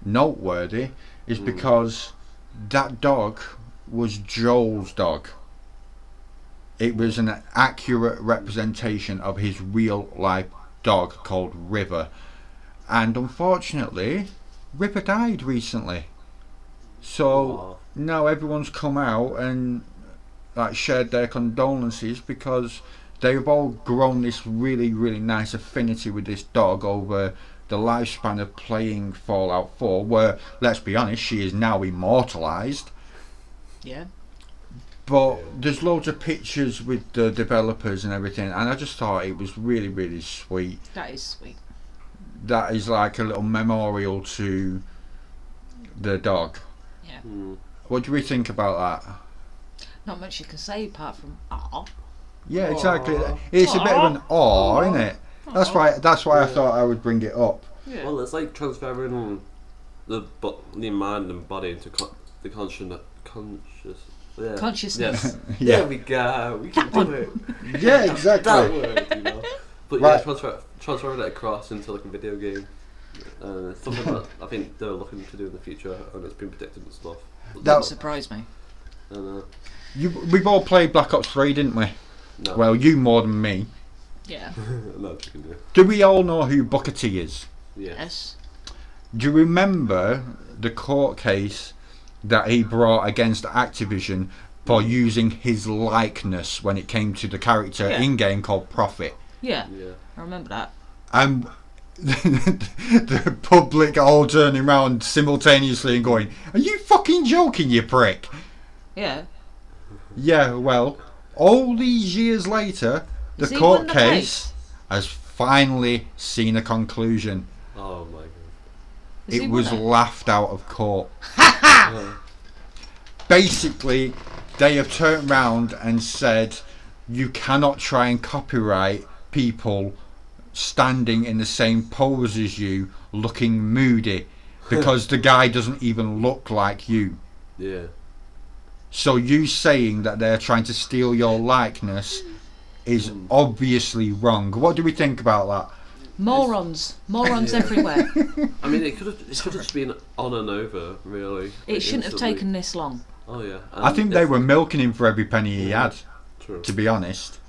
[SPEAKER 1] noteworthy is because that dog was Joel's dog. It was an accurate representation of his real life dog called River. And unfortunately, River died recently. So Oh.
[SPEAKER 3] Aw.
[SPEAKER 1] now everyone's come out and like shared their condolences because they've all grown this really really nice affinity with this dog over the lifespan of playing Fallout 4 where let's be honest she is now immortalized
[SPEAKER 2] Yeah.
[SPEAKER 1] but there's loads of pictures with the developers and everything and I just thought it was really really sweet
[SPEAKER 2] That is sweet.
[SPEAKER 1] that is like a little memorial to the dog
[SPEAKER 2] Yeah.
[SPEAKER 1] what do we think about that
[SPEAKER 2] Not much you can say apart from ah.
[SPEAKER 1] Yeah, exactly.
[SPEAKER 4] Aw.
[SPEAKER 1] It's a bit of an awe, isn't it? That's why. That's why I
[SPEAKER 3] Yeah.
[SPEAKER 1] thought I would bring it up. *laughs*
[SPEAKER 2] Yeah.
[SPEAKER 3] Well, it's like transferring the bo- the mind and body into con- the conscious conscious. uh, Yeah.
[SPEAKER 2] Consciousness.
[SPEAKER 3] Yes. There
[SPEAKER 1] *laughs* Yeah.
[SPEAKER 3] we go. We can do it.
[SPEAKER 1] Yeah,
[SPEAKER 3] That
[SPEAKER 1] exactly.
[SPEAKER 3] word, you know. But
[SPEAKER 1] Right.
[SPEAKER 3] yeah, transfer transferring it across into like a video game. Uh, it's something that I think they're looking to do in the future, and it's been predicted and stuff.
[SPEAKER 1] That-
[SPEAKER 2] Wouldn't surprise me.
[SPEAKER 3] And, uh,
[SPEAKER 1] You, we've all played Black Ops Three, didn't we?
[SPEAKER 3] no,
[SPEAKER 1] Well, you more than me.
[SPEAKER 2] Yeah.
[SPEAKER 3] no, you can do. it.
[SPEAKER 1] Do we all know who Booker T is?
[SPEAKER 3] Yeah.
[SPEAKER 2] Yes.
[SPEAKER 1] Do you remember the court case that he brought against Activision for using his likeness when it came to the character
[SPEAKER 2] Yeah.
[SPEAKER 1] in game called Prophet?
[SPEAKER 2] Yeah.
[SPEAKER 3] Yeah.
[SPEAKER 2] I remember that.
[SPEAKER 1] And *laughs* the public all turning around simultaneously and going, Are you fucking joking, you prick?
[SPEAKER 2] Yeah.
[SPEAKER 1] Yeah, well, all these years later, the
[SPEAKER 2] Has he
[SPEAKER 1] court
[SPEAKER 2] won the
[SPEAKER 1] case has finally seen a conclusion.
[SPEAKER 3] Oh my god.
[SPEAKER 2] Has he
[SPEAKER 1] it
[SPEAKER 2] won
[SPEAKER 1] was
[SPEAKER 2] it?
[SPEAKER 1] laughed out of court.
[SPEAKER 3] Uh,
[SPEAKER 2] Ah.
[SPEAKER 1] basically they have turned round and said you cannot try and copyright people standing in the same pose as you looking moody because the guy doesn't even look like you
[SPEAKER 3] yeah.
[SPEAKER 1] so you saying that they're trying to steal your likeness is obviously wrong what do we think about that
[SPEAKER 2] Morons.
[SPEAKER 1] *laughs*
[SPEAKER 2] Morons everywhere.
[SPEAKER 3] I mean, it could have it should have just been on and over, really.
[SPEAKER 2] It shouldn't have
[SPEAKER 3] Instantly.
[SPEAKER 2] taken this long.
[SPEAKER 3] Oh yeah.
[SPEAKER 1] i
[SPEAKER 3] And
[SPEAKER 1] think they
[SPEAKER 3] it's-
[SPEAKER 1] were milking him for every penny he had
[SPEAKER 3] True.
[SPEAKER 1] to be honest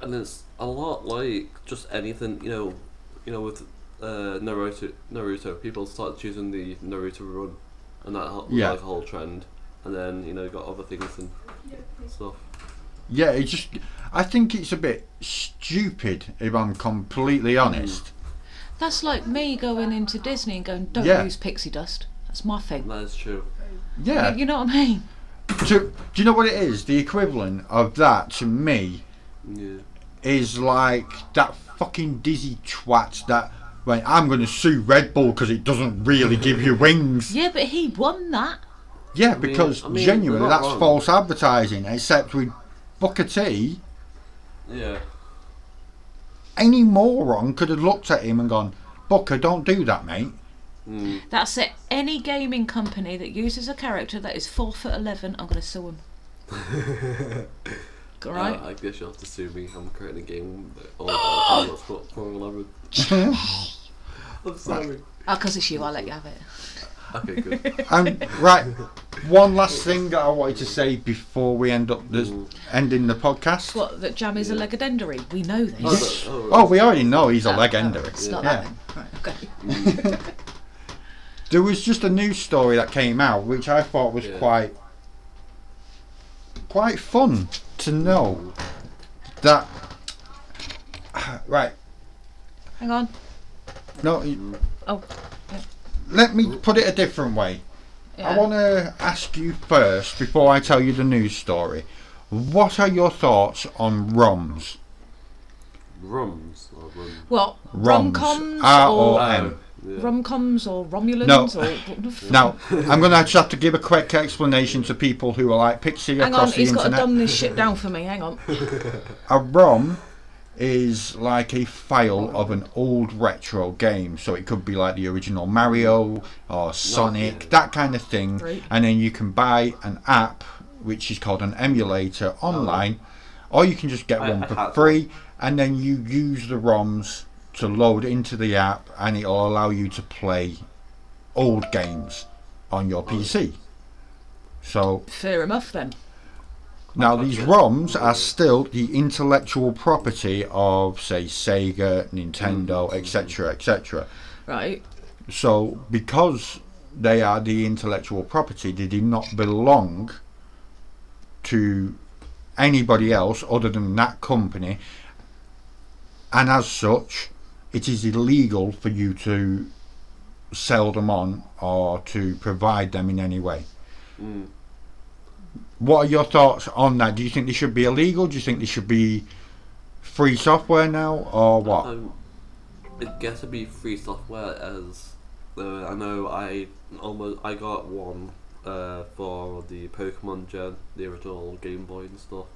[SPEAKER 3] and it's a lot like just anything you know you know with uh, Naruto Naruto people start choosing the Naruto run and that whole,
[SPEAKER 1] Yeah.
[SPEAKER 3] that whole trend and then you know you got other things and stuff
[SPEAKER 1] yeah it just i think it's a bit stupid if i'm completely honest
[SPEAKER 2] That's like me going into Disney and going, don't
[SPEAKER 1] Yeah.
[SPEAKER 2] use pixie dust. That's my thing.
[SPEAKER 3] that is true
[SPEAKER 1] Yeah.
[SPEAKER 2] You know what I mean?
[SPEAKER 1] So, do you know what it is? The equivalent of that to me
[SPEAKER 3] yeah
[SPEAKER 1] is like that fucking dizzy twat that went, I'm going to sue Red Bull because it doesn't really give you wings.
[SPEAKER 2] Yeah, but he won that.
[SPEAKER 1] Yeah, because
[SPEAKER 3] I mean,
[SPEAKER 1] genuinely
[SPEAKER 3] they're not
[SPEAKER 1] that's
[SPEAKER 3] wrong.
[SPEAKER 1] false advertising, except with Booker T,
[SPEAKER 3] yeah
[SPEAKER 1] any moron could have looked at him and gone, Booker, don't do that, mate.
[SPEAKER 3] mm.
[SPEAKER 2] That's it. Any gaming company that uses a character that is four foot eleven, I'm gonna sue them.
[SPEAKER 1] *laughs*
[SPEAKER 2] All right.
[SPEAKER 3] Uh, I guess you'll have to sue me I'm creating a game that all about what's what Formula 11 I'm sorry
[SPEAKER 2] Oh, because it's you, I'll let you have it.
[SPEAKER 1] *laughs*
[SPEAKER 3] okay good
[SPEAKER 1] Um, right, one last thing that I wanted to say before we end up this, ending the podcast.
[SPEAKER 2] What? That Jam is a legodendary. We know this.
[SPEAKER 3] Oh, is it? Oh,
[SPEAKER 1] Oh, we already know he's a
[SPEAKER 2] Oh,
[SPEAKER 1] legend.
[SPEAKER 2] oh, It's
[SPEAKER 1] yeah.
[SPEAKER 2] not that then. Right, okay.
[SPEAKER 1] There was just a news story that came out, which I thought was
[SPEAKER 3] Yeah.
[SPEAKER 1] quite, quite fun to know that. Right,
[SPEAKER 2] Hang on.
[SPEAKER 1] no. you-
[SPEAKER 2] Oh, yeah.
[SPEAKER 1] Let me put it a different way. I
[SPEAKER 2] Yeah.
[SPEAKER 1] want to ask you first before I tell you the news story. What are your thoughts on ROMs?
[SPEAKER 3] rums or rum
[SPEAKER 2] What?
[SPEAKER 1] ROMs.
[SPEAKER 2] Rom-coms
[SPEAKER 1] R O
[SPEAKER 2] or
[SPEAKER 1] M.
[SPEAKER 3] yeah.
[SPEAKER 2] rom-coms or Romulans
[SPEAKER 1] Ah, oh. No. *laughs*
[SPEAKER 2] or
[SPEAKER 1] Now, I'm going to just have to give a quick explanation to people who are like Pixie
[SPEAKER 2] Hang on,
[SPEAKER 1] across the
[SPEAKER 2] he's got to
[SPEAKER 1] internet.
[SPEAKER 2] dumb this shit down for me. Hang on.
[SPEAKER 1] A ROM is like a file of an old retro game, so it could be like the original Mario or Sonic,
[SPEAKER 3] yeah.
[SPEAKER 1] that kind of thing.
[SPEAKER 2] Right.
[SPEAKER 1] And then you can buy an app which is called an emulator online, or you can just get
[SPEAKER 3] I-
[SPEAKER 1] one
[SPEAKER 3] I
[SPEAKER 1] for
[SPEAKER 3] had-
[SPEAKER 1] free, and then you use the ROMs to load into the app, and it'll allow you to play old games on your PC. So
[SPEAKER 2] Fair enough then.
[SPEAKER 1] now, these ROMs are still the intellectual property of, say, Sega, Nintendo, etc., etc.
[SPEAKER 2] Right.
[SPEAKER 1] So, because they are the intellectual property, they do not belong to anybody else other than that company, and as such, it is illegal for you to sell them on or to provide them in any way.
[SPEAKER 3] Mm.
[SPEAKER 1] What are your thoughts on that? Do you think they should be illegal? Do you think they should be free software now, or what?
[SPEAKER 3] Um, I guess it'd be free software as uh, I know I almost I got one uh, for the Pokemon gen, the original Game Boy and stuff.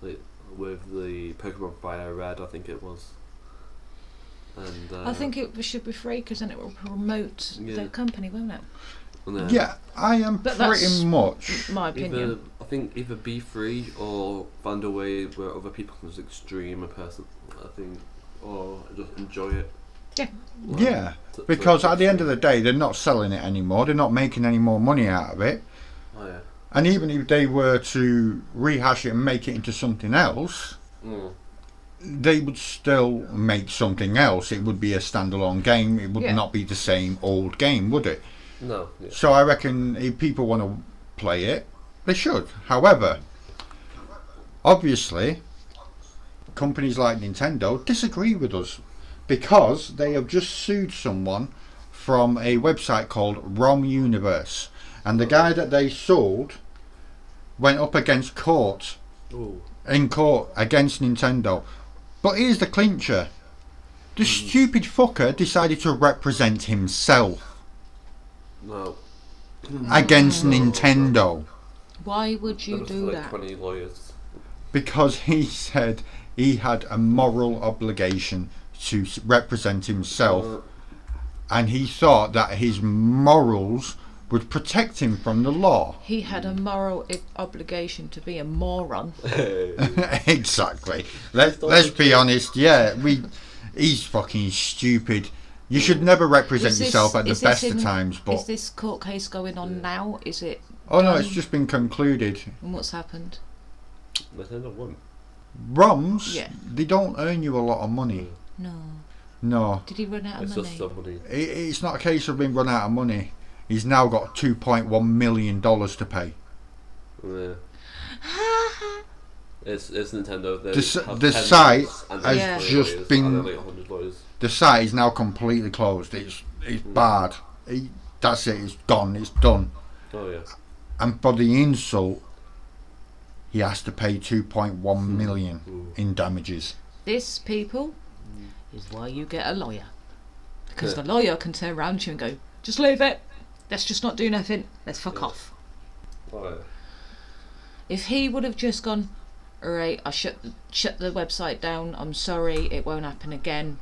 [SPEAKER 3] Like with the Pokemon Fire Red, I think it was. And uh,
[SPEAKER 2] I think it should be free because then it will promote
[SPEAKER 3] Yeah.
[SPEAKER 2] the company, won't it?
[SPEAKER 3] and then
[SPEAKER 1] Yeah, I am
[SPEAKER 2] But that's-
[SPEAKER 1] pretty much.
[SPEAKER 2] My opinion.
[SPEAKER 3] Either, I think either B three or find a way where other people can just extreme a person. I think, or just enjoy it.
[SPEAKER 2] Yeah.
[SPEAKER 3] Like,
[SPEAKER 1] Yeah,
[SPEAKER 3] t- t-
[SPEAKER 1] because at the end of the day, they're not selling it anymore. They're not making any more money out of it.
[SPEAKER 3] oh, yeah.
[SPEAKER 1] And even if they were to rehash it and make it into something else,
[SPEAKER 3] Mm.
[SPEAKER 1] they would still make something else. It would be a standalone game. It would
[SPEAKER 2] Yeah.
[SPEAKER 1] not be the same old game, would it?
[SPEAKER 3] No, yeah.
[SPEAKER 1] So I reckon if people want to play it, they should. However, obviously, companies like Nintendo disagree with us because they have just sued someone from a website called ROM Universe, and the guy that they sued went up against court
[SPEAKER 3] Ooh.
[SPEAKER 1] in court against Nintendo. But here's the clincher. The
[SPEAKER 3] Hmm.
[SPEAKER 1] stupid fucker decided to represent himself
[SPEAKER 3] No.
[SPEAKER 1] against Nintendo
[SPEAKER 2] Why would you
[SPEAKER 3] That was
[SPEAKER 2] do
[SPEAKER 3] like
[SPEAKER 2] that?
[SPEAKER 3] Twenty lawyers.
[SPEAKER 1] because he *laughs* said he had a moral obligation to s- represent himself and he thought that his morals would protect him from the law. *laughs*
[SPEAKER 2] He had a moral I- obligation to be a moron.
[SPEAKER 1] exactly. Let, let's be honest. Yeah, we. He's fucking stupid. You should never represent
[SPEAKER 2] Is this-
[SPEAKER 1] yourself at the
[SPEAKER 2] is this
[SPEAKER 1] best of
[SPEAKER 2] in-
[SPEAKER 1] times.
[SPEAKER 2] Is
[SPEAKER 1] But
[SPEAKER 2] this court case going on now? Is it?
[SPEAKER 1] oh no, it's
[SPEAKER 2] um,
[SPEAKER 1] just been concluded.
[SPEAKER 2] And what's happened?
[SPEAKER 3] Nintendo won.
[SPEAKER 1] Roms.
[SPEAKER 2] Yeah.
[SPEAKER 1] They don't earn you a lot of money.
[SPEAKER 2] No.
[SPEAKER 1] No,
[SPEAKER 2] Did he run out
[SPEAKER 3] It's
[SPEAKER 2] of money?
[SPEAKER 3] just somebody.
[SPEAKER 2] *laughs*
[SPEAKER 1] it, it's not a case of being run out of money. He's now got two point one million dollars to pay.
[SPEAKER 3] Yeah. it's it's Nintendo. They
[SPEAKER 1] The s-
[SPEAKER 3] have
[SPEAKER 1] the
[SPEAKER 3] 10
[SPEAKER 1] site
[SPEAKER 3] lawyers and
[SPEAKER 1] has
[SPEAKER 3] then 20
[SPEAKER 1] just
[SPEAKER 3] lawyers
[SPEAKER 1] been-
[SPEAKER 3] and then, like, 100 lawyers.
[SPEAKER 1] The site is now completely closed. It's it's bad. He, that's it. It's gone. It's done.
[SPEAKER 3] Oh yeah.
[SPEAKER 1] and for the insult, he has to pay 2.1 million
[SPEAKER 2] *laughs*
[SPEAKER 3] Ooh.
[SPEAKER 1] in damages.
[SPEAKER 2] This people is why you get a lawyer, because the lawyer can turn around to you and go, "Just leave it. Let's just not do nothing. Let's fuck
[SPEAKER 3] Yeah.
[SPEAKER 2] off."
[SPEAKER 3] Oh, yeah.
[SPEAKER 2] If he would have just gone, all right, I shut shut the website down. I'm sorry, it won't happen again.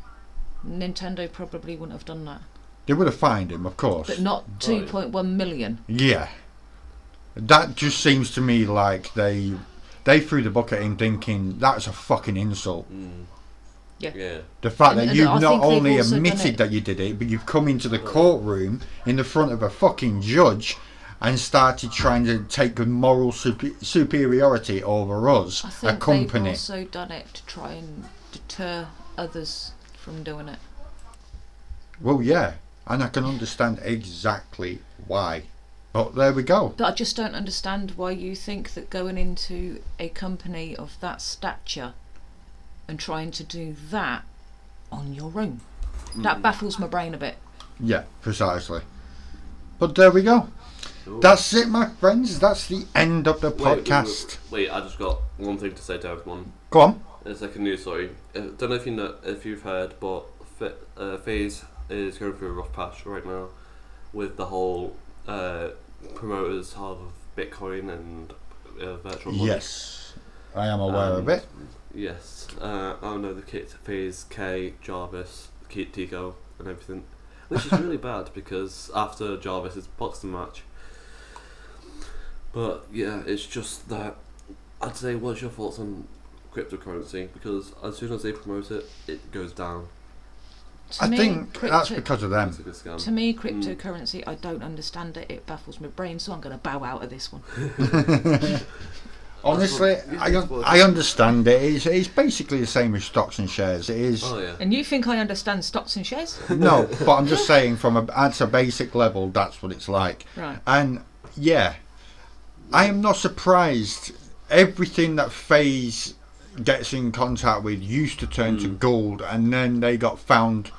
[SPEAKER 2] Nintendo probably wouldn't have done that,
[SPEAKER 1] They would have fined him, of course.
[SPEAKER 2] but not two point one million.
[SPEAKER 1] yeah, that just seems to me like they they threw the book at him, thinking that's a fucking insult.
[SPEAKER 3] Yeah.
[SPEAKER 1] The fact
[SPEAKER 2] And-
[SPEAKER 1] that
[SPEAKER 2] and
[SPEAKER 1] you've
[SPEAKER 2] I
[SPEAKER 1] not
[SPEAKER 2] think they've
[SPEAKER 1] only
[SPEAKER 2] also done
[SPEAKER 1] admitted
[SPEAKER 2] it-
[SPEAKER 1] that you did it, but you've come into the courtroom in the front of a fucking judge and started trying to take the moral super- superiority over us,
[SPEAKER 2] I
[SPEAKER 1] a
[SPEAKER 2] think they've
[SPEAKER 1] company.
[SPEAKER 2] also done it to try and deter others from doing it.
[SPEAKER 1] Well, yeah, and I can understand exactly why. But there we go.
[SPEAKER 2] But I just don't understand why you think that going into a company of that stature and trying to do that on your own. That baffles my brain a bit.
[SPEAKER 1] Yeah, precisely. But there we go.
[SPEAKER 3] Ooh.
[SPEAKER 1] That's it, my friends. That's the end of the
[SPEAKER 3] Wait, wait,
[SPEAKER 1] podcast.
[SPEAKER 3] Wait, wait, I just got one thing to say to everyone.
[SPEAKER 1] Go on.
[SPEAKER 3] It's like a news story. I don't know if you know, if you've heard, but Fa- uh, Phase is going through a rough patch right now with the whole uh, promoters of Bitcoin and uh, virtual money.
[SPEAKER 1] Yes, I am aware of
[SPEAKER 3] Um,
[SPEAKER 1] it.
[SPEAKER 3] Yes. Uh, I know the kit Phase K Jarvis, Keith Tico, and everything, which
[SPEAKER 2] *laughs*
[SPEAKER 3] is really bad because after Jarvis's boxing match. But yeah, it's just that I'd say, what's your thoughts on cryptocurrency? Because as soon as they promote it, it goes down.
[SPEAKER 2] To
[SPEAKER 1] I
[SPEAKER 2] me,
[SPEAKER 1] think that's
[SPEAKER 2] crypto-
[SPEAKER 1] because of
[SPEAKER 3] It's
[SPEAKER 1] them.
[SPEAKER 3] like a scam.
[SPEAKER 2] To me, cryptocurrency, I don't understand it. It baffles my brain, so I'm going to bow out of this one.
[SPEAKER 1] Honestly,
[SPEAKER 3] what-
[SPEAKER 1] I,
[SPEAKER 3] that's
[SPEAKER 1] un-
[SPEAKER 3] what-
[SPEAKER 1] I understand it. It's, it's basically the same as stocks and shares. It is.
[SPEAKER 3] Oh yeah.
[SPEAKER 2] And you think I understand stocks and shares?
[SPEAKER 1] no, *laughs* but I'm just saying from a at a basic level, that's what it's like.
[SPEAKER 2] Right.
[SPEAKER 1] And yeah, I am not surprised. Everything that Phase gets in contact with used to turn to
[SPEAKER 3] Mm.
[SPEAKER 1] gold, and then they got found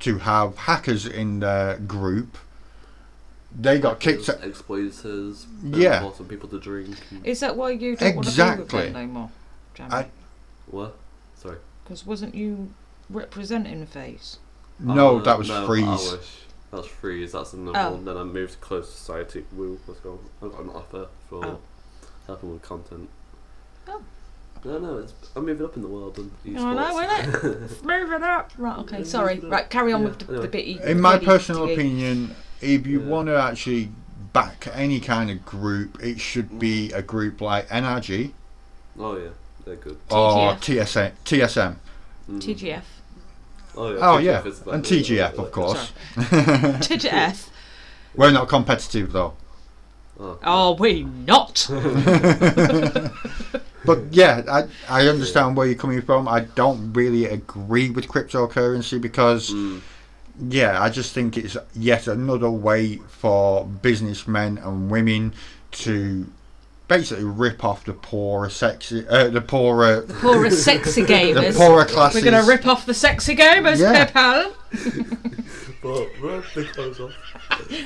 [SPEAKER 1] to have hackers in their group. They got kicked.
[SPEAKER 3] There's exploiters. and
[SPEAKER 1] Yeah.
[SPEAKER 3] forcing people to drink. and-
[SPEAKER 2] Is that why you don't want to be
[SPEAKER 1] Exactly.
[SPEAKER 2] with them no more,
[SPEAKER 1] I-
[SPEAKER 3] What? Sorry.
[SPEAKER 2] Because wasn't you representing Phase?
[SPEAKER 1] no,
[SPEAKER 3] Uh,
[SPEAKER 1] that was
[SPEAKER 3] no, I
[SPEAKER 1] freeze.
[SPEAKER 3] wish. That was freeze. That's another
[SPEAKER 2] Oh.
[SPEAKER 3] one. Then I moved to Close Society. Woo, let's go. I got an offer for
[SPEAKER 2] Oh.
[SPEAKER 3] helping with content.
[SPEAKER 2] Oh.
[SPEAKER 3] No, no, it's, I'm moving up in the world and esports.
[SPEAKER 2] I know, Oh, isn't it?
[SPEAKER 3] *laughs*
[SPEAKER 2] It's moving up. Right, okay, sorry. Right, carry on with the, the bit. you-
[SPEAKER 1] In my
[SPEAKER 2] really
[SPEAKER 1] personal
[SPEAKER 2] dig.
[SPEAKER 1] opinion, if you
[SPEAKER 3] Yeah.
[SPEAKER 1] want to actually back any kind of group, it should be a group like NRG
[SPEAKER 3] Oh yeah, they're good.
[SPEAKER 1] or
[SPEAKER 2] TGF.
[SPEAKER 1] TSM. TSM.
[SPEAKER 2] TGF.
[SPEAKER 1] *laughs*
[SPEAKER 3] Oh yeah.
[SPEAKER 1] Oh
[SPEAKER 3] TGF
[SPEAKER 1] yeah,
[SPEAKER 3] is
[SPEAKER 1] and
[SPEAKER 3] like the-
[SPEAKER 1] TGF
[SPEAKER 3] like-
[SPEAKER 1] of course.
[SPEAKER 2] TGF.
[SPEAKER 1] We're not competitive though.
[SPEAKER 3] Oh, *laughs*
[SPEAKER 2] Are we not?
[SPEAKER 1] But yeah, I, I understand where you're coming from. I don't really agree with cryptocurrency because,
[SPEAKER 3] Mm.
[SPEAKER 1] yeah, I just think it's yet another way for businessmen and women to basically rip off the poorer sexy, uh, the poorer,
[SPEAKER 2] Poorer
[SPEAKER 1] *laughs*
[SPEAKER 2] sexy
[SPEAKER 1] the
[SPEAKER 2] gamers.
[SPEAKER 1] poorer classes.
[SPEAKER 2] We're going to rip off the sexy gamers,
[SPEAKER 1] Yeah.
[SPEAKER 2] PayPal.
[SPEAKER 4] But rip the clothes off.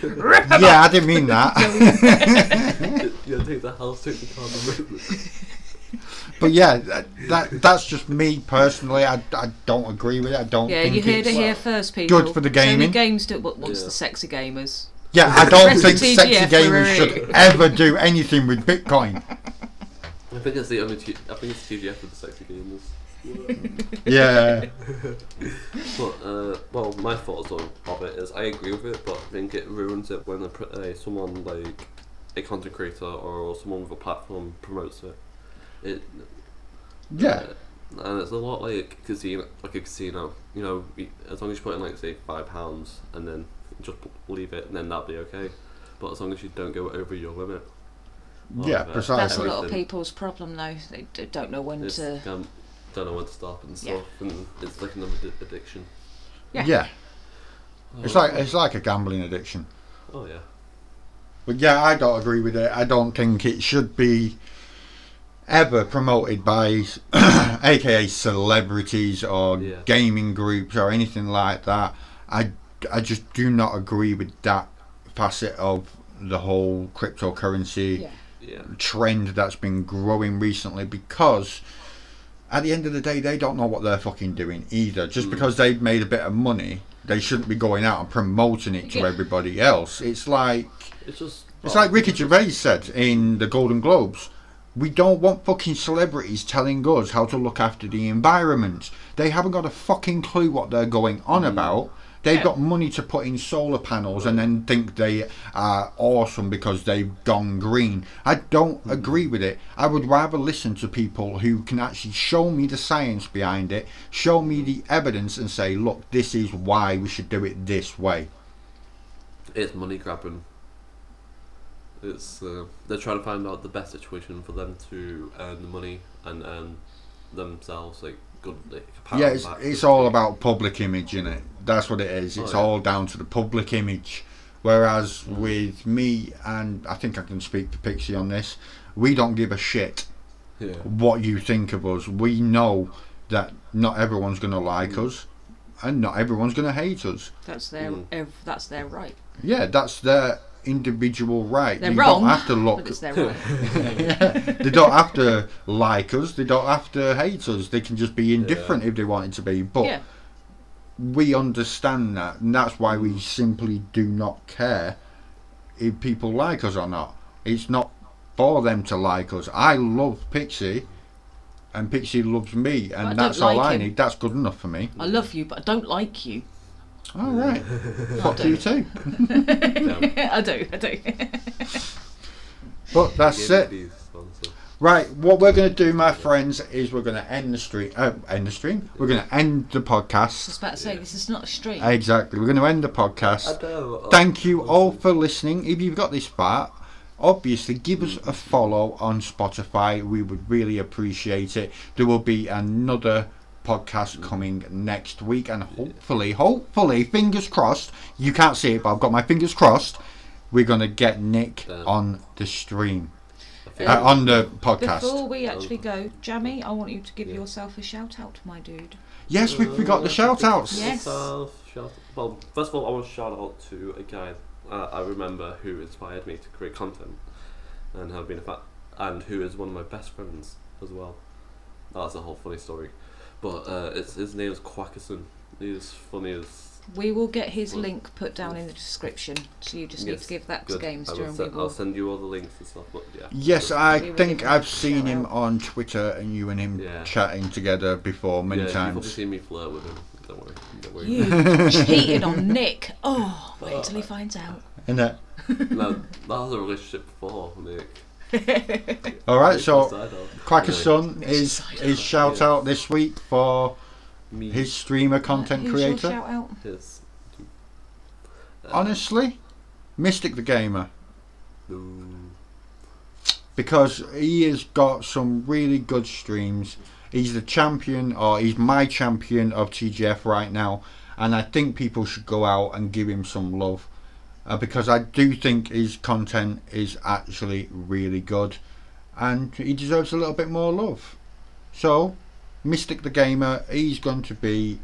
[SPEAKER 2] Rip 'em
[SPEAKER 1] Yeah, I didn't mean
[SPEAKER 2] *laughs*
[SPEAKER 1] that.
[SPEAKER 3] yeah, take the house, take the car, and move it.
[SPEAKER 1] *laughs* but yeah, that, that that's just me personally. I, I don't agree with it. I don't.
[SPEAKER 2] Yeah,
[SPEAKER 1] think
[SPEAKER 2] you heard
[SPEAKER 1] it's,
[SPEAKER 2] it here first, people.
[SPEAKER 1] for the
[SPEAKER 2] So many
[SPEAKER 1] gaming.
[SPEAKER 2] games do what wants
[SPEAKER 3] Yeah.
[SPEAKER 2] the sexy gamers.
[SPEAKER 1] Yeah, I don't
[SPEAKER 2] Rest
[SPEAKER 1] think
[SPEAKER 2] in
[SPEAKER 1] sexy
[SPEAKER 2] TGF,
[SPEAKER 1] gamers
[SPEAKER 2] we're
[SPEAKER 1] should
[SPEAKER 2] right.
[SPEAKER 1] ever do anything with Bitcoin.
[SPEAKER 3] I think it's the only. T- I think it's TGF with the sexy gamers.
[SPEAKER 1] Yeah.
[SPEAKER 3] but uh, well, my thoughts on of it is I agree with it, but I think it ruins it when a, pr- a someone like a content creator or someone with a platform promotes it. It
[SPEAKER 1] Yeah.
[SPEAKER 3] Uh, and it's a lot like casino, like a casino. You know, we- as long as you put in like say five pounds and then just p- leave it, and then that'll be okay. But as long as you don't go over your limit. of,
[SPEAKER 1] Yeah,
[SPEAKER 3] uh,
[SPEAKER 1] precisely.
[SPEAKER 2] That's a lot of
[SPEAKER 3] everything,
[SPEAKER 2] people's problem, though. They d- don't know when
[SPEAKER 3] it's,
[SPEAKER 2] to.
[SPEAKER 3] um, don't know when to stop and
[SPEAKER 2] Yeah.
[SPEAKER 3] stuff, and it's like another addi- addiction.
[SPEAKER 2] Yeah.
[SPEAKER 1] It's like it's like a gambling addiction.
[SPEAKER 3] Oh yeah.
[SPEAKER 1] But yeah, I don't agree with it. I don't think it should be ever promoted by *clears throat* aka celebrities or
[SPEAKER 3] Yeah.
[SPEAKER 1] gaming groups or anything like that. I I just do not agree with that facet of the whole cryptocurrency
[SPEAKER 2] Yeah.
[SPEAKER 3] Yeah.
[SPEAKER 1] trend that's been growing recently because at the end of the day they don't know what they're fucking doing either just because they've made a bit of money they shouldn't be going out and promoting it to
[SPEAKER 2] Yeah.
[SPEAKER 1] everybody else it's like
[SPEAKER 3] It's just.
[SPEAKER 1] it's
[SPEAKER 3] well,
[SPEAKER 1] like Ricky Gervais said in the Golden Globes we don't want fucking celebrities telling us how to look after the environment they haven't got a fucking clue what they're going on about They've
[SPEAKER 2] Yeah.
[SPEAKER 1] got money to put in solar panels and then think they are awesome because they've gone green. I don't agree with it. I would rather listen to people who can actually show me the science behind it, show me the evidence, and say, look, this is why we should do it this way.
[SPEAKER 3] It's money grabbing. It's uh, they're trying to find out the best situation for them to earn the money and earn themselves like good. Like,
[SPEAKER 1] yeah, it's,
[SPEAKER 3] power back.
[SPEAKER 1] it's all about public image, is it? That's what it is.
[SPEAKER 3] Oh,
[SPEAKER 1] It's
[SPEAKER 3] yeah.
[SPEAKER 1] all down to the public image. Whereas with me, and I think I can speak for Pixie on this, we don't give a shit
[SPEAKER 3] Yeah.
[SPEAKER 1] what you think of us. We know that not everyone's going to like us, and not everyone's going to hate us.
[SPEAKER 2] That's their.
[SPEAKER 3] Mm.
[SPEAKER 2] ev- that's their right.
[SPEAKER 1] Yeah, that's their individual right.
[SPEAKER 2] They're
[SPEAKER 1] you
[SPEAKER 2] wrong.
[SPEAKER 1] don't have to
[SPEAKER 2] But
[SPEAKER 1] look. *laughs*
[SPEAKER 2] it's
[SPEAKER 3] *laughs*
[SPEAKER 2] their right.
[SPEAKER 1] they don't have to like us. They don't have to hate us. They can just be indifferent if they wanted to be. But
[SPEAKER 2] yeah.
[SPEAKER 1] we understand that, and that's why we simply do not care if people like us or not. It's not for them to like us. I love Pixie, and Pixie loves me,
[SPEAKER 2] I don't
[SPEAKER 1] and that's all
[SPEAKER 2] like
[SPEAKER 1] I
[SPEAKER 2] him.
[SPEAKER 1] need. That's good enough for me.
[SPEAKER 2] I love you, but I don't like you.
[SPEAKER 1] All right, fuck you too.
[SPEAKER 3] Yeah.
[SPEAKER 2] *laughs* I do. I do.
[SPEAKER 1] But that's
[SPEAKER 3] Yeah,
[SPEAKER 1] it.
[SPEAKER 3] please, sponsor.
[SPEAKER 1] Right, what we're going to do, my friends, is we're going to end the stream. Uh, end the stream. We're going to end the
[SPEAKER 2] I was
[SPEAKER 1] podcast.
[SPEAKER 2] about to say this is not a stream.
[SPEAKER 1] Exactly. We're going to end the podcast.
[SPEAKER 3] I know. uh,
[SPEAKER 1] Thank you all for listening. If you've got this far, obviously give us a follow on Spotify. We would really appreciate it. There will be another podcast coming next week, and hopefully, hopefully, fingers crossed. You can't see it, but I've got my fingers crossed. We're gonna get Nick
[SPEAKER 3] Damn.
[SPEAKER 1] on the stream,
[SPEAKER 3] I
[SPEAKER 1] uh, on the podcast.
[SPEAKER 2] Before we actually go, Jamie, I want you to give yourself a shout out, my dude.
[SPEAKER 1] Yes, we forgot the shout outs.
[SPEAKER 2] Yeah. Yes.
[SPEAKER 3] Myself, shout well, first of all, I want to shout out to a guy uh, I remember who inspired me to create content, and have been a fa- and who is one of my best friends as well. That's a whole funny story, but uh, it's his name is Quackerson, He's funny as.
[SPEAKER 2] We will get his
[SPEAKER 3] Well-
[SPEAKER 2] link put down in the description, so you just need
[SPEAKER 3] Yes,
[SPEAKER 2] to give that
[SPEAKER 3] Good.
[SPEAKER 2] to Gamester
[SPEAKER 3] I will
[SPEAKER 2] and
[SPEAKER 3] se-
[SPEAKER 2] we will.
[SPEAKER 3] I'll send you all the links and stuff. But yeah.
[SPEAKER 1] Yes,
[SPEAKER 3] Just-
[SPEAKER 2] We
[SPEAKER 1] I
[SPEAKER 2] were
[SPEAKER 1] think
[SPEAKER 2] given
[SPEAKER 1] I've
[SPEAKER 2] a
[SPEAKER 1] seen him
[SPEAKER 2] shout-out.
[SPEAKER 1] on Twitter and you and him
[SPEAKER 3] Yeah.
[SPEAKER 1] chatting together before many
[SPEAKER 3] yeah, You've probably
[SPEAKER 1] times.
[SPEAKER 3] seen me flirt with him. Don't worry. Don't worry.
[SPEAKER 2] You
[SPEAKER 3] *laughs*
[SPEAKER 2] cheated on Nick. Oh, wait until
[SPEAKER 3] Uh,
[SPEAKER 2] he finds out.
[SPEAKER 1] And, uh,
[SPEAKER 3] no, that was a relationship before, Nick.
[SPEAKER 1] all right,
[SPEAKER 3] Nick
[SPEAKER 1] so
[SPEAKER 3] was side of-
[SPEAKER 1] Cracker
[SPEAKER 3] Anyway,
[SPEAKER 1] Son is his shout out this week for
[SPEAKER 3] Me,
[SPEAKER 1] his streamer content
[SPEAKER 2] Who's
[SPEAKER 1] creator.
[SPEAKER 2] Your shout out?
[SPEAKER 3] his. Uh,
[SPEAKER 1] Honestly, Mystic the Gamer.
[SPEAKER 3] no.
[SPEAKER 1] because he has got some really good streams. He's the champion, or he's my champion of TGF right now, and I think people should go out and give him some love uh, because I do think his content is actually really good, and he deserves a little bit more love. So, Mystic the Gamer, he's going to be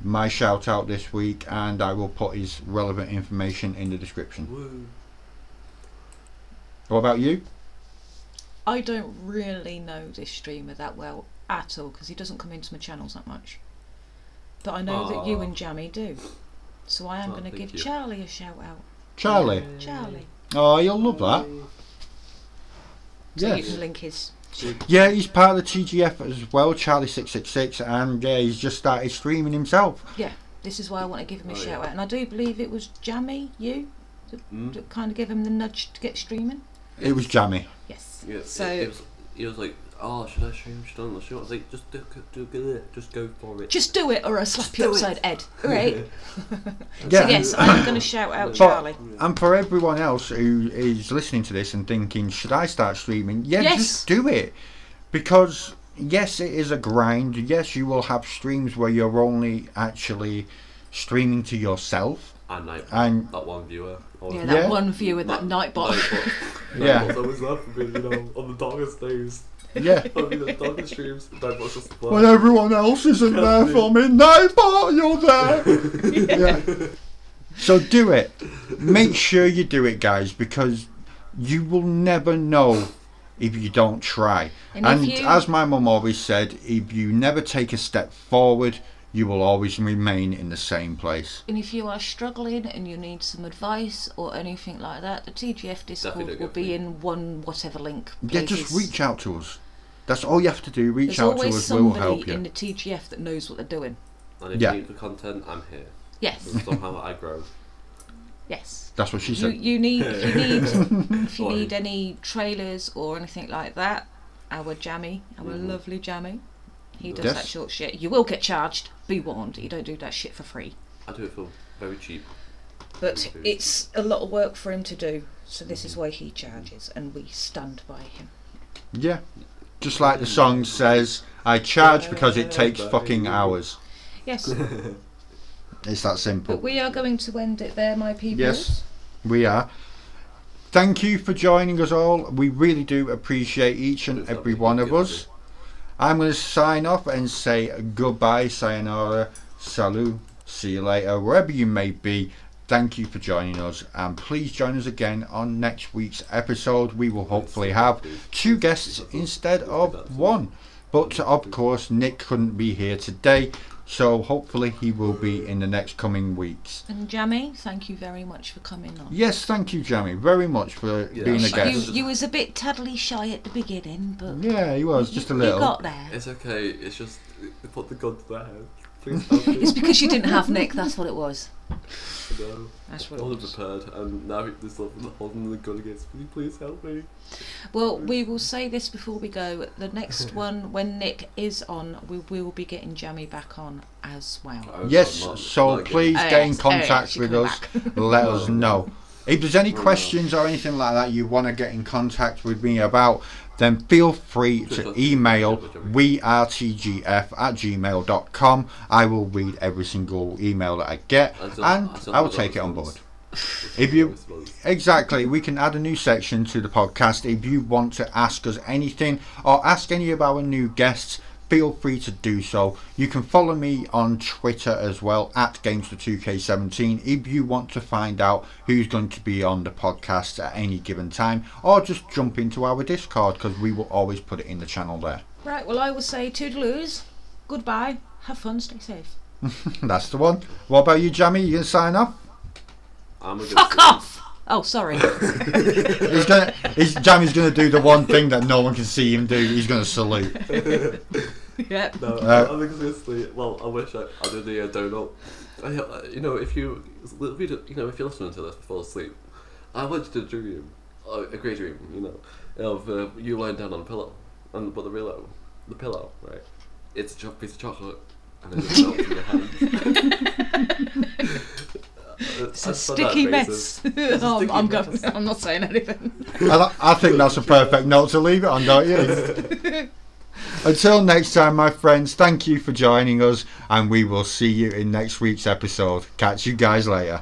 [SPEAKER 1] my shout out this week, and I will put his relevant information in the description.
[SPEAKER 3] Woo.
[SPEAKER 1] What about you?
[SPEAKER 2] I don't really know this streamer that well at all because he doesn't come into my channels that much. But I know that you
[SPEAKER 3] Aw.
[SPEAKER 2] and Jammy do. So I am
[SPEAKER 3] Oh,
[SPEAKER 2] going to
[SPEAKER 3] Ah. thank
[SPEAKER 2] give
[SPEAKER 3] you.
[SPEAKER 2] Charlie a shout out.
[SPEAKER 1] Charlie.
[SPEAKER 2] Charlie.
[SPEAKER 1] Oh, you'll love that.
[SPEAKER 2] So
[SPEAKER 1] Yes.
[SPEAKER 2] you can link his.
[SPEAKER 1] Yeah, he's part of the TGF as well, Charlie666, and yeah, he's just started streaming himself.
[SPEAKER 2] This is why I want to give him a
[SPEAKER 3] Oh, yeah.
[SPEAKER 2] shout out. And I do believe it was Jammy, you,
[SPEAKER 3] Mm?
[SPEAKER 2] that kind of gave him the nudge to get streaming.
[SPEAKER 1] It was jammy.
[SPEAKER 2] Yes.
[SPEAKER 3] Yeah,
[SPEAKER 2] so
[SPEAKER 3] it, it was, he was like, "Oh, should I stream? Should I not stream?" I was like, "Just do, do, do just go for it."
[SPEAKER 2] just do it or I'll slap you
[SPEAKER 3] do it.
[SPEAKER 2] upside Ed. Right?
[SPEAKER 3] *laughs*
[SPEAKER 1] Yeah.
[SPEAKER 2] So yes, I'm going to shout out
[SPEAKER 1] But-
[SPEAKER 2] Charlie.
[SPEAKER 1] And for everyone else who is listening to this and thinking, should I start streaming? Yeah,
[SPEAKER 2] Yes.
[SPEAKER 1] just do it. Because, yes, it is a grind. Yes, you will have streams where you're only actually streaming to yourself.
[SPEAKER 3] And I,
[SPEAKER 1] And
[SPEAKER 3] that one viewer. or-
[SPEAKER 2] Yeah, that
[SPEAKER 1] Yeah.
[SPEAKER 2] one viewer, that night bot.
[SPEAKER 3] Nightbot.
[SPEAKER 1] Yeah.
[SPEAKER 4] That's always laughing because, you know, on the darkest days,
[SPEAKER 2] *laughs*
[SPEAKER 1] yeah.
[SPEAKER 4] on the darkest streams, that was just
[SPEAKER 1] when
[SPEAKER 4] fun.
[SPEAKER 1] everyone else isn't there for me, no, but you're there. *laughs* Yeah. So do it. Make sure you do it, guys, because you will never know if you don't try.
[SPEAKER 2] And
[SPEAKER 1] And,
[SPEAKER 2] if you-
[SPEAKER 1] as my mum always said, if you never take a step forward, you will always remain in the same place.
[SPEAKER 2] And if you are struggling and you need some advice or anything like that, the TGF Discord
[SPEAKER 3] don't
[SPEAKER 2] will
[SPEAKER 3] go
[SPEAKER 2] be
[SPEAKER 3] free.
[SPEAKER 2] in one whatever link.
[SPEAKER 1] Yeah, just reach out to us. That's all you have to do. Reach
[SPEAKER 2] There's
[SPEAKER 1] out to
[SPEAKER 2] always
[SPEAKER 1] us. We will
[SPEAKER 2] somebody
[SPEAKER 1] help you.
[SPEAKER 2] in the TGF that knows what they're doing.
[SPEAKER 3] And
[SPEAKER 2] *laughs*
[SPEAKER 3] if
[SPEAKER 1] Yeah.
[SPEAKER 3] you need the content, I'm here.
[SPEAKER 2] Yes,
[SPEAKER 1] Mm.
[SPEAKER 3] And somehow I grow.
[SPEAKER 2] yes.
[SPEAKER 1] That's what she
[SPEAKER 2] You,
[SPEAKER 1] said. *laughs*
[SPEAKER 2] you need if you need if you
[SPEAKER 3] Sorry.
[SPEAKER 2] need any trailers or anything like that. Our Jammy, our
[SPEAKER 3] Mhm.
[SPEAKER 2] lovely Jammy, he does
[SPEAKER 1] Mm-hmm. Yes.
[SPEAKER 2] that short shit. You will get charged. Be warned. You don't do that shit for free.
[SPEAKER 3] I do it for very cheap.
[SPEAKER 2] But
[SPEAKER 3] Okay.
[SPEAKER 2] it's a lot of work for him to do, so this
[SPEAKER 1] Mm-hmm.
[SPEAKER 2] is why he charges, and we stand by him.
[SPEAKER 1] Yeah. Just like the song says, I charge because it takes
[SPEAKER 4] Yeah,
[SPEAKER 1] fucking
[SPEAKER 4] baby.
[SPEAKER 1] hours.
[SPEAKER 2] Yes,
[SPEAKER 1] It's that simple.
[SPEAKER 2] but we are going to end it there, my people.
[SPEAKER 1] Yes. We are. Thank you for joining us all. We really do appreciate each and every one of us. I'm going to sign off and say goodbye, sayonara, salut, see you later, wherever you may be. Thank you for joining us, and please join us again on next week's episode. We will hopefully have two guests instead of one. But of course, Nick couldn't be here today, so hopefully he will be in the next coming weeks.
[SPEAKER 2] And Jamie, thank you very much for coming on.
[SPEAKER 1] Yes, thank you, Jamie, very much for
[SPEAKER 3] Yeah.
[SPEAKER 1] being a
[SPEAKER 3] You-
[SPEAKER 2] You,
[SPEAKER 1] guest.
[SPEAKER 2] you was a bit tattly shy at the beginning, but
[SPEAKER 1] yeah, he was just a
[SPEAKER 2] you-
[SPEAKER 1] little.
[SPEAKER 2] You got there.
[SPEAKER 3] It's okay. It's just
[SPEAKER 4] They put the gun to their head. Please
[SPEAKER 1] *laughs*
[SPEAKER 4] help me.
[SPEAKER 2] It's because you didn't have Nick. That's what it was.
[SPEAKER 4] You know,
[SPEAKER 2] That's
[SPEAKER 4] I wasn't prepared, and now this love holding the gun against me. Please help me.
[SPEAKER 2] Well, we will say this before we go. The next one, when Nick is on, we will be getting Jamie back on as well.
[SPEAKER 1] Yes, so please
[SPEAKER 2] Oh,
[SPEAKER 1] get in
[SPEAKER 2] yes, oh, yes,
[SPEAKER 1] contact
[SPEAKER 2] you
[SPEAKER 1] with
[SPEAKER 2] come
[SPEAKER 1] us.
[SPEAKER 2] *laughs*
[SPEAKER 1] Let us know. If there's any questions or anything like that you want to get in contact with me about, then feel free to email weartgf at gmail.com. I will read every single email that I get and I will take it on board. If you Exactly. We can add a new section to the podcast. If you want to ask us anything or ask any of our new guests, feel free to do so. You can follow me on Twitter as well at Gamester2K17 if you want to find out who's going to be on the podcast at any given time, or just jump into our Discord because we will always put it in the channel there. *laughs*
[SPEAKER 2] Right, well, I will say toodaloos, goodbye, have fun, stay safe.
[SPEAKER 1] That's the one. What about you, Jamie? You gonna sign off?
[SPEAKER 3] I'm a good
[SPEAKER 2] Fuck
[SPEAKER 3] student.
[SPEAKER 2] off! Oh, sorry. *laughs*
[SPEAKER 1] He's gonna. He's, Jamie's gonna do the one thing that no one can see him do. He's gonna salute.
[SPEAKER 2] yep.
[SPEAKER 4] No,
[SPEAKER 1] Uh,
[SPEAKER 4] I think seriously. Well, I wish I, I did the uh, donut.
[SPEAKER 3] I, uh, you know, if you, if you you know, if you're listening to this before sleep, I want you to dream, a a great dream, you know, of uh, you lying down on a pillow, and but the pillow, the pillow, right? It's a cho- piece of chocolate, and it just melts in your Uh, hand.
[SPEAKER 2] *laughs*
[SPEAKER 3] *laughs* uh,
[SPEAKER 2] It's a sticky mess.
[SPEAKER 3] sticky
[SPEAKER 2] *laughs* oh, I'm, go-
[SPEAKER 3] mess.
[SPEAKER 2] I'm not saying anything.
[SPEAKER 1] I, I think that's a perfect note to leave it on, don't you? Until next time, my friends, thank you for joining us, and we will see you in next week's episode. Catch you guys later.